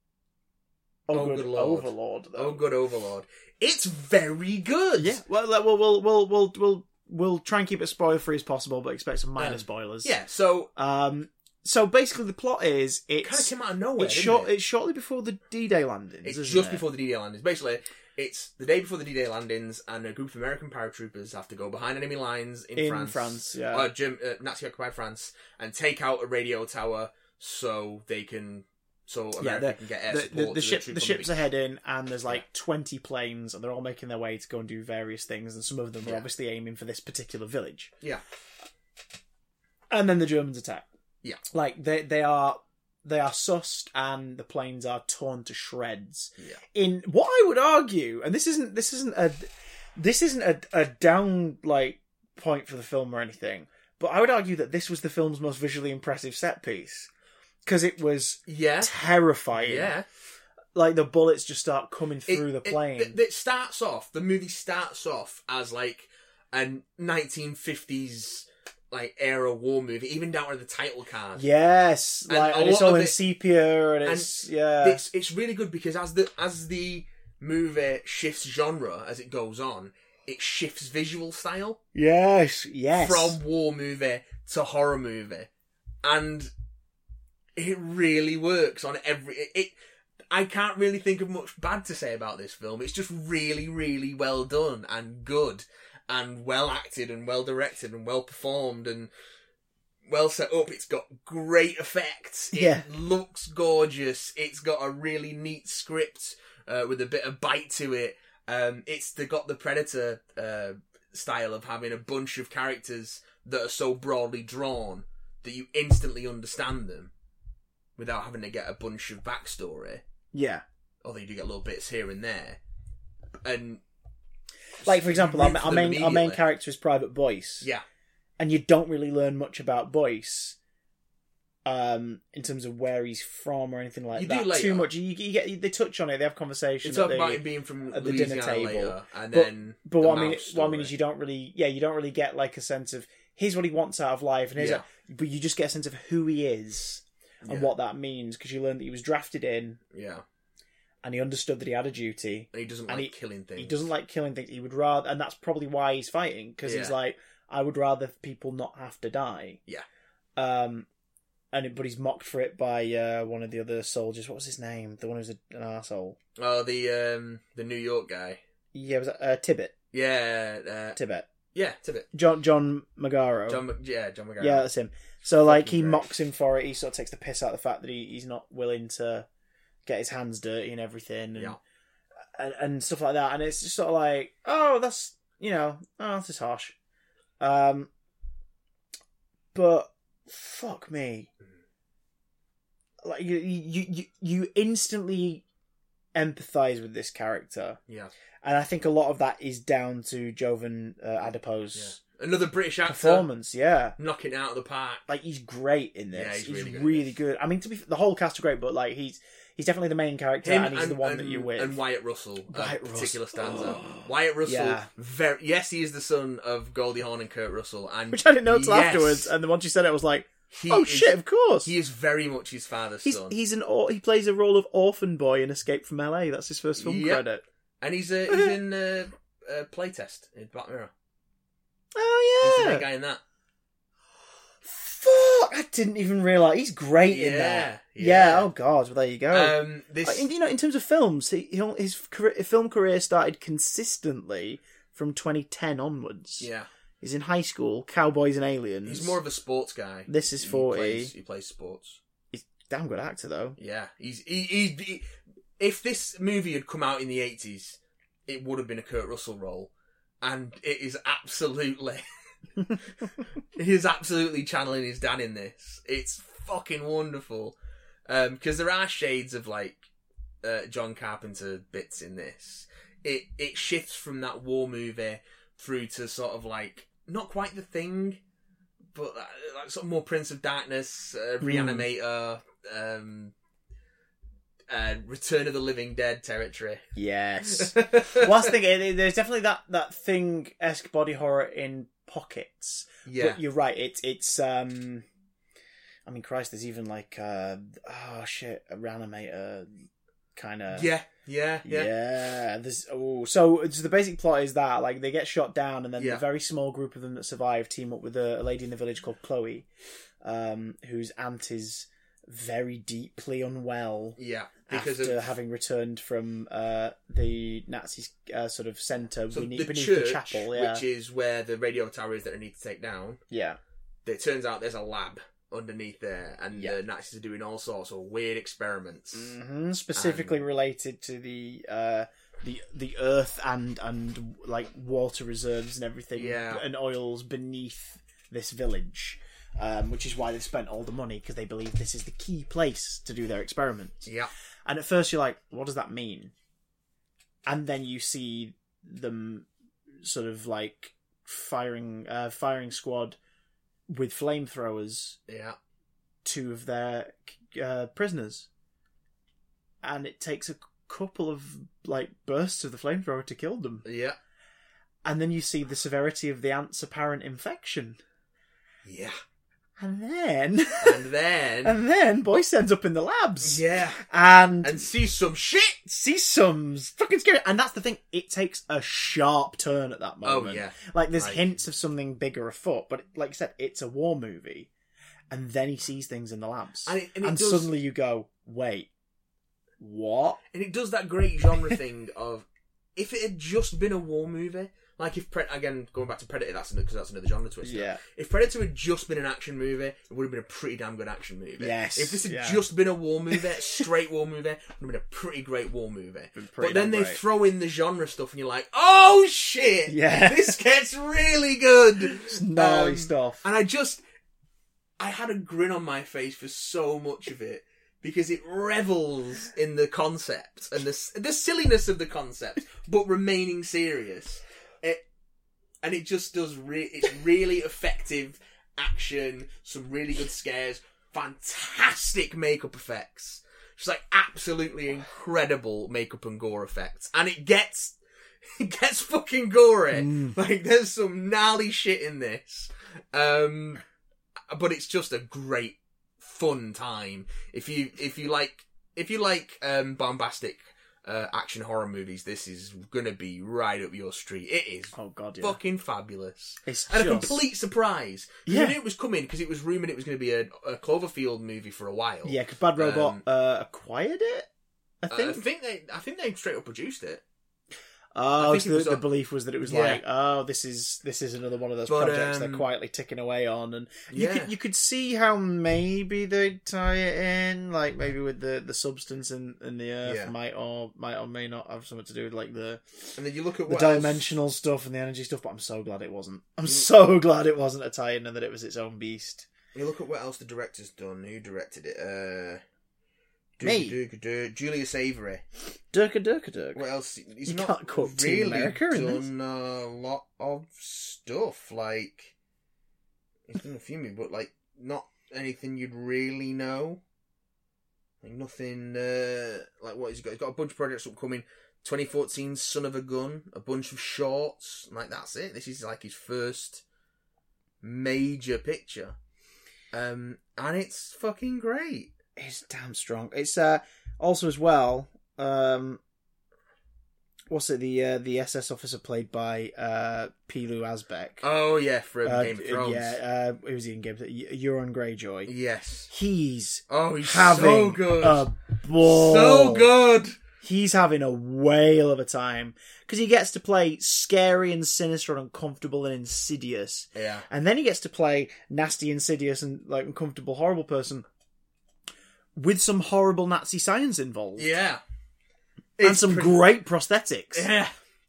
Speaker 1: Oh,
Speaker 2: Oh,
Speaker 1: good,
Speaker 2: good lord.
Speaker 1: Overlord, though.
Speaker 2: Oh, good Overlord. It's very good!
Speaker 1: Yeah, well, like, we'll we'll we'll we'll we'll, we'll try and keep it spoiler free as possible, but expect some minor
Speaker 2: Um,
Speaker 1: spoilers.
Speaker 2: Yeah, so
Speaker 1: Um. So basically, the plot is
Speaker 2: it kind of
Speaker 1: it's
Speaker 2: came out of nowhere.
Speaker 1: it's
Speaker 2: didn't
Speaker 1: short
Speaker 2: it?
Speaker 1: it's shortly before the D-Day landings.
Speaker 2: It's
Speaker 1: isn't
Speaker 2: just
Speaker 1: it?
Speaker 2: before the D-Day landings. Basically, it's the day before the D-Day landings, and a group of American paratroopers have to go behind enemy lines in,
Speaker 1: in
Speaker 2: France.
Speaker 1: France. yeah.
Speaker 2: uh, Germ- uh, Nazi occupied France and take out a radio tower so they can so
Speaker 1: Yeah,
Speaker 2: America
Speaker 1: the-
Speaker 2: can get air
Speaker 1: the,
Speaker 2: support.
Speaker 1: the, the
Speaker 2: to
Speaker 1: ship
Speaker 2: troops
Speaker 1: the
Speaker 2: on
Speaker 1: ships
Speaker 2: beach.
Speaker 1: are heading and there's like
Speaker 2: Yeah.
Speaker 1: 20 planes and they're all making their way to go and do various things and some of them are
Speaker 2: Yeah.
Speaker 1: obviously aiming for this particular village
Speaker 2: Yeah.
Speaker 1: and then the germans attack
Speaker 2: Yeah.
Speaker 1: like they they are they are sussed and the planes are torn to shreds
Speaker 2: Yeah.
Speaker 1: in what i would argue and this isn't this isn't a this isn't a, a down like point for the film or anything but i would argue that this was the film's most visually impressive set piece because it was
Speaker 2: yeah.
Speaker 1: terrifying
Speaker 2: Yeah,
Speaker 1: like the bullets just start coming
Speaker 2: It-
Speaker 1: through the
Speaker 2: it-
Speaker 1: plane.
Speaker 2: It, it starts off. The movie starts off as like a 1950s like era war movie, even down to the title card.
Speaker 1: yes,
Speaker 2: And
Speaker 1: like
Speaker 2: a
Speaker 1: and it's
Speaker 2: lot
Speaker 1: all
Speaker 2: of
Speaker 1: in
Speaker 2: it-
Speaker 1: sepia and it's yeah,
Speaker 2: It's it's really good because as the as the movie shifts genre as it goes on, it shifts visual style.
Speaker 1: yes, yes.
Speaker 2: from war movie to horror movie, and it really works on every. It, it I can't really think of much bad to say about this film. It's just really, really well done and good, and well acted and well directed and well performed and well set up. It's got great effects. It
Speaker 1: Yeah.
Speaker 2: looks gorgeous. It's got a really neat script uh, with a bit of bite to it. Um, it's the got the Predator uh, style of having a bunch of characters that are so broadly drawn that you instantly understand them without having to get a bunch of backstory.
Speaker 1: Yeah.
Speaker 2: Although you do get little bits here and there, and
Speaker 1: Like for example,
Speaker 2: root
Speaker 1: our,
Speaker 2: for
Speaker 1: our
Speaker 2: them
Speaker 1: main our main
Speaker 2: immediately.
Speaker 1: character is Private Boyce.
Speaker 2: Yeah,
Speaker 1: and you don't really learn much about Boyce um, in terms of where he's from or anything like
Speaker 2: You do
Speaker 1: that.
Speaker 2: later.
Speaker 1: Too much. You, you get they touch on it. They have
Speaker 2: you
Speaker 1: conversation.
Speaker 2: talk
Speaker 1: they-
Speaker 2: about him being from
Speaker 1: at the dinner
Speaker 2: Louisiana
Speaker 1: table.
Speaker 2: later, and
Speaker 1: But-
Speaker 2: then
Speaker 1: but
Speaker 2: the
Speaker 1: what I mean,
Speaker 2: mouse
Speaker 1: what I mean
Speaker 2: story.
Speaker 1: is you don't really, yeah, you don't really get like a sense of here's what he wants out of life, and here's
Speaker 2: Yeah.
Speaker 1: a- but you just get a sense of who he is and
Speaker 2: Yeah.
Speaker 1: what that means because you learn that he was drafted in
Speaker 2: yeah,
Speaker 1: and he understood that he had a duty.
Speaker 2: and he doesn't
Speaker 1: And
Speaker 2: like
Speaker 1: he-
Speaker 2: killing things.
Speaker 1: He doesn't like killing things. He would rather, and that's probably why he's fighting because he's
Speaker 2: Yeah.
Speaker 1: like, I would rather people not have to die.
Speaker 2: Yeah.
Speaker 1: Um, and it- but he's mocked for it by uh, one of the other soldiers. What was his name? The one who's a, an asshole.
Speaker 2: Oh, the um, the New York guy.
Speaker 1: Yeah, it was uh, Tibbet.
Speaker 2: Yeah, uh,
Speaker 1: Tibbet.
Speaker 2: yeah, Tibbet.
Speaker 1: John John Magaro.
Speaker 2: John, Mc- yeah, John McGarry.
Speaker 1: Oh. yeah, that's him. So like he
Speaker 2: Fucking great.
Speaker 1: mocks him for it. He sort of takes the piss out of the fact that he, he's not willing to get his hands dirty and everything, and,
Speaker 2: Yeah.
Speaker 1: and and stuff like that. And it's just sort of like, oh, that's you know, oh, this is harsh. Um, but fuck me, like you you you, you instantly empathize with this character,
Speaker 2: yeah,
Speaker 1: and I think a lot of that is down to Jovan uh, Adipo's
Speaker 2: yeah. Another British actor
Speaker 1: performance. Yeah
Speaker 2: knocking it out of the park.
Speaker 1: like he's great in this.
Speaker 2: Yeah, he's
Speaker 1: he's
Speaker 2: really
Speaker 1: really,
Speaker 2: good
Speaker 1: good,
Speaker 2: in this.
Speaker 1: I mean, to be the whole cast are great, but like he's he's definitely the main character,
Speaker 2: Him
Speaker 1: and he's the one that you with.
Speaker 2: and Wyatt Russell,
Speaker 1: Wyatt
Speaker 2: a
Speaker 1: Russell.
Speaker 2: particular stanza.
Speaker 1: [gasps] Oh.
Speaker 2: Wyatt Russell,
Speaker 1: Yeah.
Speaker 2: very yes, he is the son of Goldie Hawn and Kurt Russell, and
Speaker 1: Which I didn't know till
Speaker 2: yes,
Speaker 1: afterwards, and then once you said it, I was like,
Speaker 2: he
Speaker 1: "Oh
Speaker 2: is-
Speaker 1: shit, of course."
Speaker 2: he is very much his father's
Speaker 1: he's
Speaker 2: son,
Speaker 1: he's an or- he plays a role of orphan boy in Escape from L.A. That's his first film
Speaker 2: Yep.
Speaker 1: credit.
Speaker 2: and
Speaker 1: [laughs]
Speaker 2: he's uh, he's in uh, uh, playtest in Black Mirror. He's
Speaker 1: Oh
Speaker 2: the main
Speaker 1: yeah,
Speaker 2: guy in that.
Speaker 1: fuck! I didn't even realize he's great in that.
Speaker 2: Yeah,
Speaker 1: Yeah.
Speaker 2: yeah.
Speaker 1: Oh god. Well, there you go.
Speaker 2: Um, this
Speaker 1: Like, you know, in terms of films, he, he, his career, film career started consistently from 2010 onwards.
Speaker 2: yeah,
Speaker 1: He's in high school, Cowboys and Aliens.
Speaker 2: he's more of a sports guy.
Speaker 1: This is
Speaker 2: He
Speaker 1: 40.
Speaker 2: plays- he plays sports.
Speaker 1: He's a damn good actor, though.
Speaker 2: Yeah, he's he, he, he- If this movie had come out in the eighties, it would have been a Kurt Russell role, and it is absolutely, [laughs] he is absolutely channeling his dad in this. It's fucking wonderful, because Um, there are shades of like uh, John Carpenter bits in this. It it shifts from that war movie through to sort of like not quite the thing, but uh, like sort of more Prince of Darkness,
Speaker 1: Hmm.
Speaker 2: uh, Reanimator, um, uh, Return of the Living Dead territory.
Speaker 1: [laughs] Yes. Last thing, eh, there's definitely that, that thing esque body horror in pockets.
Speaker 2: [laughs] yeah,
Speaker 1: But you're right. It's, it's, um, I mean, Christ, there's even like, uh, oh shit, a reanimator kind of.
Speaker 2: yeah, yeah, yeah,
Speaker 1: There's oh, so it's the basic plot is that like they get shot down, and then
Speaker 2: Yeah.
Speaker 1: the very small group of them that survive team up with a, a lady in the village called Chloe, um, whose aunt is very deeply unwell
Speaker 2: yeah. Because
Speaker 1: after
Speaker 2: of
Speaker 1: having returned from uh, the Nazis' uh, sort of center
Speaker 2: so
Speaker 1: beneath,
Speaker 2: the
Speaker 1: beneath
Speaker 2: church,
Speaker 1: the chapel. Yeah,
Speaker 2: which is where the radio tower is that they need to take down.
Speaker 1: yeah,
Speaker 2: It turns out there's a lab underneath there, and
Speaker 1: Yeah.
Speaker 2: the Nazis are doing all sorts of weird experiments. Mm-hmm.
Speaker 1: hmm specifically related to the. Uh, the the earth and and like water reserves and everything
Speaker 2: Yeah.
Speaker 1: and oils beneath this village, um, which is why they've spent all the money because they believe this is the key place to do their experiments.
Speaker 2: Yeah,
Speaker 1: And at first you're like, what does that mean? And then you see them sort of like firing uh, firing squad with flamethrowers
Speaker 2: yeah.
Speaker 1: two of their uh, prisoners, and it takes a couple of like bursts of the flamethrower to kill them.
Speaker 2: Yeah.
Speaker 1: And then you see the severity of the ant's apparent infection, [laughs]
Speaker 2: Yeah.
Speaker 1: and then [laughs]
Speaker 2: And then
Speaker 1: and then Boyce ends up in the labs
Speaker 2: Yeah.
Speaker 1: and,
Speaker 2: And see some shit.
Speaker 1: sees some fucking scary. And that's the thing; it takes a sharp turn at that
Speaker 2: Oh
Speaker 1: moment.
Speaker 2: yeah.
Speaker 1: Like there's
Speaker 2: Like-
Speaker 1: hints of something bigger afoot, but like I said, it's a war movie, and then he sees things in the labs,
Speaker 2: And it- and it does-
Speaker 1: suddenly you go, "Wait, what?" [laughs]
Speaker 2: And it does that great genre thing of if it had just been a war movie, Like if Pred- again going back to Predator, that's because that's another genre twist.
Speaker 1: Yeah.
Speaker 2: If Predator had just been an action movie, it would have been a pretty damn good action movie.
Speaker 1: Yes,
Speaker 2: If this had
Speaker 1: yeah.
Speaker 2: just been a war movie, straight war movie, it would have been a pretty great war movie.
Speaker 1: Been pretty
Speaker 2: But
Speaker 1: damn
Speaker 2: then they
Speaker 1: great.
Speaker 2: throw in the genre stuff, and you're like, oh shit,
Speaker 1: Yeah.
Speaker 2: this gets really
Speaker 1: [laughs]
Speaker 2: good.
Speaker 1: It's gnarly
Speaker 2: Um,
Speaker 1: stuff.
Speaker 2: And I just, I had a grin on my face for so much of it because it revels in the concept and the s- the silliness of the concept, but remaining serious. It and it just does. Re- it's really effective action, some really good scares, fantastic makeup effects. Just like absolutely incredible makeup and gore effects, and it gets [laughs] it gets fucking gory.
Speaker 1: Mm.
Speaker 2: Like there's some gnarly shit in this. Um but it's just a great fun time. If you if you like if you like um bombastic uh, action horror movies, this is gonna be right up your street. It is
Speaker 1: Oh god, yeah.
Speaker 2: fucking fabulous.
Speaker 1: It's
Speaker 2: And a
Speaker 1: just-
Speaker 2: complete surprise. 'Cause
Speaker 1: Yeah.
Speaker 2: I knew it was coming because it was rumored it was going to be a, a Cloverfield movie for a while.
Speaker 1: Yeah, because Bad Robot
Speaker 2: Um,
Speaker 1: uh, acquired it. I
Speaker 2: Uh,
Speaker 1: think.
Speaker 2: I think they, I think they straight up produced it.
Speaker 1: oh,
Speaker 2: I think
Speaker 1: so
Speaker 2: it
Speaker 1: the,
Speaker 2: was
Speaker 1: the
Speaker 2: on-
Speaker 1: belief was that it was
Speaker 2: Yeah.
Speaker 1: like, oh, this is this is another one of those
Speaker 2: But,
Speaker 1: projects they're
Speaker 2: um,
Speaker 1: quietly ticking away on, and
Speaker 2: Yeah,
Speaker 1: you could you could see how maybe they'd tie it in, like maybe with the the substance in, in the earth
Speaker 2: Yeah.
Speaker 1: might or might or may not have something to do with like the
Speaker 2: and then you look at
Speaker 1: the
Speaker 2: what else- Mm.
Speaker 1: dimensional stuff and the energy stuff. But I'm so glad it wasn't. I'm so [laughs] glad it wasn't a tie-in and that it was its own beast.
Speaker 2: You look at what else the director's done. Who directed it? Uh,
Speaker 1: Me.
Speaker 2: do, Julius Avery.
Speaker 1: Durka durka durk.
Speaker 2: What else? He's
Speaker 1: You
Speaker 2: not
Speaker 1: can't quote Team
Speaker 2: really
Speaker 1: America in this.
Speaker 2: done a lot of stuff. Like he's done a few, movies, but like not anything you'd really know. Like nothing. Uh, like what he's got? He's got a bunch of projects upcoming. 2014, Son of a Gun, a bunch of shorts. and, Like that's it. This is like his first major picture. Um, and it's fucking great.
Speaker 1: It's damn strong. It's uh, also as well. Um, what's it? The uh, the SS officer played by uh, Pilu Asbeck.
Speaker 2: Oh yeah, from
Speaker 1: Uh,
Speaker 2: Game of Thrones.
Speaker 1: Yeah, uh, it was in Game of Thrones. Y- Euron Greyjoy.
Speaker 2: Yes.
Speaker 1: He's
Speaker 2: Oh, he's
Speaker 1: having
Speaker 2: so good.
Speaker 1: a ball.
Speaker 2: So good.
Speaker 1: He's having a whale of a time because he gets to play scary and sinister and uncomfortable and insidious.
Speaker 2: Yeah.
Speaker 1: and then he gets to play nasty, insidious, and like uncomfortable, horrible person with some horrible Nazi science involved
Speaker 2: Yeah.
Speaker 1: and some
Speaker 2: pre-
Speaker 1: great prosthetics.
Speaker 2: Yeah.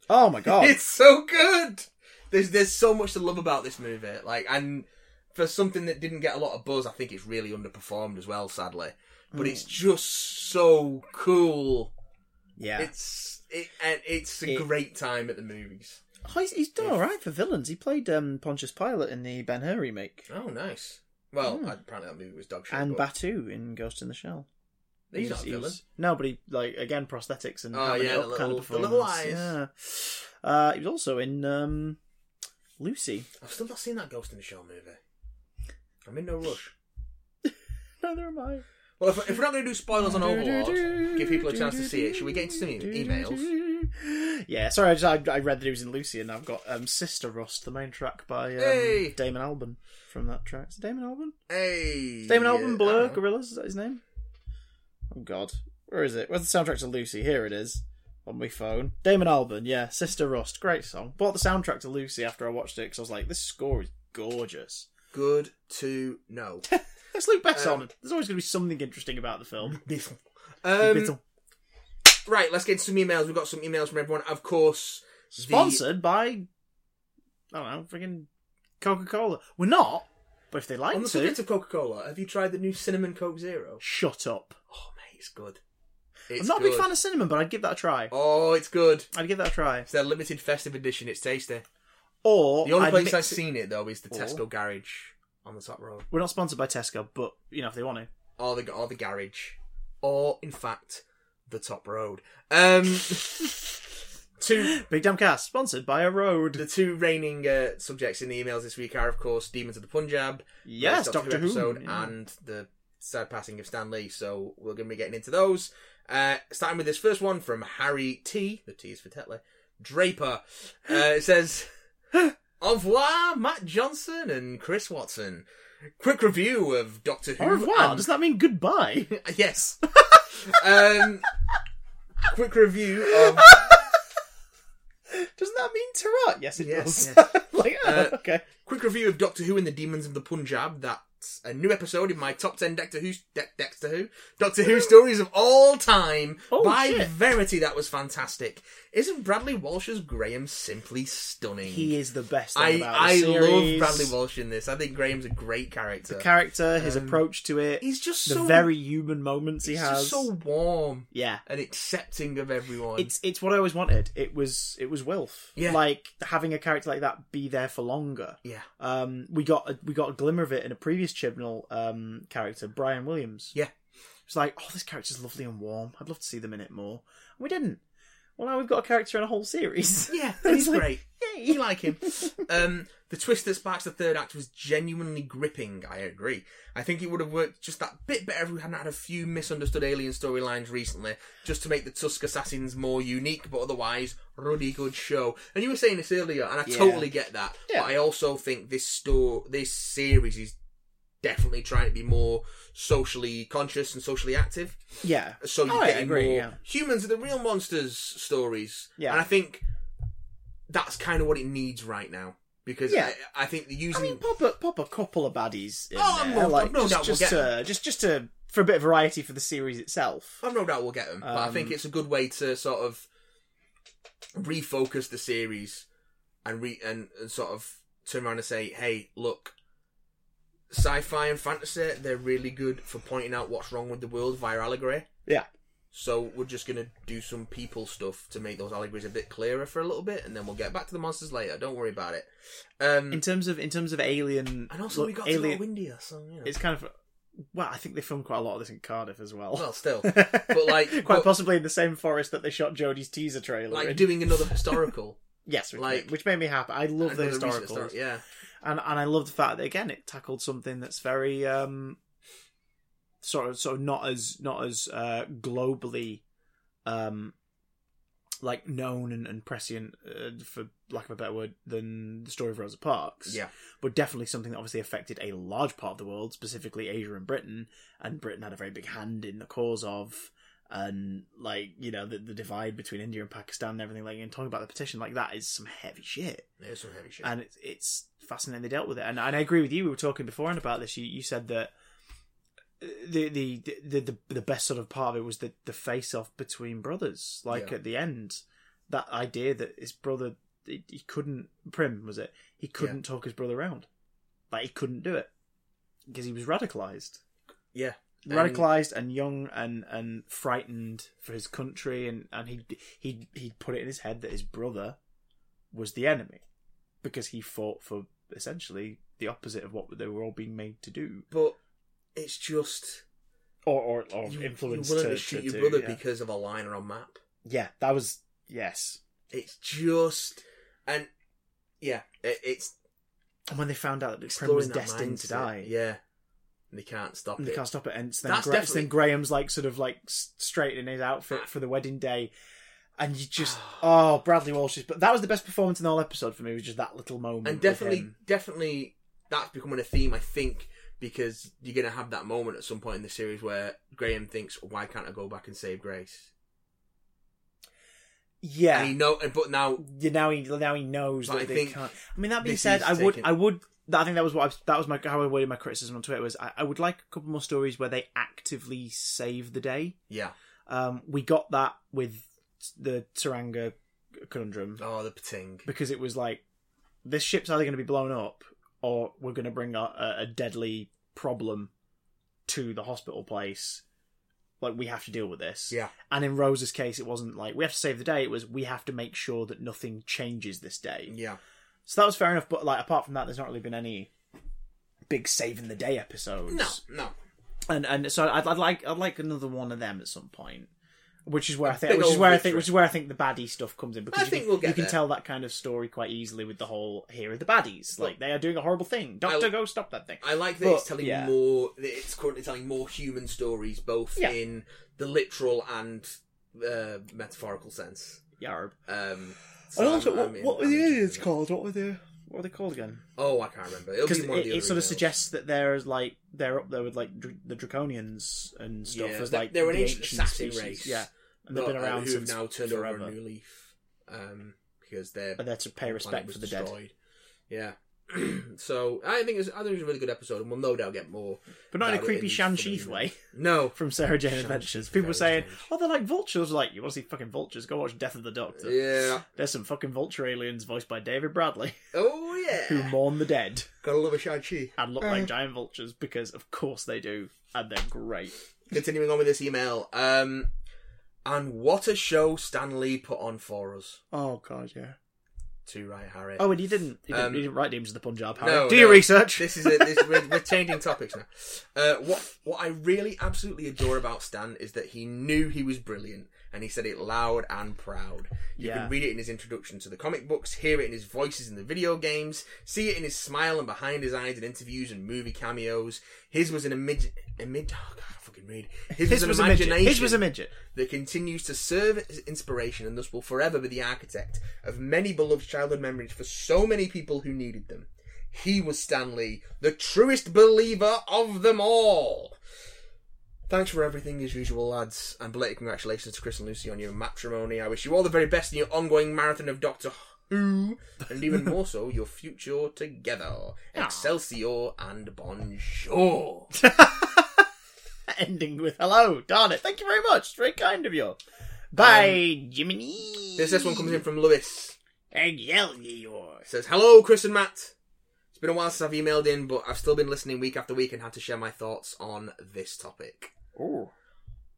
Speaker 1: Oh my god!
Speaker 2: [laughs] It's so good. There's there's so much to love about this movie. Like and for something that didn't get a lot of buzz, I think it's really underperformed as well, sadly. But it's
Speaker 1: Mm.
Speaker 2: just so cool.
Speaker 1: yeah,
Speaker 2: It's it and it's a
Speaker 1: It-
Speaker 2: great time at the movies.
Speaker 1: oh, he's, he's done all right for villains. He played um, Pontius Pilate in the Ben Hur remake,
Speaker 2: Oh, nice. Well,
Speaker 1: Hmm.
Speaker 2: apparently that movie was dog shit.
Speaker 1: and
Speaker 2: but
Speaker 1: Batu in Ghost in the Shell.
Speaker 2: he's not a villain.
Speaker 1: no, but he like again prosthetics and
Speaker 2: Oh,
Speaker 1: having
Speaker 2: yeah,
Speaker 1: it
Speaker 2: the
Speaker 1: up kind of
Speaker 2: little- the little
Speaker 1: performance.
Speaker 2: eyes.
Speaker 1: Yeah, uh, he was also in um, Lucy. [laughs]
Speaker 2: I've still not seen that Ghost in the Shell movie. I'm in no rush.
Speaker 1: Neither am I.
Speaker 2: Well, if, if we're not going to do spoilers on Overlord, give people a chance to see it. Should we get into some e- emails?
Speaker 1: emails? [laughs] Yeah, sorry, I, just, I, I read that he was in Lucy, and I've got um, Sister Rust, the main track by um,
Speaker 2: Hey!
Speaker 1: Damon Alban from that track. Is it Damon Alban?
Speaker 2: Hey, uh-huh.
Speaker 1: Damon Alban,
Speaker 2: I
Speaker 1: Blur,
Speaker 2: don't know.
Speaker 1: Gorillas, is that his name? Oh god, where is it? Where's the soundtrack to Lucy? Here it is on my phone. Damon Alban, yeah, Sister Rust, great song. Bought the soundtrack to Lucy after I watched it because I was like, this score is gorgeous.
Speaker 2: Good to
Speaker 1: [laughs]
Speaker 2: know.
Speaker 1: Let's Luke Bess
Speaker 2: Um,
Speaker 1: on. There's always going to be something interesting about the film.
Speaker 2: um, right, let's get into some emails. We've got some emails from everyone. Of course, the-
Speaker 1: Sponsored by, I don't know, freaking Coca Cola. We're not, but if they like
Speaker 2: on
Speaker 1: to,
Speaker 2: the subject of Coca Cola, have you tried the new Cinnamon Coke Zero?
Speaker 1: shut up.
Speaker 2: Oh, mate, it's good. It's
Speaker 1: I'm not a
Speaker 2: good.
Speaker 1: big fan of cinnamon, but I'd give that a try.
Speaker 2: Oh, it's good.
Speaker 1: I'd give that a try.
Speaker 2: It's their limited festive edition. It's tasty.
Speaker 1: Or
Speaker 2: The only
Speaker 1: I'd
Speaker 2: place
Speaker 1: Oh, mix
Speaker 2: I've
Speaker 1: it- Oh.
Speaker 2: seen it though is the
Speaker 1: Or-
Speaker 2: Tesco garage on the top road.
Speaker 1: We're not sponsored by Tesco, but you know if they want to.
Speaker 2: or the or the garage, or in fact, the top road. Um, [laughs] two
Speaker 1: Big Damn Cast sponsored by a road.
Speaker 2: the two reigning uh, subjects in the emails this week are, of course, Demons of the Punjab,
Speaker 1: Yes,
Speaker 2: the
Speaker 1: Doctor Who.
Speaker 2: episode,
Speaker 1: yeah.
Speaker 2: and the sad passing of Stan Lee. So we're going to be getting into those. Uh, starting with this first one from Harry T. The T is for Tetley. Draper. Uh, it says, Au revoir, Matt Johnson and Chris Watson. Quick review of Doctor Who.
Speaker 1: Au revoir.
Speaker 2: and-
Speaker 1: Does that mean
Speaker 2: [laughs]
Speaker 1: goodbye?
Speaker 2: Uh, Yes. um, quick review of
Speaker 1: Doesn't that mean Tarot? Yes, it
Speaker 2: Yes,
Speaker 1: does. [laughs] like, oh,
Speaker 2: Uh,
Speaker 1: okay.
Speaker 2: Quick review of Doctor Who and the Demons of the Punjab. That's a new episode in my top 10 Doctor Who, De- Dexter Who, Doctor Who stories of all time
Speaker 1: Oh,
Speaker 2: by
Speaker 1: shit.
Speaker 2: Verity. That was fantastic. Isn't Bradley Walsh's Graham simply stunning?
Speaker 1: He is the best. Thing
Speaker 2: I,
Speaker 1: about the
Speaker 2: I love
Speaker 1: series.
Speaker 2: Bradley Walsh in this. I think Graham's a great character.
Speaker 1: The character, his
Speaker 2: Um,
Speaker 1: approach to it,
Speaker 2: he's just
Speaker 1: the
Speaker 2: so
Speaker 1: very human moments he
Speaker 2: he's
Speaker 1: has.
Speaker 2: just so warm
Speaker 1: yeah,
Speaker 2: and accepting of everyone.
Speaker 1: it's it's what I always wanted. It was it was Wilf.
Speaker 2: Yeah.
Speaker 1: Like having a character like that be there for longer.
Speaker 2: yeah,
Speaker 1: Um, we got a, we got a glimmer of it in a previous Chibnall um character, Brian Williams.
Speaker 2: Yeah.
Speaker 1: it's like oh, this character's lovely and warm. I'd love to see them in it more. And we didn't. Well, now we've got a character in a whole
Speaker 2: [laughs]
Speaker 1: series.
Speaker 2: yeah, and
Speaker 1: [laughs]
Speaker 2: he's
Speaker 1: It's like-
Speaker 2: great.
Speaker 1: Yay.
Speaker 2: [laughs] You like him. um, the twist that sparks the third act was genuinely gripping. I agree. I think it would have worked just that bit better if we hadn't had a few misunderstood alien storylines recently, just to make the Tusk Assassins more unique. But otherwise, ruddy good show. And you were saying this earlier, and I
Speaker 1: Yeah.
Speaker 2: totally get that.
Speaker 1: Yeah.
Speaker 2: But I also think this store, this series is definitely trying to be more socially conscious and socially active.
Speaker 1: Yeah,
Speaker 2: So you're
Speaker 1: Oh, I
Speaker 2: getting
Speaker 1: agree,
Speaker 2: more
Speaker 1: yeah.
Speaker 2: humans are the real monsters stories.
Speaker 1: Yeah.
Speaker 2: And I think that's kind of what it needs right now. Because
Speaker 1: Yeah.
Speaker 2: I, I think the
Speaker 1: I
Speaker 2: using
Speaker 1: mean, pop a pop a couple of baddies. In
Speaker 2: Oh,
Speaker 1: there.
Speaker 2: no,
Speaker 1: like,
Speaker 2: no
Speaker 1: just,
Speaker 2: doubt we'll
Speaker 1: just
Speaker 2: get
Speaker 1: to, just just to for a bit of variety for the series itself.
Speaker 2: I've no doubt we'll get them, but I think
Speaker 1: Um,
Speaker 2: it's a good way to sort of refocus the series and re and, and sort of turn around and say, "Hey, look, sci-fi and fantasy, they're really good for pointing out what's wrong with the world via allegory."
Speaker 1: Yeah.
Speaker 2: So we're just gonna do some people stuff to make those allegories a bit clearer for a little bit, and then we'll get back to the monsters later. Don't worry about it. Um,
Speaker 1: In terms of in terms of alien,
Speaker 2: and also,
Speaker 1: look,
Speaker 2: we got to
Speaker 1: alien.
Speaker 2: go windier, so you know.
Speaker 1: it's kind of well, I think they filmed quite a lot of this in Cardiff as well. [laughs]
Speaker 2: well, still, but like,
Speaker 1: quite
Speaker 2: but,
Speaker 1: possibly in the same forest that they shot Jodie's teaser trailer.
Speaker 2: like
Speaker 1: in.
Speaker 2: doing another historical.
Speaker 1: yes, which,
Speaker 2: like-
Speaker 1: made, which made me happy. I love the
Speaker 2: another recent
Speaker 1: historicals,
Speaker 2: histor- yeah.
Speaker 1: and and I love the fact that again it tackled something that's very um sort of sort of not as not as uh globally um like known and, and prescient uh, for lack of a better word than the story of Rosa Parks.
Speaker 2: Yeah.
Speaker 1: but definitely something that obviously affected a large part of the world, specifically Asia and Britain, and Britain had a very big hand in the cause of, and like you know the, the divide between India and Pakistan and everything like. And talking about the petition like that is some heavy shit,
Speaker 2: There's some heavy shit.
Speaker 1: and it's, it's fascinating they dealt with it. And, and I agree with you. We were talking beforehand about this. You you said that. uh, The, the the the the best sort of part of it was the the face off between brothers like
Speaker 2: Yeah.
Speaker 1: at the end that idea that his brother he, he couldn't prim was it he couldn't talk his brother around like he couldn't do it because he was radicalized
Speaker 2: yeah. And-
Speaker 1: radicalized and young and and frightened for his country and and he he he put it in his head that his brother was the enemy because he fought for essentially the opposite of what they were all being made to do
Speaker 2: But it's just
Speaker 1: or or, or
Speaker 2: you,
Speaker 1: influenced
Speaker 2: you're willing
Speaker 1: to,
Speaker 2: to shoot
Speaker 1: to
Speaker 2: your
Speaker 1: do,
Speaker 2: brother
Speaker 1: yeah.
Speaker 2: because of a line on a map.
Speaker 1: yeah that was yes
Speaker 2: It's just and yeah, it, it's
Speaker 1: and when they found out that prim
Speaker 2: exploring
Speaker 1: was
Speaker 2: that
Speaker 1: destined
Speaker 2: mindset.
Speaker 1: to die
Speaker 2: Yeah, and they can't stop
Speaker 1: And they
Speaker 2: it.
Speaker 1: can't stop it. And so then,
Speaker 2: That's
Speaker 1: Gra- so
Speaker 2: definitely-
Speaker 1: then Graham's like sort of like s- straightening his outfit for the wedding day, and you just
Speaker 2: [sighs]
Speaker 1: oh Bradley Walsh is. But that was the best performance in the whole episode for me. Was just that little moment
Speaker 2: and
Speaker 1: with
Speaker 2: definitely,
Speaker 1: him.
Speaker 2: definitely, that's becoming a theme. I think because you're gonna have that moment at some point in the series where Graham thinks, "Why can't I go back and save Grace?"
Speaker 1: yeah.
Speaker 2: And he know, and- but now
Speaker 1: yeah, now he now he knows
Speaker 2: But
Speaker 1: that
Speaker 2: I
Speaker 1: they
Speaker 2: think
Speaker 1: can't. I mean, that being
Speaker 2: this
Speaker 1: said,
Speaker 2: is
Speaker 1: I would,
Speaker 2: taken-
Speaker 1: I would. I think that was what I, that was my how I worded my criticism on Twitter was I, I would like a couple more stories where they actively save the day.
Speaker 2: yeah,
Speaker 1: Um, we got that with the Taranga conundrum.
Speaker 2: oh the pating.
Speaker 1: because it was like this ship's either going to be blown up or we're going to bring a, a, a deadly problem to the hospital place. Like we have to deal with this.
Speaker 2: Yeah,
Speaker 1: And in Rose's case, it wasn't like we have to save the day. It was we have to make sure that nothing changes this day.
Speaker 2: yeah.
Speaker 1: So that was fair enough. But like apart from that, there's not really been any big saving the day episodes
Speaker 2: No, no.
Speaker 1: and and so I'd, I'd like I'd like another one of them at some point, which is where I think
Speaker 2: big
Speaker 1: which is
Speaker 2: old
Speaker 1: where I
Speaker 2: victory.
Speaker 1: think which is where I think the baddie stuff comes in because
Speaker 2: I
Speaker 1: you
Speaker 2: think
Speaker 1: can,
Speaker 2: we'll get
Speaker 1: you can
Speaker 2: there.
Speaker 1: tell that kind of story quite easily with the whole here are the baddies like they are doing a horrible thing Doctor
Speaker 2: I-
Speaker 1: go stop that thing
Speaker 2: I like that
Speaker 1: But,
Speaker 2: it's telling
Speaker 1: yeah.
Speaker 2: more. That it's currently telling more human stories, both
Speaker 1: Yeah.
Speaker 2: in the literal and uh, metaphorical sense.
Speaker 1: Yarb.
Speaker 2: Um, so
Speaker 1: And also,
Speaker 2: I'm-
Speaker 1: what,
Speaker 2: I'm in-
Speaker 1: what were
Speaker 2: I'm
Speaker 1: the
Speaker 2: interested
Speaker 1: aliens
Speaker 2: in it.
Speaker 1: called? What were the what were they called again?
Speaker 2: Oh, I can't remember. It'll
Speaker 1: Because
Speaker 2: be
Speaker 1: it,
Speaker 2: one of the
Speaker 1: it
Speaker 2: other
Speaker 1: sort of
Speaker 2: emails.
Speaker 1: suggests that they're like they're up there with like dr- the Draconians and stuff
Speaker 2: Yeah,
Speaker 1: as
Speaker 2: they-
Speaker 1: like
Speaker 2: they're an
Speaker 1: the
Speaker 2: ancient assassin
Speaker 1: species.
Speaker 2: race.
Speaker 1: yeah, and they've
Speaker 2: Not- uh,
Speaker 1: been around
Speaker 2: who have
Speaker 1: since
Speaker 2: now turned over
Speaker 1: forever.
Speaker 2: a new leaf. Um, because they're
Speaker 1: Are there to pay respect for the dead.
Speaker 2: dead. Yeah. [clears throat] so I think it's I think it's a really good episode, and we'll no doubt get more.
Speaker 1: But not in a
Speaker 2: about it
Speaker 1: creepy
Speaker 2: in
Speaker 1: Shan
Speaker 2: full
Speaker 1: Sheath way
Speaker 2: No.
Speaker 1: from Sarah Jane
Speaker 2: Shan
Speaker 1: Adventures.
Speaker 2: Sheath,
Speaker 1: People were
Speaker 2: Sarah
Speaker 1: saying,
Speaker 2: Jane.
Speaker 1: oh, they're like vultures. Like, you want to see fucking vultures? Go watch Death of the Doctor.
Speaker 2: Yeah.
Speaker 1: There's some fucking vulture aliens voiced by David
Speaker 2: [laughs]
Speaker 1: Bradley
Speaker 2: Oh
Speaker 1: who
Speaker 2: yeah.
Speaker 1: mourn the dead
Speaker 2: Gotta love a Shang-Chi.
Speaker 1: and look
Speaker 2: Uh.
Speaker 1: like giant vultures because, of course, they do. And they're great.
Speaker 2: Continuing on with this email. Um, and what a show Stan Lee put on for us.
Speaker 1: Oh, God, yeah.
Speaker 2: To right, Harry.
Speaker 1: Oh, and he didn't. He didn't,
Speaker 2: Um,
Speaker 1: he didn't write Demons of the Punjab, Harry.
Speaker 2: No,
Speaker 1: do your
Speaker 2: no.
Speaker 1: research.
Speaker 2: This is it. This, we're, we're changing topics now. Uh, what what I really absolutely adore about Stan is that he knew he was brilliant, and he said it loud and proud. You
Speaker 1: Yeah.
Speaker 2: can read it in his introduction to the comic books, hear it in his voices in the video games, see it in his smile and behind his eyes in interviews and movie cameos. His was an imid, imid oh God, I fucking read. His,
Speaker 1: His
Speaker 2: was,
Speaker 1: was a
Speaker 2: an
Speaker 1: midget.
Speaker 2: imagination
Speaker 1: His was a
Speaker 2: [laughs]
Speaker 1: midget.
Speaker 2: that continues to serve as inspiration and thus will forever be the architect of many beloved childhood memories for so many people who needed them. He was Stanley, the truest believer of them all. Thanks for everything as usual, lads, and belated congratulations to Chris and Lucy on your matrimony. I wish you all the very best in your ongoing marathon of Doctor Who, and even more so, your future together. Excelsior and bonjour.
Speaker 1: ending with hello. Darn it. Thank you very much. It's very kind of you. Bye, Jiminy.
Speaker 2: Um, this next one comes in from Lewis.
Speaker 1: And yell ye yours.
Speaker 2: says, Hello, Chris and Matt. It's been a while since I've emailed in, but I've still been listening week after week and had to share my thoughts on this topic.
Speaker 1: Oh.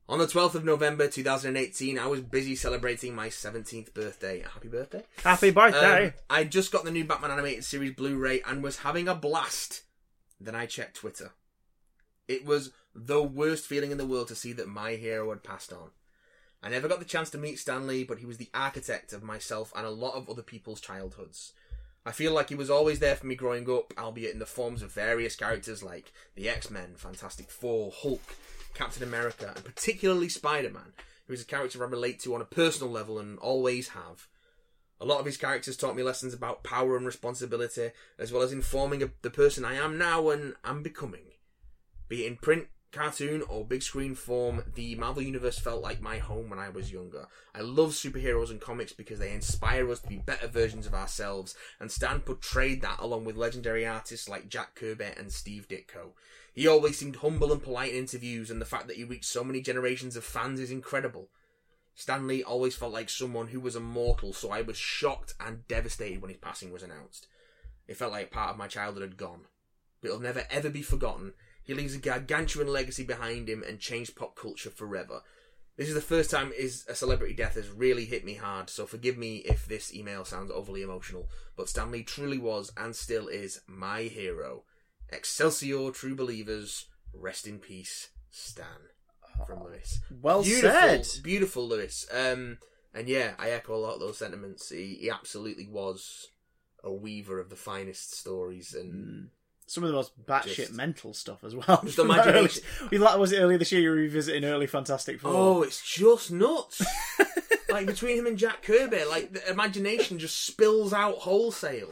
Speaker 2: On the 12th of November 2018, I was busy celebrating my 17th birthday. Happy birthday.
Speaker 1: Happy birthday.
Speaker 2: Um, I just got the new Batman Animated Series Blu ray and was having a blast. Then I checked Twitter. It was the worst feeling in the world to see that my hero had passed on. I never got the chance to meet Stanley, but he was the architect of myself and a lot of other people's childhoods. I feel like he was always there for me growing up, albeit in the forms of various characters like the X Men, Fantastic Four, Hulk, Captain America, and particularly Spider Man, who is a character I relate to on a personal level and always have. A lot of his characters taught me lessons about power and responsibility, as well as informing of the person I am now and am becoming. Be it in print, cartoon, or big screen form, the Marvel Universe felt like my home when I was younger. I love superheroes and comics because they inspire us to be better versions of ourselves, and Stan portrayed that along with legendary artists like Jack Kirby and Steve Ditko. He always seemed humble and polite in interviews, and the fact that he reached so many generations of fans is incredible. Stanley always felt like someone who was immortal, so I was shocked and devastated when his passing was announced. It felt like part of my childhood had gone. But it'll never ever be forgotten. He leaves a gargantuan legacy behind him and changed pop culture forever. This is the first time is a celebrity death has really hit me hard, so forgive me if this email sounds overly emotional, but Stanley truly was and still is my hero. Excelsior, true believers, rest in peace, Stan. From Lewis
Speaker 1: well
Speaker 2: beautiful,
Speaker 1: said.
Speaker 2: Beautiful, Lewis. Um, and yeah, I echo a lot of those sentiments. He, he absolutely was a weaver of the finest stories, and
Speaker 1: Mm. Some of the most batshit
Speaker 2: Hmm. Just-
Speaker 1: mental stuff as well. [laughs]
Speaker 2: Just
Speaker 1: From that
Speaker 2: imagination.
Speaker 1: early- We like was it earlier this year you were revisiting early Fantastic Four.
Speaker 2: oh, it's just
Speaker 1: [laughs]
Speaker 2: nuts. like between him and Jack Kirby, like the imagination just spills out wholesale.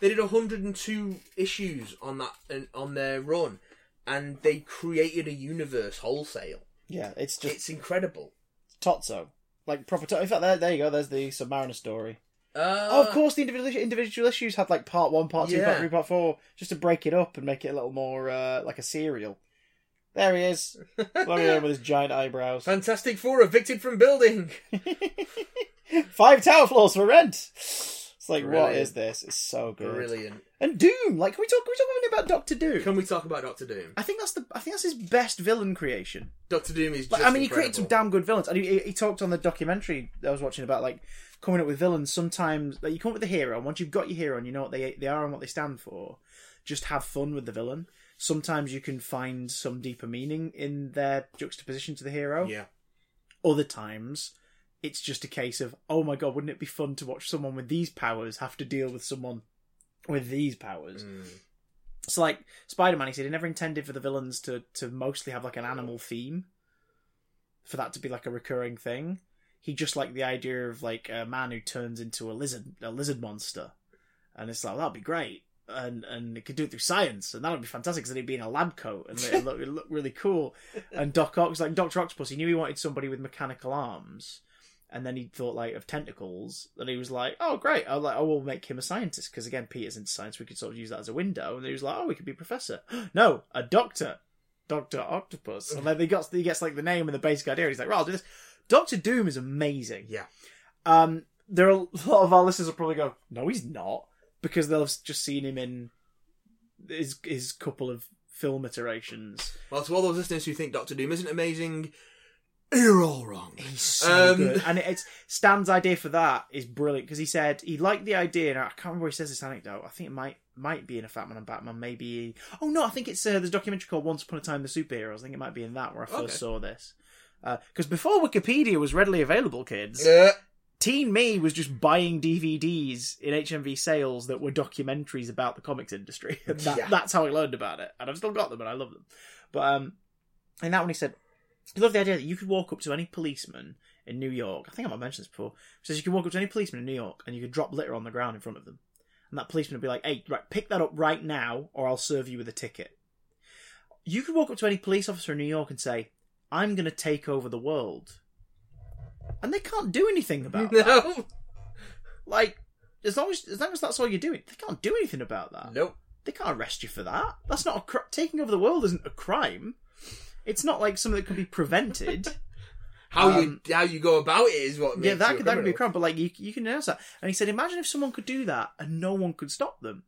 Speaker 2: They did 102 issues on that on their run, and they created a universe wholesale.
Speaker 1: yeah, it's just
Speaker 2: It's incredible.
Speaker 1: Totso, like proper. To- In fact, there, there you go. There's the Submariner story.
Speaker 2: Uh,
Speaker 1: oh, of course, the individual individual issues had like part one, part two, part
Speaker 2: Yeah.
Speaker 1: three, part four, just to break it up and make it a little more uh, like a serial. There he
Speaker 2: [laughs]
Speaker 1: is, Florian with his giant eyebrows.
Speaker 2: Fantastic Four evicted from building.
Speaker 1: [laughs] Five tower floors for rent. It's like, what
Speaker 2: Brilliant.
Speaker 1: is this? It's so good.
Speaker 2: Brilliant.
Speaker 1: And Doom, like, can we talk? Can we talk a minute about Doctor Doom?
Speaker 2: Can we talk about Doctor Doom?
Speaker 1: I think that's the. I think that's his best villain creation.
Speaker 2: Doctor Doom is.
Speaker 1: Like,
Speaker 2: just
Speaker 1: I mean, he created some
Speaker 2: incredible.
Speaker 1: damn good villains. And he- he, he talked on the documentary I was watching about like coming up with villains. Sometimes like, you come up with a hero, and once you've got your hero and you know what they they are and what they stand for, just have fun with the villain. Sometimes you can find some deeper meaning in their juxtaposition to the hero.
Speaker 2: Yeah,
Speaker 1: Other times, it's just a case of oh my god, wouldn't it be fun to watch someone with these powers have to deal with someone with these powers?
Speaker 2: Mm.
Speaker 1: So like Spider Man, he said he never intended for the villains to to mostly have like an animal theme, for that to be like a recurring thing. He just liked the idea of like a man who turns into a lizard a lizard monster, and it's like that'd be great, and and it could do it through science, and that'd be fantastic because it'd be in a lab coat and it'd look, it'd look really cool. And Doc Ock like Doctor Octopus, he knew he wanted somebody with mechanical arms. and then he thought like of tentacles, and he was like, "Oh, great! I like I will make him a scientist because again, Peter's into science. We could sort of use that as a window." And he was like, "Oh, we could be professor. [gasps] no, a doctor, Doctor Octopus." And then he got he gets like the name and the basic idea. And he's like, "Right, I'll do this." Doctor Doom is amazing.
Speaker 2: Yeah.
Speaker 1: Um, there are a lot of our listeners will probably go, "No, he's not," because they'll have just seen him in his his couple of film iterations.
Speaker 2: Well, to all those listeners who think Doctor Doom isn't amazing, you're all wrong.
Speaker 1: He's so
Speaker 2: Um,
Speaker 1: good, and it's Stan's idea for that is brilliant because he said he liked the idea. And I can't remember where he says this anecdote. I think it might might be in a Fat Man and Batman. Maybe oh no, I think it's uh, there's a documentary called Once Upon a Time the Superheroes. I think it might be in that where I first
Speaker 2: Okay.
Speaker 1: saw this. Because before Wikipedia was readily available, kids,
Speaker 2: Yeah.
Speaker 1: Teen Me was just buying DVDs in HMV sales that were documentaries about the comics industry. [laughs] And that,
Speaker 2: Yeah.
Speaker 1: That's how I learned about it, and I've still got them, and I love them. But um, in that one, he said, "I love the idea that you could walk up to any policeman in New York. I think I might have mentioned this before. He says you could walk up to any policeman in New York, and you could drop litter on the ground in front of them, and that policeman would be like, "Hey, right, pick that up right now, or I'll serve you with a ticket." You could walk up to any police officer in New York and say, "I'm going to take over the world," and they can't do anything
Speaker 2: [laughs]
Speaker 1: about that.
Speaker 2: No.
Speaker 1: Like, as long as as long as that's all you're doing, they can't do anything about that.
Speaker 2: Nope.
Speaker 1: They can't arrest you for that. That's not a cr- taking over the world isn't a crime. It's not like something that can be prevented.
Speaker 2: How
Speaker 1: Um,
Speaker 2: you how you go about it is what makes
Speaker 1: yeah, that
Speaker 2: you
Speaker 1: could, that could be a
Speaker 2: criminal.
Speaker 1: crime, but like you you can announce that. And he said, imagine if someone could do that and no one could stop them.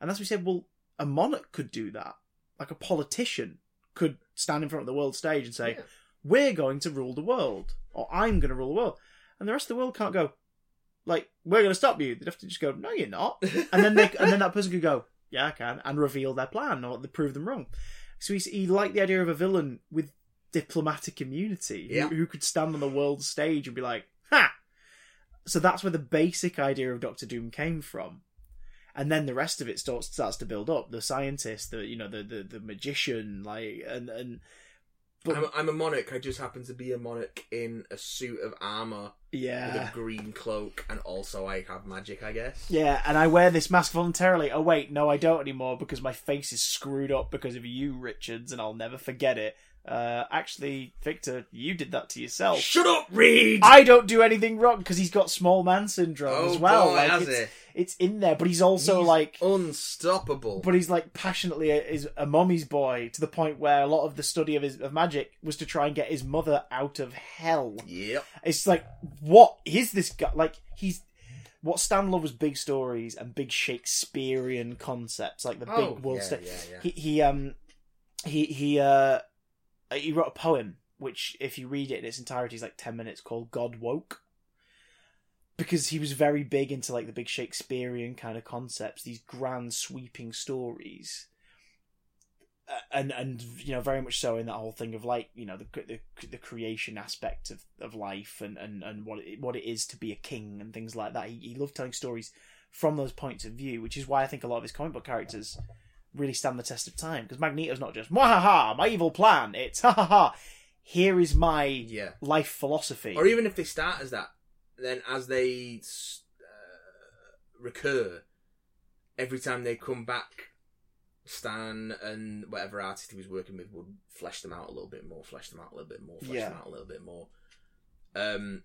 Speaker 1: And that's what he said. Well, a monarch could do that. Like a politician could stand in front of the world stage and say,
Speaker 2: Yeah.
Speaker 1: "We're going to rule the world," or "I'm going to rule the world," and the rest of the world can't go. Like we're going to stop you. They'd have to just go, "No, you're not." and then they, and then that person could go, "Yeah, I can," and reveal their plan or they prove them wrong. So he, he liked the idea of a villain with diplomatic immunity who,
Speaker 2: Yeah.
Speaker 1: who could stand on the world stage and be like, "Ha!" So that's where the basic idea of Doctor Doom came from, and then the rest of it starts starts to build up. The scientist, the you know, the the, the magician, like and and but
Speaker 2: I'm, I'm a monarch. I just happen to be a monarch in a suit of armor with
Speaker 1: yeah.
Speaker 2: a green cloak, and also I have magic. I guess.
Speaker 1: Uh. Yeah, and I wear this mask voluntarily. Oh wait, no, I don't anymore because my face is screwed up because of you, Richards, and I'll never forget it. Uh, actually, Victor, you did that to yourself.
Speaker 2: Oh. Shut up, Reed.
Speaker 1: I don't do anything wrong because he's got small man syndrome
Speaker 2: oh
Speaker 1: as well.
Speaker 2: boy,
Speaker 1: like,
Speaker 2: has
Speaker 1: it's,
Speaker 2: it?
Speaker 1: it's in there, but he's also
Speaker 2: He's
Speaker 1: like,
Speaker 2: unstoppable.
Speaker 1: but he's like passionately a, is a mommy's boy to the point where a lot of the study of his of magic was to try and get his mother out of hell.
Speaker 2: Yep.
Speaker 1: It's like, what is this guy? Like, he's what Stan Love's big stories and big Shakespearean concepts, like the
Speaker 2: Oh,
Speaker 1: big world
Speaker 2: yeah,
Speaker 1: stage.
Speaker 2: yeah, yeah.
Speaker 1: He he um he he uh he wrote a poem which, if you read it in its entirety, is like ten minutes called "God Woke." Because he was very big into like the big Shakespearean kind of concepts, these grand sweeping stories, Uh, and and you know very much so in that whole thing of like you know the cre- the, the creation aspect of, of life and, and, and what it, what it is to be a king and things like that. He, he loved telling stories from those points of view, which is why I think a lot of his comic book characters really stand the test of time. Because Magneto's not just "Mwahaha, my evil plan." It's "Ha ha ha, here is my
Speaker 2: Yeah.
Speaker 1: life philosophy."
Speaker 2: Or even if they start as that, then as they s- uh, recur, every time they come back, Stan and whatever artist he was working with would flesh them out a little bit more, flesh them out a little bit more, flesh
Speaker 1: Yeah.
Speaker 2: them out a little bit more. Um,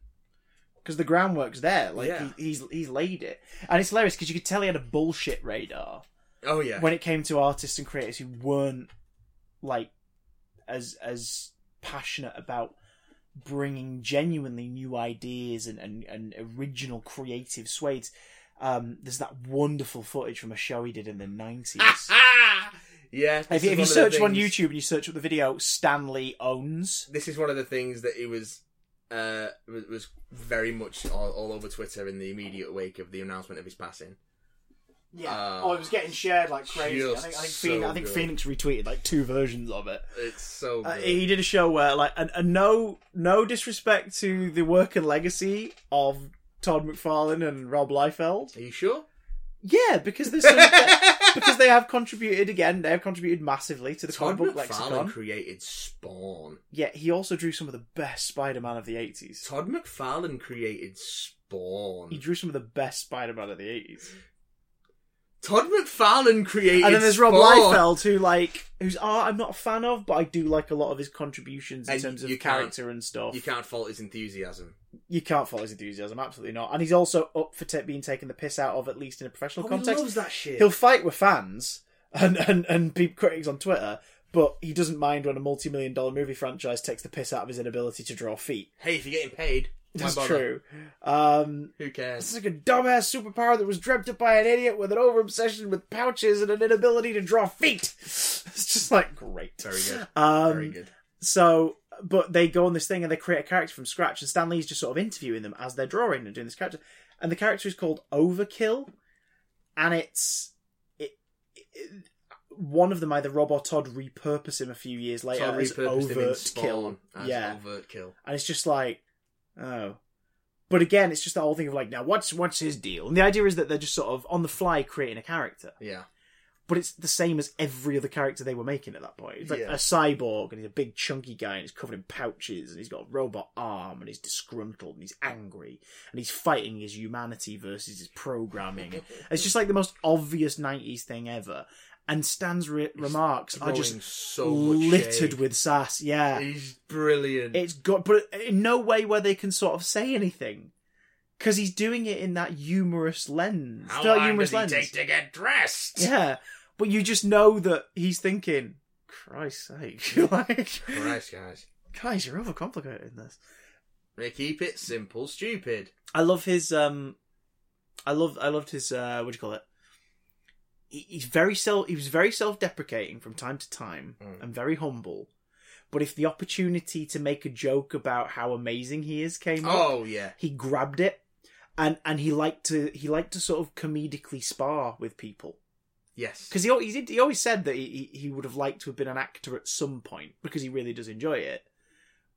Speaker 1: because the groundwork's there. Like
Speaker 2: Yeah.
Speaker 1: he, he's he's laid it, and it's hilarious because you could tell he had a bullshit radar
Speaker 2: oh yeah,
Speaker 1: when it came to artists and creators who weren't like as as passionate about bringing genuinely new ideas and and, and original creative swades. Um, there's that wonderful footage from a show he did in the
Speaker 2: [laughs]
Speaker 1: nineties.
Speaker 2: [laughs] yeah.
Speaker 1: if
Speaker 2: this
Speaker 1: you, if
Speaker 2: is one
Speaker 1: you
Speaker 2: of the
Speaker 1: search on
Speaker 2: things-
Speaker 1: YouTube and you search up the video, Stanley owns.
Speaker 2: this is one of the things that it was uh was, was very much all, all over Twitter in the immediate wake of the announcement of his passing. Yeah.
Speaker 1: oh, it was getting shared like crazy. I
Speaker 2: Just
Speaker 1: think, I think,
Speaker 2: so
Speaker 1: Phoen- I think
Speaker 2: good.
Speaker 1: Phoenix retweeted like two versions of it.
Speaker 2: It's so
Speaker 1: Uh,
Speaker 2: good.
Speaker 1: he did a show where like and, and no no disrespect to the work and legacy of Todd McFarlane and Rob Liefeld.
Speaker 2: Are you sure?
Speaker 1: Yeah, because there's
Speaker 2: [laughs]
Speaker 1: some, because they have contributed again. They have contributed massively to the
Speaker 2: Todd
Speaker 1: comic book
Speaker 2: McFarlane
Speaker 1: lexicon.
Speaker 2: created Spawn.
Speaker 1: yeah, he also drew some of the best Spider-Man of the 80s.
Speaker 2: Todd McFarlane created
Speaker 1: He
Speaker 2: Spawn.
Speaker 1: drew some of the best Spider-Man of the 80s.
Speaker 2: Todd McFarlane created.
Speaker 1: And then there's Rob
Speaker 2: Spawn.
Speaker 1: Liefeld, who like whose art I'm not a fan of, but I do like a lot of his contributions in
Speaker 2: And
Speaker 1: terms of
Speaker 2: you can't-
Speaker 1: character and stuff.
Speaker 2: You can't fault his enthusiasm.
Speaker 1: You can't follow his enthusiasm, absolutely not. And he's also up for ta- being taken the piss out of, at least in a
Speaker 2: Oh,
Speaker 1: professional context.
Speaker 2: that shit.
Speaker 1: He'll fight with fans and and and people critics on Twitter, but he doesn't mind when a multi-million dollar movie franchise takes the piss out of his inability to draw feet.
Speaker 2: Hey, if you're getting paid, why
Speaker 1: That's
Speaker 2: bother?
Speaker 1: true. Um,
Speaker 2: Who
Speaker 1: This
Speaker 2: cares?
Speaker 1: is like a dumbass superpower that was dreamt up by an idiot with an over obsession with pouches and an inability to draw feet. [laughs] It's just like great.
Speaker 2: Very good.
Speaker 1: Um,
Speaker 2: Very good.
Speaker 1: So, but they go on this thing and they create a character from scratch, and Stan Lee's just sort of interviewing them as they're drawing and doing this character. And the character is called Overkill, and it's it, it- one of them either Rob or Todd repurpose him a few years later
Speaker 2: Todd
Speaker 1: as
Speaker 2: repurposed him in
Speaker 1: overt
Speaker 2: Spawn
Speaker 1: kill.
Speaker 2: as
Speaker 1: yeah,
Speaker 2: overt kill.
Speaker 1: and it's just like, oh. But again, it's just the whole thing of like, now what's what's his deal? And the idea is that they're just sort of on the fly creating a character,
Speaker 2: Yeah.
Speaker 1: but it's the same as every other character they were making at that point. It's like
Speaker 2: Yeah.
Speaker 1: a cyborg, and he's a big chunky guy, and he's covered in pouches, and he's got a robot arm, and he's disgruntled, and he's angry, and he's fighting his humanity versus his
Speaker 2: [laughs]
Speaker 1: programming. it's just like the most obvious '90s thing ever. And Stan's re- remarks are
Speaker 2: Throwing
Speaker 1: just
Speaker 2: so much
Speaker 1: littered
Speaker 2: shade.
Speaker 1: with sass. Yeah,
Speaker 2: He's brilliant.
Speaker 1: it's got, but in no way where they can sort of say anything because he's doing it in that humorous lens.
Speaker 2: How
Speaker 1: Not
Speaker 2: long
Speaker 1: humorous
Speaker 2: does he take to get dressed?
Speaker 1: Yeah, but you just know that he's thinking, "Christ's sake, [laughs] like,
Speaker 2: Christ, guys.
Speaker 1: guys, you're overcomplicating this."
Speaker 2: They keep it simple, stupid.
Speaker 1: I love his, um, I love, I loved his, uh, what do you call it? He, he's very self, he was very self-deprecating from time to time,
Speaker 2: Mm.
Speaker 1: and very humble. But if the opportunity to make a joke about how amazing he is came up,
Speaker 2: Oh yeah.
Speaker 1: he grabbed it and and he liked to he liked to sort of comedically spar with people
Speaker 2: Yes.
Speaker 1: because he, al- he did- he always said that he, he he would have liked to have been an actor at some point because he really does enjoy it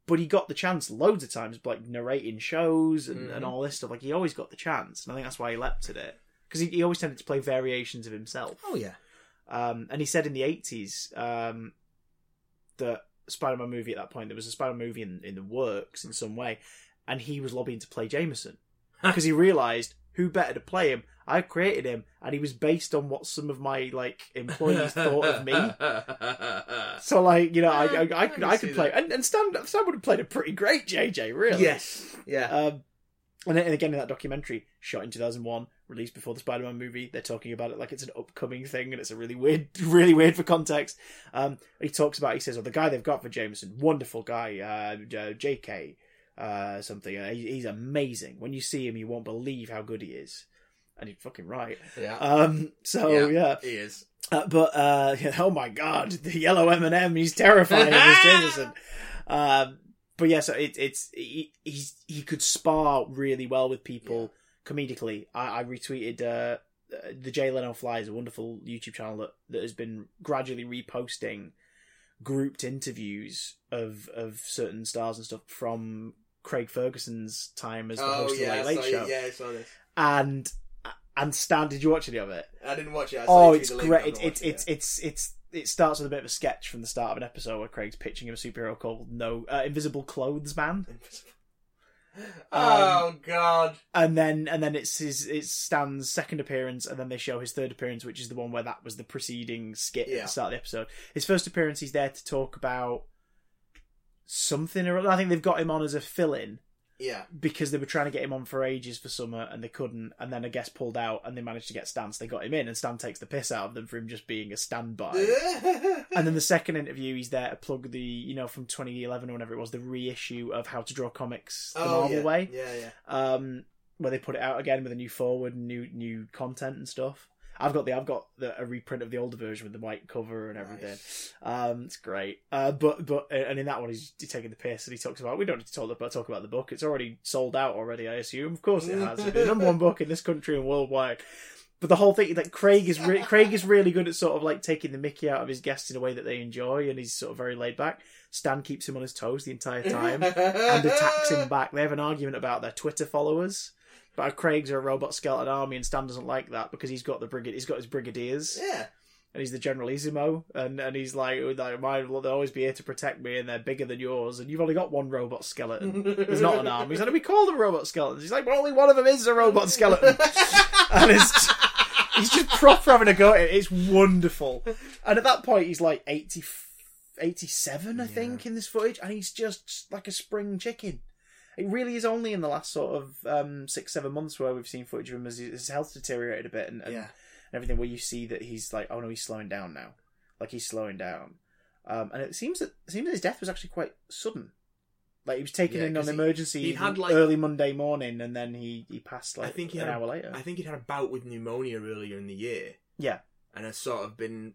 Speaker 1: but he got the chance loads of times like narrating shows and, and
Speaker 2: Mhm.
Speaker 1: all this stuff like he always got the chance and i think that's why he leapt at it because he, he always tended to play variations of himself [laughs]
Speaker 2: Oh yeah.
Speaker 1: um, and he said in the 80s um, that Spider-Man movie at that point, there was a Spider-Man movie in, in the works in some way, and he was lobbying to play
Speaker 2: [laughs]
Speaker 1: Jameson. Because he realised, who better to play him? I created him, and he was based on what some of my, like,
Speaker 2: [laughs]
Speaker 1: employees thought of me. So, like, you know, I, I, I,
Speaker 2: I
Speaker 1: could,
Speaker 2: can
Speaker 1: I
Speaker 2: see
Speaker 1: could play... And, and Stan, Stan would have played a pretty great JJ, really.
Speaker 2: Yes. Yeah.
Speaker 1: Um, and then and again, in that documentary, shot in 2001, released before the Spider Man movie, they're talking about it like it's an upcoming thing and it's a really weird, [laughs] really weird for context. Um, he talks about, he says, oh, the guy they've got for Jameson, wonderful guy, uh, J- JK, uh, something. Uh, he- he's amazing. When you see him, you won't believe how good he is. And he's fucking right.
Speaker 2: yeah.
Speaker 1: Um, so, yeah.
Speaker 2: He is.
Speaker 1: Uh, but uh, [laughs] oh my god, the yellow M and M, he's terrifying, Miss
Speaker 2: [laughs]
Speaker 1: Jameson. Um, but yeah, so it, it's he, he's he could spar really well with people comedically. I, I retweeted uh, uh, the Jay Leno Flies, a wonderful YouTube channel that, that has been gradually reposting grouped interviews of of certain stars and stuff from Craig Ferguson's time as the
Speaker 2: Oh
Speaker 1: host of the
Speaker 2: yeah.
Speaker 1: Late Late
Speaker 2: sorry,
Speaker 1: Show.
Speaker 2: yeah. I saw this.
Speaker 1: And and Stan, did you watch any of it?
Speaker 2: I didn't watch it. I saw
Speaker 1: Oh,
Speaker 2: you
Speaker 1: it's
Speaker 2: through the
Speaker 1: great.
Speaker 2: link, I've
Speaker 1: It's
Speaker 2: not
Speaker 1: it's
Speaker 2: watched it
Speaker 1: it's
Speaker 2: yet.
Speaker 1: it's it's it starts with a bit of a sketch from the start of an episode where Craig's pitching him a superhero called No uh, Invisible Clothes Man, um,
Speaker 2: [laughs] Oh God.
Speaker 1: and then and then it's his it's Stan's second appearance, and then they show his third appearance, which is the one where that was the preceding skit at
Speaker 2: Yeah.
Speaker 1: the start of the episode. His first appearance, he's there to talk about something or other. I think they've got him on as a fill-in [laughs]
Speaker 2: Yeah.
Speaker 1: because they were trying to get him on for ages for summer and they couldn't, and then a guest pulled out and they managed to get Stan, so they got him in, and Stan takes the piss out of them for him just being a
Speaker 2: [laughs]
Speaker 1: standby. And then the second interview, he's there to plug the, you know, from 2011 or whenever it was, the reissue of How to Draw Comics the
Speaker 2: oh,
Speaker 1: Marvel
Speaker 2: yeah.
Speaker 1: Way,
Speaker 2: Yeah. Yeah.
Speaker 1: um, where they put it out again with a new forward, new new content and stuff. I've got the I've got the, a reprint of the older version with the white cover and everything.
Speaker 2: Nice.
Speaker 1: Um, it's great. Uh, but but and in that one, he's taking the piss and he talks about we don't need to talk about talk about the book. It's already sold out already. I assume, of course, it has. It's the number one book in this country and worldwide. But the whole thing, like Craig is re- Craig is really good at sort of like taking the Mickey out of his guests in a way that they enjoy, and he's sort of very laid back. Stan keeps him on his toes the entire
Speaker 2: [laughs]
Speaker 1: time and attacks him back. They have an argument about their Twitter followers. But how Craig's a robot skeleton army, and Stan doesn't like that because he's got the brigade, he's got his brigadiers,
Speaker 2: Yeah.
Speaker 1: and he's the generalissimo, and and he's like, "Oh, like mine, will- they'll always be here to protect me, and they're bigger than yours, and you've only got one robot skeleton. There's not an army. [laughs]
Speaker 2: [laughs]
Speaker 1: He's like, we call them robot skeletons. He's like, well, only one of them is a robot skeleton, and it's he's just proper having a go at it. It's wonderful. And at that point, he's like 80, 87, I
Speaker 2: Yeah.
Speaker 1: think, in this footage, and he's just like a spring chicken. It really is only in the last sort of um, six, seven months where we've seen footage of him as his health deteriorated a bit and, and,
Speaker 2: yeah.
Speaker 1: and everything, where you see that he's like, oh no, he's slowing down now. Like he's slowing down. Um, and it seems that it seems that his death was actually quite sudden. Like he was taken
Speaker 2: Yeah,
Speaker 1: in on
Speaker 2: 'cause he-
Speaker 1: emergency
Speaker 2: he'd had, like-
Speaker 1: early Monday morning, and then he, he passed like
Speaker 2: I think he
Speaker 1: an
Speaker 2: had
Speaker 1: hour later.
Speaker 2: I think he'd had a bout with pneumonia earlier in the year.
Speaker 1: Yeah.
Speaker 2: And had sort of been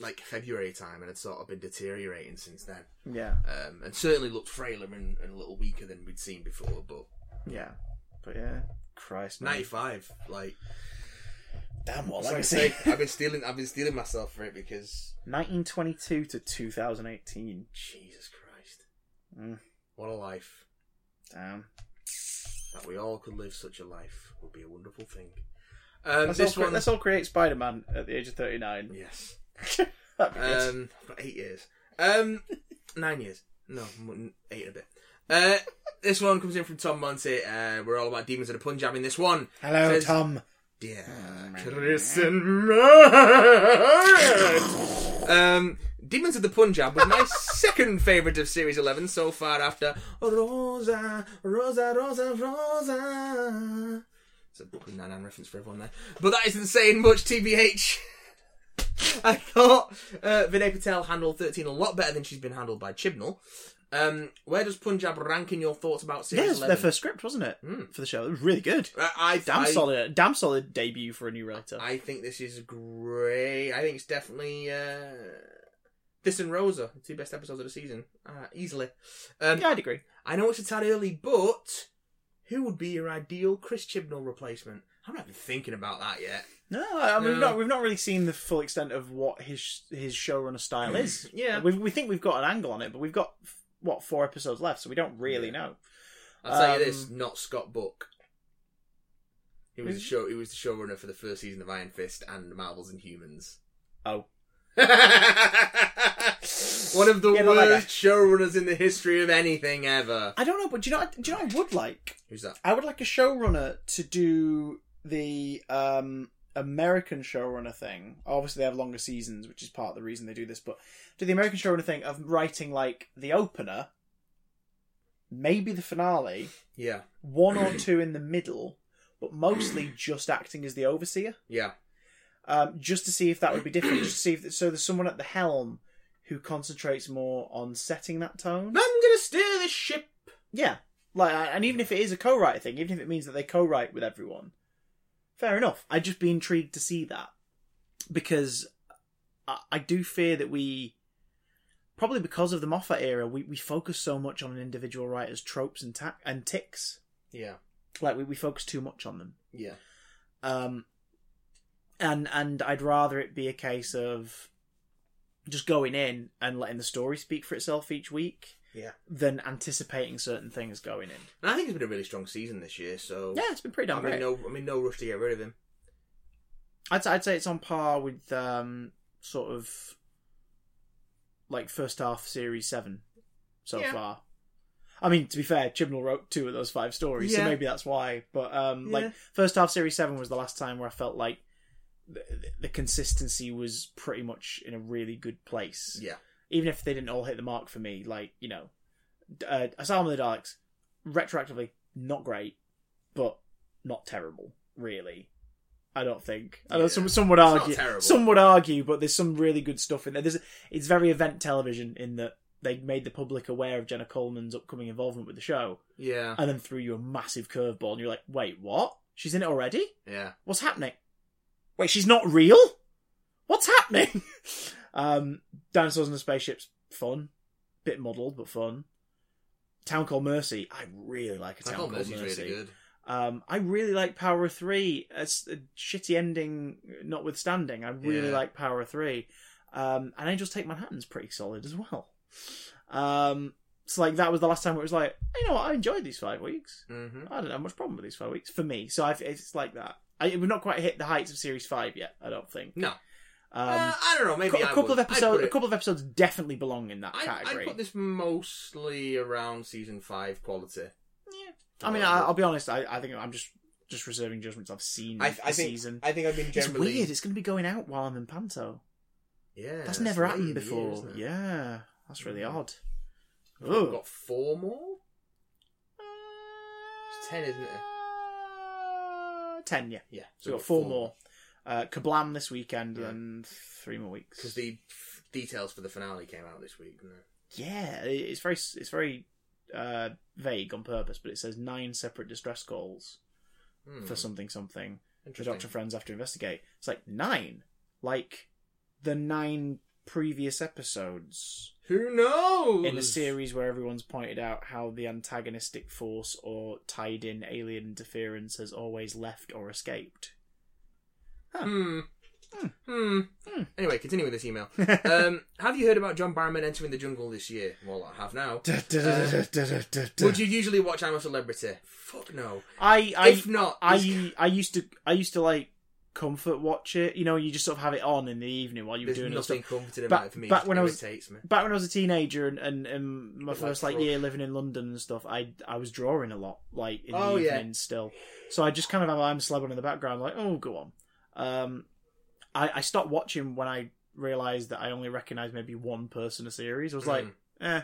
Speaker 2: like February time and had sort of been deteriorating since then.
Speaker 1: Yeah,
Speaker 2: Um, and certainly looked frailer and, and a little weaker than we'd seen before, but
Speaker 1: yeah, but yeah, Oh, Christ, man.
Speaker 2: ninety five, like
Speaker 1: damn what
Speaker 2: it's like I
Speaker 1: legacy.
Speaker 2: say, I've been stealing I've been stealing myself for it because
Speaker 1: 1922 to 2018.
Speaker 2: Jesus Christ.
Speaker 1: Mm.
Speaker 2: What a life.
Speaker 1: Damn.
Speaker 2: That we all could live such a life would be a wonderful thing. Um,
Speaker 1: let's,
Speaker 2: this
Speaker 1: all, cre-
Speaker 2: one
Speaker 1: let's all create Spider Man at the age of 39.
Speaker 2: Yes.
Speaker 1: [laughs] That'd be good.
Speaker 2: Um, about eight years. Um, [laughs] nine years. No, m- eight and a bit. Uh, this one comes in from Tom Monte. Uh, we're all about demons of the Punjab in this one.
Speaker 1: Hello,
Speaker 2: says-
Speaker 1: Tom.
Speaker 2: Dear Chris and Matt. Um, Demons of the Punjab was my [laughs] second favourite of Series 11 so far after Rosa, Rosa, Rosa, Rosa. It's a Brooklyn Nine-Nine reference for everyone there. But that isn't saying much, TBH. [laughs] I thought uh, Vinay Patel handled 13 a lot better than she's been handled by Chibnall. Um, where does Punjab rank in your thoughts about
Speaker 1: Yeah,
Speaker 2: Series
Speaker 1: it's
Speaker 2: 11?
Speaker 1: their first script, wasn't it? For the show. It was really good.
Speaker 2: I, I,
Speaker 1: Damn
Speaker 2: Hmm. I,
Speaker 1: solid. Damn solid debut for a new writer.
Speaker 2: I think this is great. I think it's definitely uh, this and Rosa, the two best episodes of the season, uh, easily. Um,
Speaker 1: yeah, I'd agree.
Speaker 2: I know it's a tad early, but who would be your ideal Chris Chibnall replacement? I'm not even thinking about that yet.
Speaker 1: No, I mean, We've,
Speaker 2: No.
Speaker 1: not, we've not really seen the full extent of what his his showrunner
Speaker 2: Hmm.
Speaker 1: style is.
Speaker 2: Yeah.
Speaker 1: We've, we think we've got an angle on it, but we've got, what, four episodes left, so we don't really
Speaker 2: Yeah.
Speaker 1: know.
Speaker 2: I'll tell you
Speaker 1: Um,
Speaker 2: this: not Scott Buck. He was the
Speaker 1: Is-
Speaker 2: show. He was the showrunner for the first season of Iron Fist and Marvels and Humans.
Speaker 1: Oh.
Speaker 2: [laughs] One of the
Speaker 1: Yeah, but like
Speaker 2: worst showrunners in the history of anything ever.
Speaker 1: I don't know, but do you know, what- do you know what I would like?
Speaker 2: Who's that?
Speaker 1: I would like a showrunner to do the um, American showrunner thing. Obviously, they have longer seasons, which is part of the reason they do this. But do the American showrunner thing of writing like the opener, maybe the finale,
Speaker 2: Yeah,
Speaker 1: one or two in the middle, but mostly just acting as the overseer,
Speaker 2: yeah.
Speaker 1: um, just to see if that would be different. Just to see if so. There's someone at the helm who concentrates more on setting that tone.
Speaker 2: I'm gonna steer this ship.
Speaker 1: Yeah, like, I- and even if it is a co-write thing, even if it means that they co-write with everyone, fair enough. I'd just be intrigued to see that because I, I do fear that we, probably because of the Moffat era, we, we focus so much on an individual writer's tropes and ta- and ticks.
Speaker 2: Yeah,
Speaker 1: Like we, we focus too much on them.
Speaker 2: yeah,
Speaker 1: Um, and and I'd rather it be a case of just going in and letting the story speak for itself each week
Speaker 2: yeah.
Speaker 1: than anticipating certain things going in.
Speaker 2: And I think it's been a really strong season this year. So
Speaker 1: Yeah, it's been pretty damn
Speaker 2: I'm in
Speaker 1: great.
Speaker 2: no, I'm in no rush to get rid of him.
Speaker 1: I'd, I'd say it's on par with um, sort of like first half series seven so
Speaker 2: Yeah.
Speaker 1: far. I mean, to be fair, Chibnall wrote two of those five stories, so
Speaker 2: Yeah.
Speaker 1: maybe that's why. But um,
Speaker 2: Yeah.
Speaker 1: like first half series seven was the last time where I felt like the, the consistency was pretty much in a really good place.
Speaker 2: Yeah,
Speaker 1: Even if they didn't all hit the mark for me, like you know, d- uh, Asylum of the Daleks, retroactively not great, but not terrible, really. I don't think. I know
Speaker 2: Yeah.
Speaker 1: some some would
Speaker 2: It's not
Speaker 1: argue.
Speaker 2: terrible.
Speaker 1: Some would argue, but there's some really good stuff in there. There's it's very event television in that they made the public aware of Jenna Coleman's upcoming involvement with the show,
Speaker 2: yeah,
Speaker 1: and then threw you a massive curveball, and you're like, "Wait, what? She's in it already?
Speaker 2: yeah.
Speaker 1: What's happening? Wait, she's not real? What's happening?" [laughs] um, Dinosaurs and the Spaceships, fun, bit muddled but fun. Town Called Mercy, I really like a
Speaker 2: I
Speaker 1: Town
Speaker 2: thought
Speaker 1: Called
Speaker 2: Mercy's
Speaker 1: Mercy.
Speaker 2: really good.
Speaker 1: Um, I really like Power of Three. It's a shitty ending, notwithstanding. I really
Speaker 2: Yeah.
Speaker 1: like Power of Three, um, and Angels Take Manhattan's pretty solid as well. Um, so like that was the last time where it was like, you know what, I enjoyed these five weeks.
Speaker 2: Mm-hmm.
Speaker 1: I don't have much problem with these five weeks for me. So I've, it's like that. I, we've not quite hit the heights of series five yet. I don't think.
Speaker 2: No, uh,
Speaker 1: Um,
Speaker 2: I don't know. Maybe
Speaker 1: cou- a
Speaker 2: I
Speaker 1: couple
Speaker 2: would.
Speaker 1: of episodes.
Speaker 2: I'd
Speaker 1: A
Speaker 2: put it-
Speaker 1: couple of episodes definitely belong in that
Speaker 2: I, I
Speaker 1: category.
Speaker 2: put this mostly around season five quality. Uh,
Speaker 1: I mean, I, I'll be honest. I, I think I'm just just reserving judgments I've seen
Speaker 3: I,
Speaker 1: this
Speaker 3: I think
Speaker 1: season.
Speaker 3: I think I've been
Speaker 1: it's
Speaker 3: generally
Speaker 1: weird. It's going to be going out while I'm in Panto.
Speaker 2: Yeah,
Speaker 1: that's, never
Speaker 2: late
Speaker 1: happened
Speaker 2: in the year,
Speaker 1: before.
Speaker 2: isn't it?
Speaker 1: yeah, that's really
Speaker 2: Mm.
Speaker 1: odd.
Speaker 2: We've
Speaker 1: Oh,
Speaker 2: got four more. It's ten, isn't it?
Speaker 1: ten. Yeah,
Speaker 2: Yeah,
Speaker 1: so we've got four more. Uh, Kablam this weekend, and three more weeks.
Speaker 2: because the f- details for the finale came out this week. Didn't they?
Speaker 1: yeah, it- it's very it's very uh, vague on purpose, but it says nine separate distress calls
Speaker 2: Hmm,
Speaker 1: for something something. The
Speaker 2: interesting.
Speaker 1: Doctor Friends have to investigate. It's like nine, like the nine previous episodes.
Speaker 2: Who knows?
Speaker 1: in a series where everyone's pointed out how the antagonistic force or tied in alien interference has always left or
Speaker 2: [laughs]
Speaker 1: escaped. [laughs]
Speaker 2: Hmm. Hmm.
Speaker 1: Hmm.
Speaker 2: Anyway, continuing this
Speaker 1: [laughs]
Speaker 2: email. um, have you heard about John Barrowman entering the jungle this year? Well, I have now. Would you usually watch I'm a Celebrity? Fuck no.
Speaker 1: I, I,
Speaker 2: if not, it's-
Speaker 1: I, I used to, I used to like comfort watch it. You know, you just sort of have it on in the evening while you were
Speaker 2: there's
Speaker 1: doing other
Speaker 2: nothing
Speaker 1: stuff.
Speaker 2: comforting
Speaker 1: Back-
Speaker 2: about it for me.
Speaker 1: back
Speaker 2: it
Speaker 1: when I was-
Speaker 2: irritates me.
Speaker 1: Back when I was a teenager and, and, and my
Speaker 2: Like
Speaker 1: first like
Speaker 2: drawing.
Speaker 1: year living in London and stuff, I I was drawing a lot, like in the
Speaker 2: Oh, yeah.
Speaker 1: evening still. So I just kind of have I'm Celeb on in the background, like, oh go on. Um I, I stopped watching when I realised that I only recognised maybe one person a series. I was like,
Speaker 2: Mm.
Speaker 1: eh,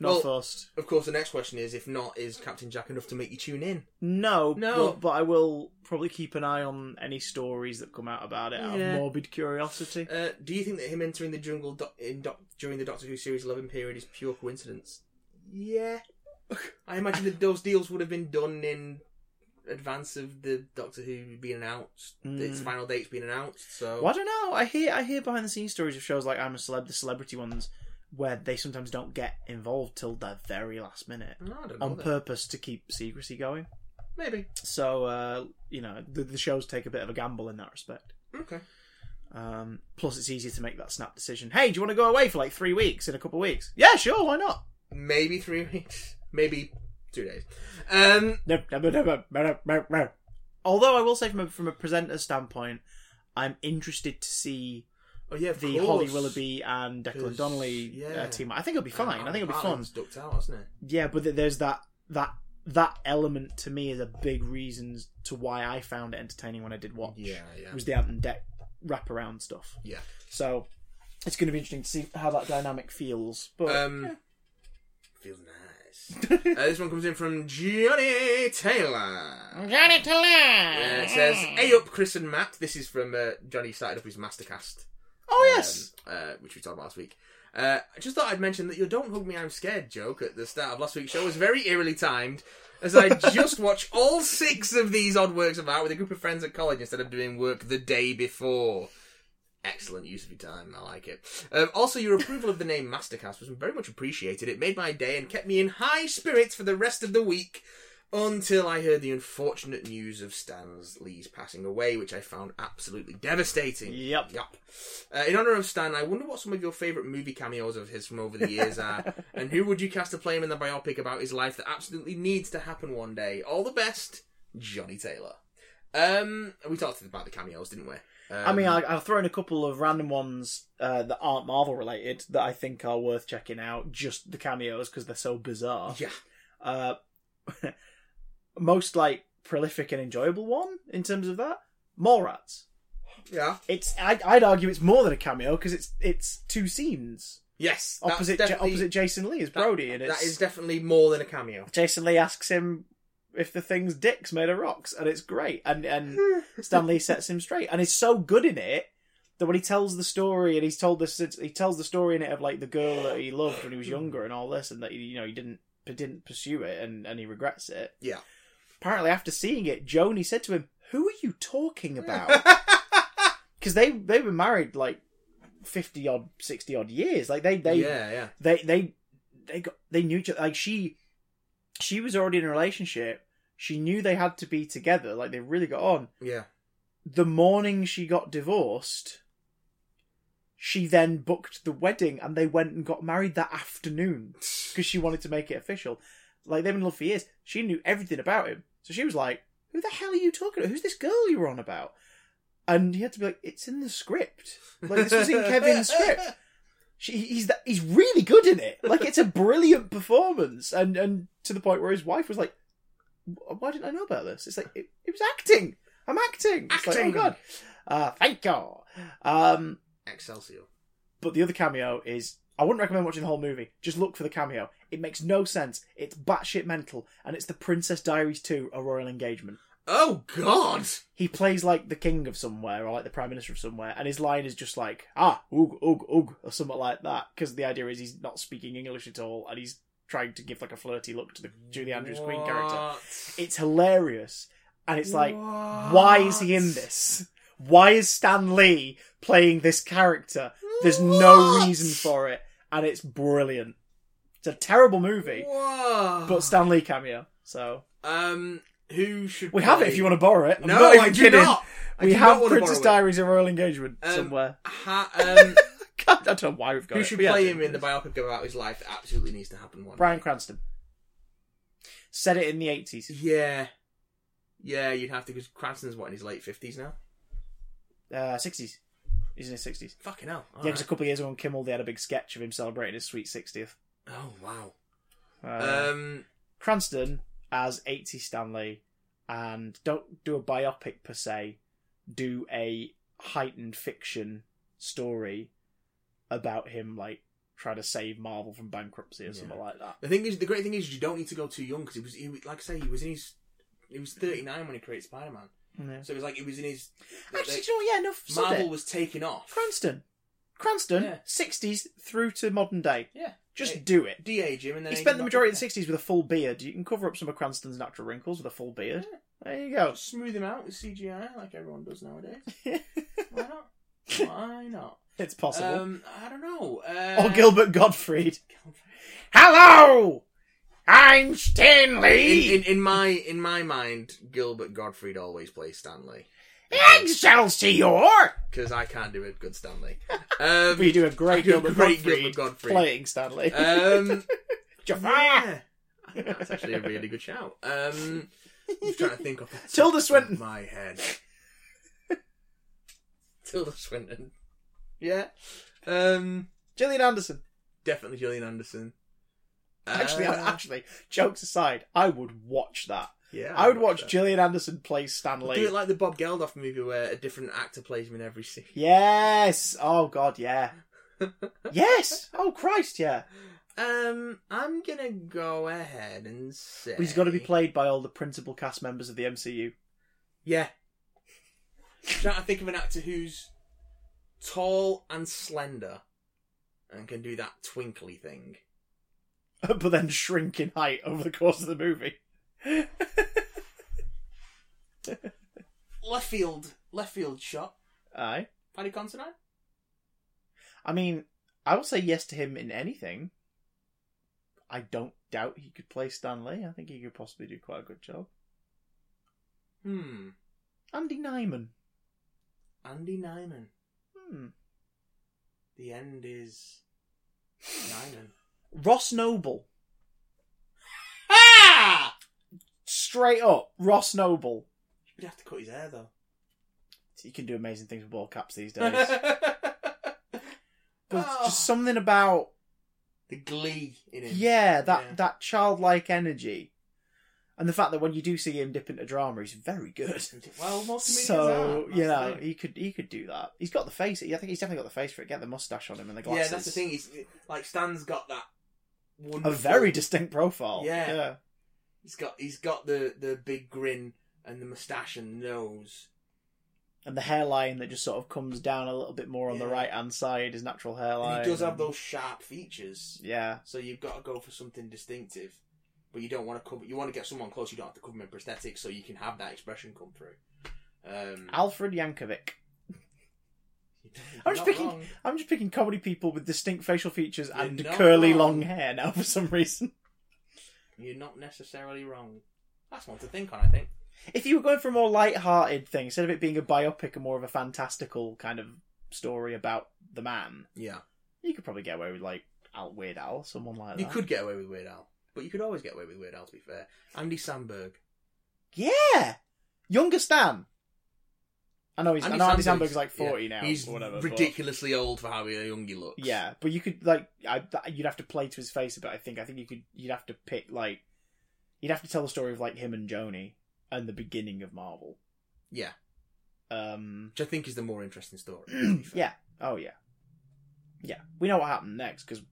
Speaker 1: not
Speaker 2: Well-
Speaker 1: first.
Speaker 2: Of course, the next question is: If not, is Captain Jack enough to make you tune in?
Speaker 1: No,
Speaker 2: No.
Speaker 1: But, but I will probably keep an eye on any stories that come out about it out
Speaker 2: Yeah.
Speaker 1: of morbid curiosity.
Speaker 2: Uh, do you think that him entering the jungle do- in doc- during the Doctor Who series 11 period is pure coincidence? Yeah. I imagine that those deals would have been done in advance of the Doctor Who being announced, its
Speaker 1: Mm.
Speaker 2: final dates being announced. So
Speaker 1: Well, I don't know. I hear I hear behind the scenes stories of shows like I'm a Celeb, the celebrity ones, where they sometimes don't get involved till the very last minute
Speaker 2: No, I don't know.
Speaker 1: on
Speaker 2: then.
Speaker 1: purpose to keep secrecy going.
Speaker 2: Maybe.
Speaker 1: So uh, you know the, the shows take a bit of a gamble in that respect.
Speaker 2: Okay.
Speaker 1: Um, plus, it's easier to make that snap decision. Hey, do you want to go away for like three weeks in a couple of weeks? Yeah, sure. Why not?
Speaker 2: Maybe three weeks. Maybe two days. Um,
Speaker 1: No, no, no, no, no, no, no. Although I will say, from a, from a presenter standpoint, I'm interested to see
Speaker 2: oh yeah, of
Speaker 1: the
Speaker 2: course.
Speaker 1: Holly Willoughby and Declan
Speaker 2: 'Cause,
Speaker 1: Donnelly uh,
Speaker 2: yeah.
Speaker 1: team. I think it'll be fine. I think it'll be fun.
Speaker 2: Bartlett's Ducked out, hasn't it?
Speaker 1: yeah but th- there's that that that element to me is a big reason to why i found it entertaining when i did watch
Speaker 2: Yeah, yeah.
Speaker 1: was the ant and deck wraparound stuff
Speaker 2: Yeah.
Speaker 1: so it's going to be interesting to see how that dynamic feels but
Speaker 2: Um, Feels nice. uh, this one comes in from Johnny Taylor.
Speaker 1: Johnny
Speaker 2: Uh, it says, "Hey up, Chris and Matt." This is from uh, Johnny started up his mastercast.
Speaker 1: oh yes
Speaker 2: um, uh, which we talked about last week. Uh, I just thought I'd mention that your "Don't Hug Me, I'm Scared" joke at the start of last week's show was very eerily timed,
Speaker 1: [laughs]
Speaker 2: as I just watched all six of these odd works of art with a group of friends at college instead of doing work the day before. Excellent use of your time. I like it. Um, also, your approval of the name Mastercast was very much appreciated. It made my day and kept me in high spirits for the rest of the week until I heard the unfortunate news of Stan Lee's passing away, which I found absolutely devastating.
Speaker 1: Yep.
Speaker 2: Yep. Uh, in honor of Stan, I wonder what some of your favourite movie cameos of his from over the
Speaker 1: [laughs]
Speaker 2: years are, and who would you cast to play him in the biopic about his life that absolutely needs to happen one day? All the best, Johnny Taylor. Um, we talked about the cameos, didn't we? Um,
Speaker 1: i mean I, i'll throw in a couple of random ones uh, that aren't marvel related that i think are worth checking out just the cameos because they're so bizarre
Speaker 2: yeah,
Speaker 1: uh, [laughs] most like prolific and enjoyable one in terms of that Morats.
Speaker 2: yeah,
Speaker 1: It's I'd, I'd argue it's more than a cameo because it's it's two scenes
Speaker 2: yes. that's
Speaker 1: opposite Ja-
Speaker 2: definitely-
Speaker 1: opposite Jason Lee as Brody, and it's
Speaker 2: that is definitely more than a cameo.
Speaker 1: [laughs] Jason Lee asks him if the thing's dicks made of rocks, and it's great, and
Speaker 2: [laughs]
Speaker 1: and Stan Lee sets him straight, and he's so good in it. That when he tells the story, and he's told this, he tells the story in it of like the girl that he loved when he
Speaker 2: [clears throat]
Speaker 1: was younger, and all this, and that you know he didn't didn't pursue it, and and he regrets it.
Speaker 2: Yeah.
Speaker 1: apparently after seeing it, Joni said to him, "Who are you talking about?"
Speaker 2: [laughs]
Speaker 1: Because they they were married like fifty odd, sixty odd years. Like they they
Speaker 2: yeah, yeah.
Speaker 1: they they they got they knew each other. Like she she was already in a relationship. She knew they had to be together. Like they really got on.
Speaker 2: Yeah.
Speaker 1: The morning she got divorced, she then booked the wedding, and they went and got married that afternoon because she wanted to make it official. Like they've been in love for years. She knew everything about him, so she was like, "Who the hell are you talking about? Who's this girl you were on about?" And he had to be like, "It's in the script. Like this
Speaker 2: [laughs]
Speaker 1: was in Kevin's script." She, he's that he's really good in it. Like it's a brilliant performance, and and to the point where his wife was like, why didn't I know about this? It's like it, it was acting. I'm acting. It's like,
Speaker 2: Acting.
Speaker 1: oh god, uh, thank you. Um,
Speaker 2: Excelsior.
Speaker 1: but the other cameo is I wouldn't recommend watching the whole movie. Just look for the cameo. It makes no sense. It's batshit mental, and it's the Princess Diaries 2: A Royal Engagement.
Speaker 2: Oh God!
Speaker 1: he plays like the king of somewhere or like the prime minister of somewhere, and his line is just like ah oog oog oog or something like that. Because the idea is he's not speaking English at all, and he's trying to give like a flirty look to the Julie Andrews Queen character. It's hilarious, and it's like, why is he in this? Why is Stan Lee playing this character? There's no reason for it, and it's brilliant. It's a terrible movie, but Stan Lee cameo. So
Speaker 2: um, who should
Speaker 1: we have it
Speaker 2: play-
Speaker 1: if you want to borrow it. I'm
Speaker 2: no,
Speaker 1: not even
Speaker 2: I do
Speaker 1: kidding.
Speaker 2: not. I
Speaker 1: We
Speaker 2: do
Speaker 1: have
Speaker 2: not want to
Speaker 1: Princess
Speaker 2: borrow it.
Speaker 1: Diaries and Royal Engagement
Speaker 2: Um,
Speaker 1: somewhere. [laughs]
Speaker 2: Ha- um,
Speaker 1: God, I don't know why we've got
Speaker 2: who
Speaker 1: it.
Speaker 2: should
Speaker 1: but yeah,
Speaker 2: play
Speaker 1: I
Speaker 2: him
Speaker 1: do.
Speaker 2: in the biopic about his life? That absolutely needs to happen one.
Speaker 1: Brian Cranston. Said it in the 80s.
Speaker 2: Yeah, yeah, you'd have to because Cranston's what in his late fifties now.
Speaker 1: Uh, 60s. He's in his 60s.
Speaker 2: Fucking hell!
Speaker 1: Yeah,
Speaker 2: All
Speaker 1: 'cause yeah, because
Speaker 2: right.
Speaker 1: a couple of years ago on Kimmel, they had a big sketch of him celebrating his sweet 60th.
Speaker 2: Oh wow.
Speaker 1: Uh,
Speaker 2: Um,
Speaker 1: Cranston as 80 Stanley, and don't do a biopic per se, do a heightened fiction story about him, like, trying to save Marvel from bankruptcy or
Speaker 2: Yeah.
Speaker 1: something like that.
Speaker 2: the thing is, the great thing is, you don't need to go too young because he was, he, was- like I say, he was in his, he was thirty nine when he created Spider Man.
Speaker 1: Yeah.
Speaker 2: So it was like he was in his.
Speaker 1: Actually, do you know what? Yeah, enough. said it.
Speaker 2: Marvel was taking off.
Speaker 1: Cranston. Cranston,
Speaker 2: Yeah.
Speaker 1: 60s through to modern day.
Speaker 2: Yeah.
Speaker 1: Just
Speaker 2: Hey.
Speaker 1: do it.
Speaker 2: De-age him and then
Speaker 1: He spent the majority of
Speaker 2: back
Speaker 1: the 60s with a full beard. You can cover up some of Cranston's natural wrinkles with a full beard. There you go.
Speaker 2: up. Smooth him out with CGI like everyone does nowadays. Why not? Why not?
Speaker 1: it's possible.
Speaker 2: Um, I don't know. Uh,
Speaker 1: or Gilbert
Speaker 2: [laughs]
Speaker 1: Gottfried. Hello! I'm Stanley!
Speaker 2: In, in, in my in my mind, Gilbert Gottfried always plays Stanley
Speaker 1: Excelsior!
Speaker 2: because I can't do a good Stanley.
Speaker 1: But [laughs] you
Speaker 2: Um,
Speaker 1: do a great
Speaker 2: [laughs] do a
Speaker 1: Gilbert
Speaker 2: great
Speaker 1: Gottfried,
Speaker 2: Gilbert Gottfried.
Speaker 1: playing Stanley. [laughs] Ah!
Speaker 2: um,
Speaker 1: Jafar!
Speaker 2: I think that's actually a really good shout. Um, I'm trying to think of
Speaker 1: Tilda
Speaker 2: off
Speaker 1: Swinton.
Speaker 2: My head. [laughs] Tilda Swinton. Yeah. Um,
Speaker 1: Gillian Anderson.
Speaker 2: definitely Gillian Anderson.
Speaker 1: Actually,
Speaker 2: Uh,
Speaker 1: I- actually, jokes aside, I would watch that.
Speaker 2: yeah,
Speaker 1: I would watch
Speaker 2: that.
Speaker 1: Gillian Anderson play Stanley.
Speaker 2: Do it like the Bob Geldof movie where a different actor plays him in every scene.
Speaker 1: Yes. Oh God, yeah. yes. Oh Christ, yeah.
Speaker 2: Um, I'm gonna go ahead and say
Speaker 1: But he's got to be played by all the principal cast members of the MCU.
Speaker 2: Yeah. Trying to think of an actor who's tall and slender and can do that twinkly thing.
Speaker 1: [laughs] but then shrink in height over the course of the movie.
Speaker 2: Left field, left field shot.
Speaker 1: Aye.
Speaker 2: Paddy Considine.
Speaker 1: I mean, I will say yes to him in anything. I don't doubt he could play Stanley. I think he could possibly do quite a good job.
Speaker 2: Hmm.
Speaker 1: Andy Nyman.
Speaker 2: Andy Nyman.
Speaker 1: Hmm.
Speaker 2: The end is Nyman.
Speaker 1: Ross Noble.
Speaker 2: ah!
Speaker 1: Straight up, Ross Noble.
Speaker 2: You'd have to cut his hair though.
Speaker 1: He can do amazing things with ball caps these
Speaker 2: [laughs]
Speaker 1: days. but
Speaker 2: Oh.
Speaker 1: just something about
Speaker 2: the glee in him.
Speaker 1: Yeah, that
Speaker 2: Yeah.
Speaker 1: that childlike energy, and the fact that when you do see him dip into drama, he's very good.
Speaker 2: Well, most comedians
Speaker 1: So you
Speaker 2: are. That's the
Speaker 1: know
Speaker 2: thing.
Speaker 1: he could he could do that. He's got the face. I think he's definitely got the face for it. Get the mustache on him and the glasses.
Speaker 2: Yeah, that's the thing. He's like Stan's got that.
Speaker 1: A
Speaker 2: Wonderful,
Speaker 1: very distinct profile.
Speaker 2: Yeah. He's got he's got the the big grin and the moustache and nose.
Speaker 1: and the hairline that just sort of comes down a little bit more on the
Speaker 2: Yeah.
Speaker 1: right hand side, his natural hairline.
Speaker 2: And he does have
Speaker 1: and-
Speaker 2: those sharp features.
Speaker 1: Yeah,
Speaker 2: So you've got to go for something distinctive, but you don't want to cover. You want to get someone close. You don't have to cover him in prosthetics, so you can have that expression come through. Um,
Speaker 1: Alfred Yankovic.
Speaker 2: you're
Speaker 1: I'm just
Speaker 2: not
Speaker 1: picking-
Speaker 2: wrong.
Speaker 1: I'm just picking comedy people with distinct facial features
Speaker 2: You're
Speaker 1: and
Speaker 2: not
Speaker 1: curly
Speaker 2: wrong.
Speaker 1: long hair now for some reason.
Speaker 2: You're not necessarily wrong. That's one to think on. I think.
Speaker 1: If you were going for a more light-hearted thing, instead of it being a biopic and more of a fantastical kind of story about the man,
Speaker 2: Yeah,
Speaker 1: you could probably get away with like Al Weird Al, someone like that.
Speaker 2: you could get away with Weird Al, but you could always get away with Weird Al. To be fair, Andy Samberg.
Speaker 1: yeah, younger Stan. I know he's. I
Speaker 2: Andy
Speaker 1: know Andy
Speaker 2: Sandberg's-
Speaker 1: Sandberg's like forty
Speaker 2: yeah,
Speaker 1: now,
Speaker 2: He's
Speaker 1: or whatever. but-
Speaker 2: ridiculously old for how young he looks.
Speaker 1: yeah, but you could like, I, that- you'd have to play to his face a bit. I think. I think you could. You'd have to pick like you'd have to tell the story of like him and Joni and the beginning of Marvel.
Speaker 2: Yeah.
Speaker 1: Um,
Speaker 2: Which I think is the more interesting story. to
Speaker 1: [clears throat]
Speaker 2: be fair.
Speaker 1: yeah. Oh yeah. Yeah. We know what happened next because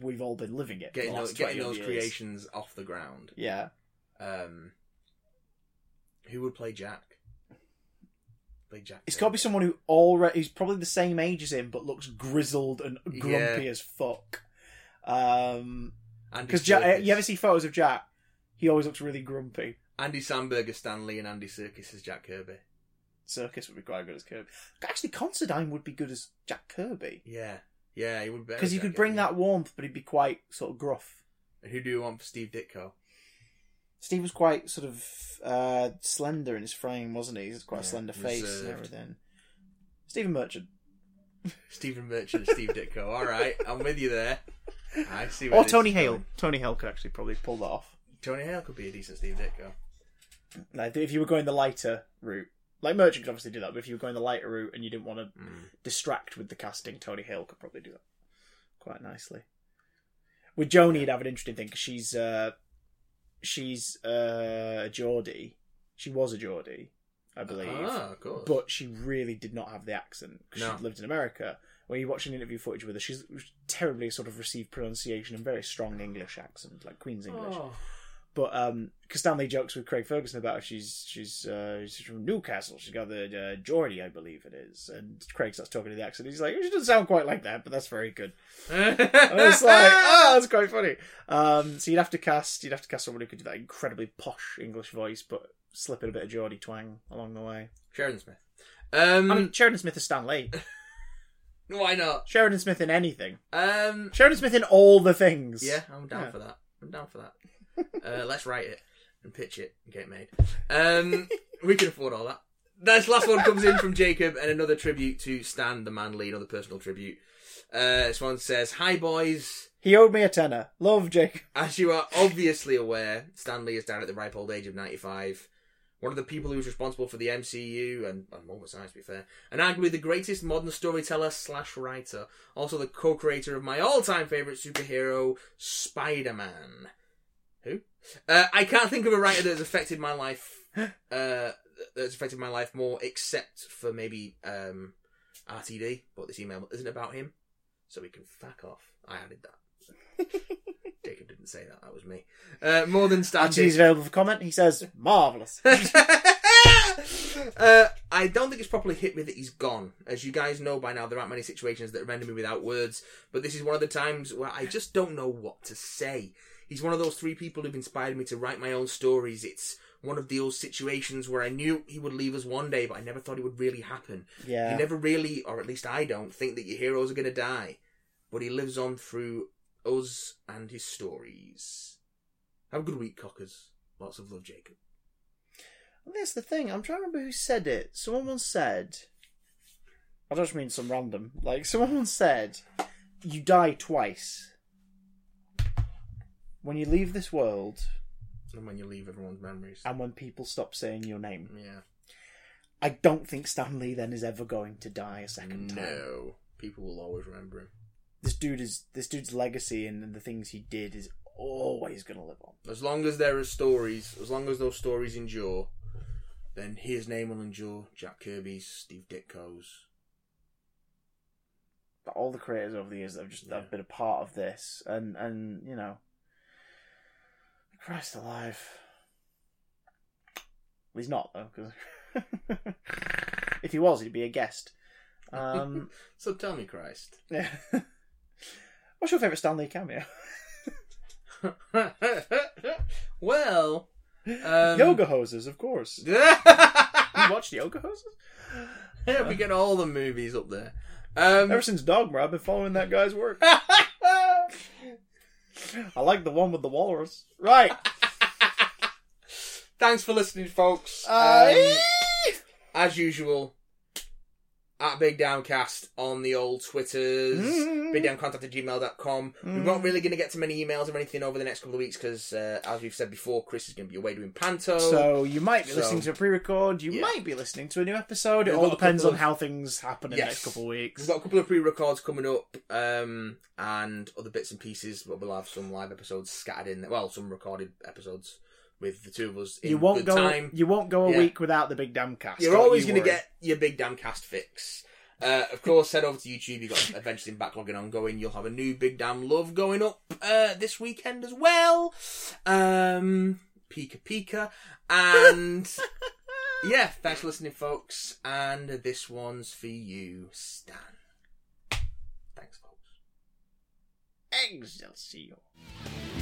Speaker 1: we've all been living it. for
Speaker 2: Getting
Speaker 1: the
Speaker 2: those,
Speaker 1: last
Speaker 2: getting
Speaker 1: 20
Speaker 2: those
Speaker 1: years.
Speaker 2: creations off the ground.
Speaker 1: Yeah.
Speaker 2: Um, who would play Jack? Play Jack.
Speaker 1: It's got to be someone who already who's probably the same age as him, but looks grizzled and grumpy as fuck. Um,
Speaker 2: Andy
Speaker 1: because Jack,
Speaker 2: Serkis.
Speaker 1: eh, you ever see photos of Jack? He always looks really grumpy.
Speaker 2: Andy Samberg as Stanley and Andy Circus as Jack Kirby.
Speaker 1: Circus would be quite good as Kirby. Actually, Considine would be good as Jack Kirby
Speaker 2: Yeah, yeah, he would be
Speaker 1: because he could bring that warmth, but he'd be quite sort of gruff.
Speaker 2: And who do you want for Steve Ditko?
Speaker 1: Steve was quite sort of uh, slender in his frame, wasn't he? uh, He's quite a
Speaker 2: Yeah,
Speaker 1: slender face and
Speaker 2: reserved.
Speaker 1: everything. Stephen Merchant.
Speaker 2: Stephen Merchant, Steve Ditko. All right, I'm with you
Speaker 1: [laughs]
Speaker 2: there. I see. where
Speaker 1: Or
Speaker 2: this
Speaker 1: Tony
Speaker 2: is
Speaker 1: Hale.
Speaker 2: going.
Speaker 1: Tony Hale could actually probably pull that off.
Speaker 2: Tony Hale could be a decent Steve Ditko.
Speaker 1: Like, if you were going the lighter route, like Merchant could obviously do that, but if you were going the lighter route and you didn't want to
Speaker 2: Mm.
Speaker 1: distract with the casting, Tony Hale could probably do that quite nicely. With Joni, you'd have an interesting thing because she's uh, she's uh, a Geordie. She was a Geordie, I believe.
Speaker 2: Ah, of course.
Speaker 1: but she really did not have the accent because
Speaker 2: No.
Speaker 1: she lived in America. When you watch an interview footage with her, she's terribly sort of received pronunciation and very strong English accent, like Queen's English.
Speaker 2: Oh.
Speaker 1: But um, because Stanley jokes with Craig Ferguson about her, she's she's uh, she's from Newcastle. She's got the uh, Geordie, I believe it is. And Craig starts talking to the accent. He's like, she doesn't sound quite like that, but that's very
Speaker 2: [laughs]
Speaker 1: good. [laughs] And it's like, oh, that's quite funny. Um, so you'd have to cast you'd have to cast someone who could do that incredibly posh English voice, but slip in a bit of Geordie twang along the way.
Speaker 2: Sheridan Smith. Um,
Speaker 1: I mean, Sheridan Smith is Stanley.
Speaker 2: why not?
Speaker 1: Sheridan Smith in anything.
Speaker 2: Um,
Speaker 1: Sheridan Smith in all the things.
Speaker 2: yeah, I'm down
Speaker 1: Yeah.
Speaker 2: for that. I'm down for that.
Speaker 1: [laughs]
Speaker 2: Uh, let's write it and pitch it and get it made. Um, we can afford all that. This last one comes in from Jacob and another tribute to Stan, the man lead, another personal tribute. Uh, this one says, "Hi boys,
Speaker 1: He owed me a tenner. Love, Jake.
Speaker 2: As you are obviously aware, Stanley is down at the ripe old age of 95. One of the people who is responsible for the MCU, and, and more besides, to be fair, and arguably the greatest modern storyteller slash writer. Also the co-creator of my all-time favourite superhero, Spider-Man. Who? Uh, I can't think of a writer that has affected my life, uh, that's affected my life more, except for maybe, um, RTD, but this email isn't about him, so we can fuck off. I added that. Jacob didn't say that. That was me. Uh, more than
Speaker 1: Actually, he's
Speaker 2: standing.
Speaker 1: available for comment. He says,
Speaker 2: [laughs]
Speaker 1: marvellous.
Speaker 2: uh, I don't think it's properly hit me that he's gone. As you guys know by now, there aren't many situations that render me without words, but this is one of the times where I just don't know what to say. He's one of those three people who've inspired me to write my own stories. It's one of those situations where I knew he would leave us one day, but I never thought it would really happen. You
Speaker 1: Yeah.
Speaker 2: never really, or at least I don't, think that your heroes are going to die. But he lives on through us and his stories. Have a good week, Cockers. Lots of love, Jacob.
Speaker 1: And That's the thing. I'm trying to remember who said it. Someone once said, I don't just mean some random. Like, someone once said, you die twice. When you leave this world
Speaker 2: And when you leave everyone's memories.
Speaker 1: and when people stop saying your name.
Speaker 2: yeah.
Speaker 1: I don't think Stanley then is ever going to die a second time.
Speaker 2: No. People will always remember him.
Speaker 1: this dude is this dude's legacy and, and the things he did is always going to live on.
Speaker 2: As long as there are stories, as long as those stories endure, then his name will endure. Jack Kirby's, Steve Ditko's.
Speaker 1: But all the creators over the years that have just that
Speaker 2: Yeah.
Speaker 1: have been a part of this, and and you know, Christ alive. Well, he's not though, 'cause- [laughs] if he was, he'd be a guest. Um,
Speaker 2: So tell me, Christ. [laughs]
Speaker 1: yeah. [laughs] What's your favourite Stanley cameo?
Speaker 2: well, um,
Speaker 1: yoga hoses, of course. You watched yoga hoses?
Speaker 2: yeah, [laughs] we get all the movies up there.
Speaker 1: [laughs]
Speaker 2: Um,
Speaker 1: Ever since Dogma, I've been following that guy's
Speaker 2: [laughs]
Speaker 1: work. I like the one with the walrus. Right.
Speaker 2: Thanks for listening, folks. Um,
Speaker 1: Aye.
Speaker 2: as usual, at Big Downcast on the old Twitters,
Speaker 1: Mm.
Speaker 2: bigdowncontact at gmail.com. We're
Speaker 1: Mm-hmm.
Speaker 2: not really going to get to many emails or anything over the next couple of weeks because, uh, as we've said before, Chris is going to be away doing Panto.
Speaker 1: So you might be
Speaker 2: So-
Speaker 1: listening to a pre-record. You
Speaker 2: Yeah.
Speaker 1: might be listening to a new episode. It
Speaker 2: We've
Speaker 1: all
Speaker 2: got a
Speaker 1: depends
Speaker 2: couple
Speaker 1: on
Speaker 2: of-
Speaker 1: how things happen in the
Speaker 2: Yes.
Speaker 1: next couple of
Speaker 2: We've
Speaker 1: weeks.
Speaker 2: got a couple of pre-records coming up, um, and other bits and pieces. But we'll have some live episodes scattered in. Well, some recorded episodes with the two of us in
Speaker 1: you won't
Speaker 2: good
Speaker 1: go.
Speaker 2: time.
Speaker 1: You won't go a
Speaker 2: Yeah.
Speaker 1: week without the big damn cast.
Speaker 2: You're
Speaker 1: don't
Speaker 2: always
Speaker 1: you
Speaker 2: going to
Speaker 1: worry.
Speaker 2: get your big damn cast fix. Uh, of course, head over to YouTube. You've got Adventures in Backlog and Ongoing. You'll have a new Big Damn Love going up uh, this weekend as well. Um, Pika Pika. And yeah, thanks for listening, folks. And this one's for you, Stan. Thanks, folks.
Speaker 1: Excelsior.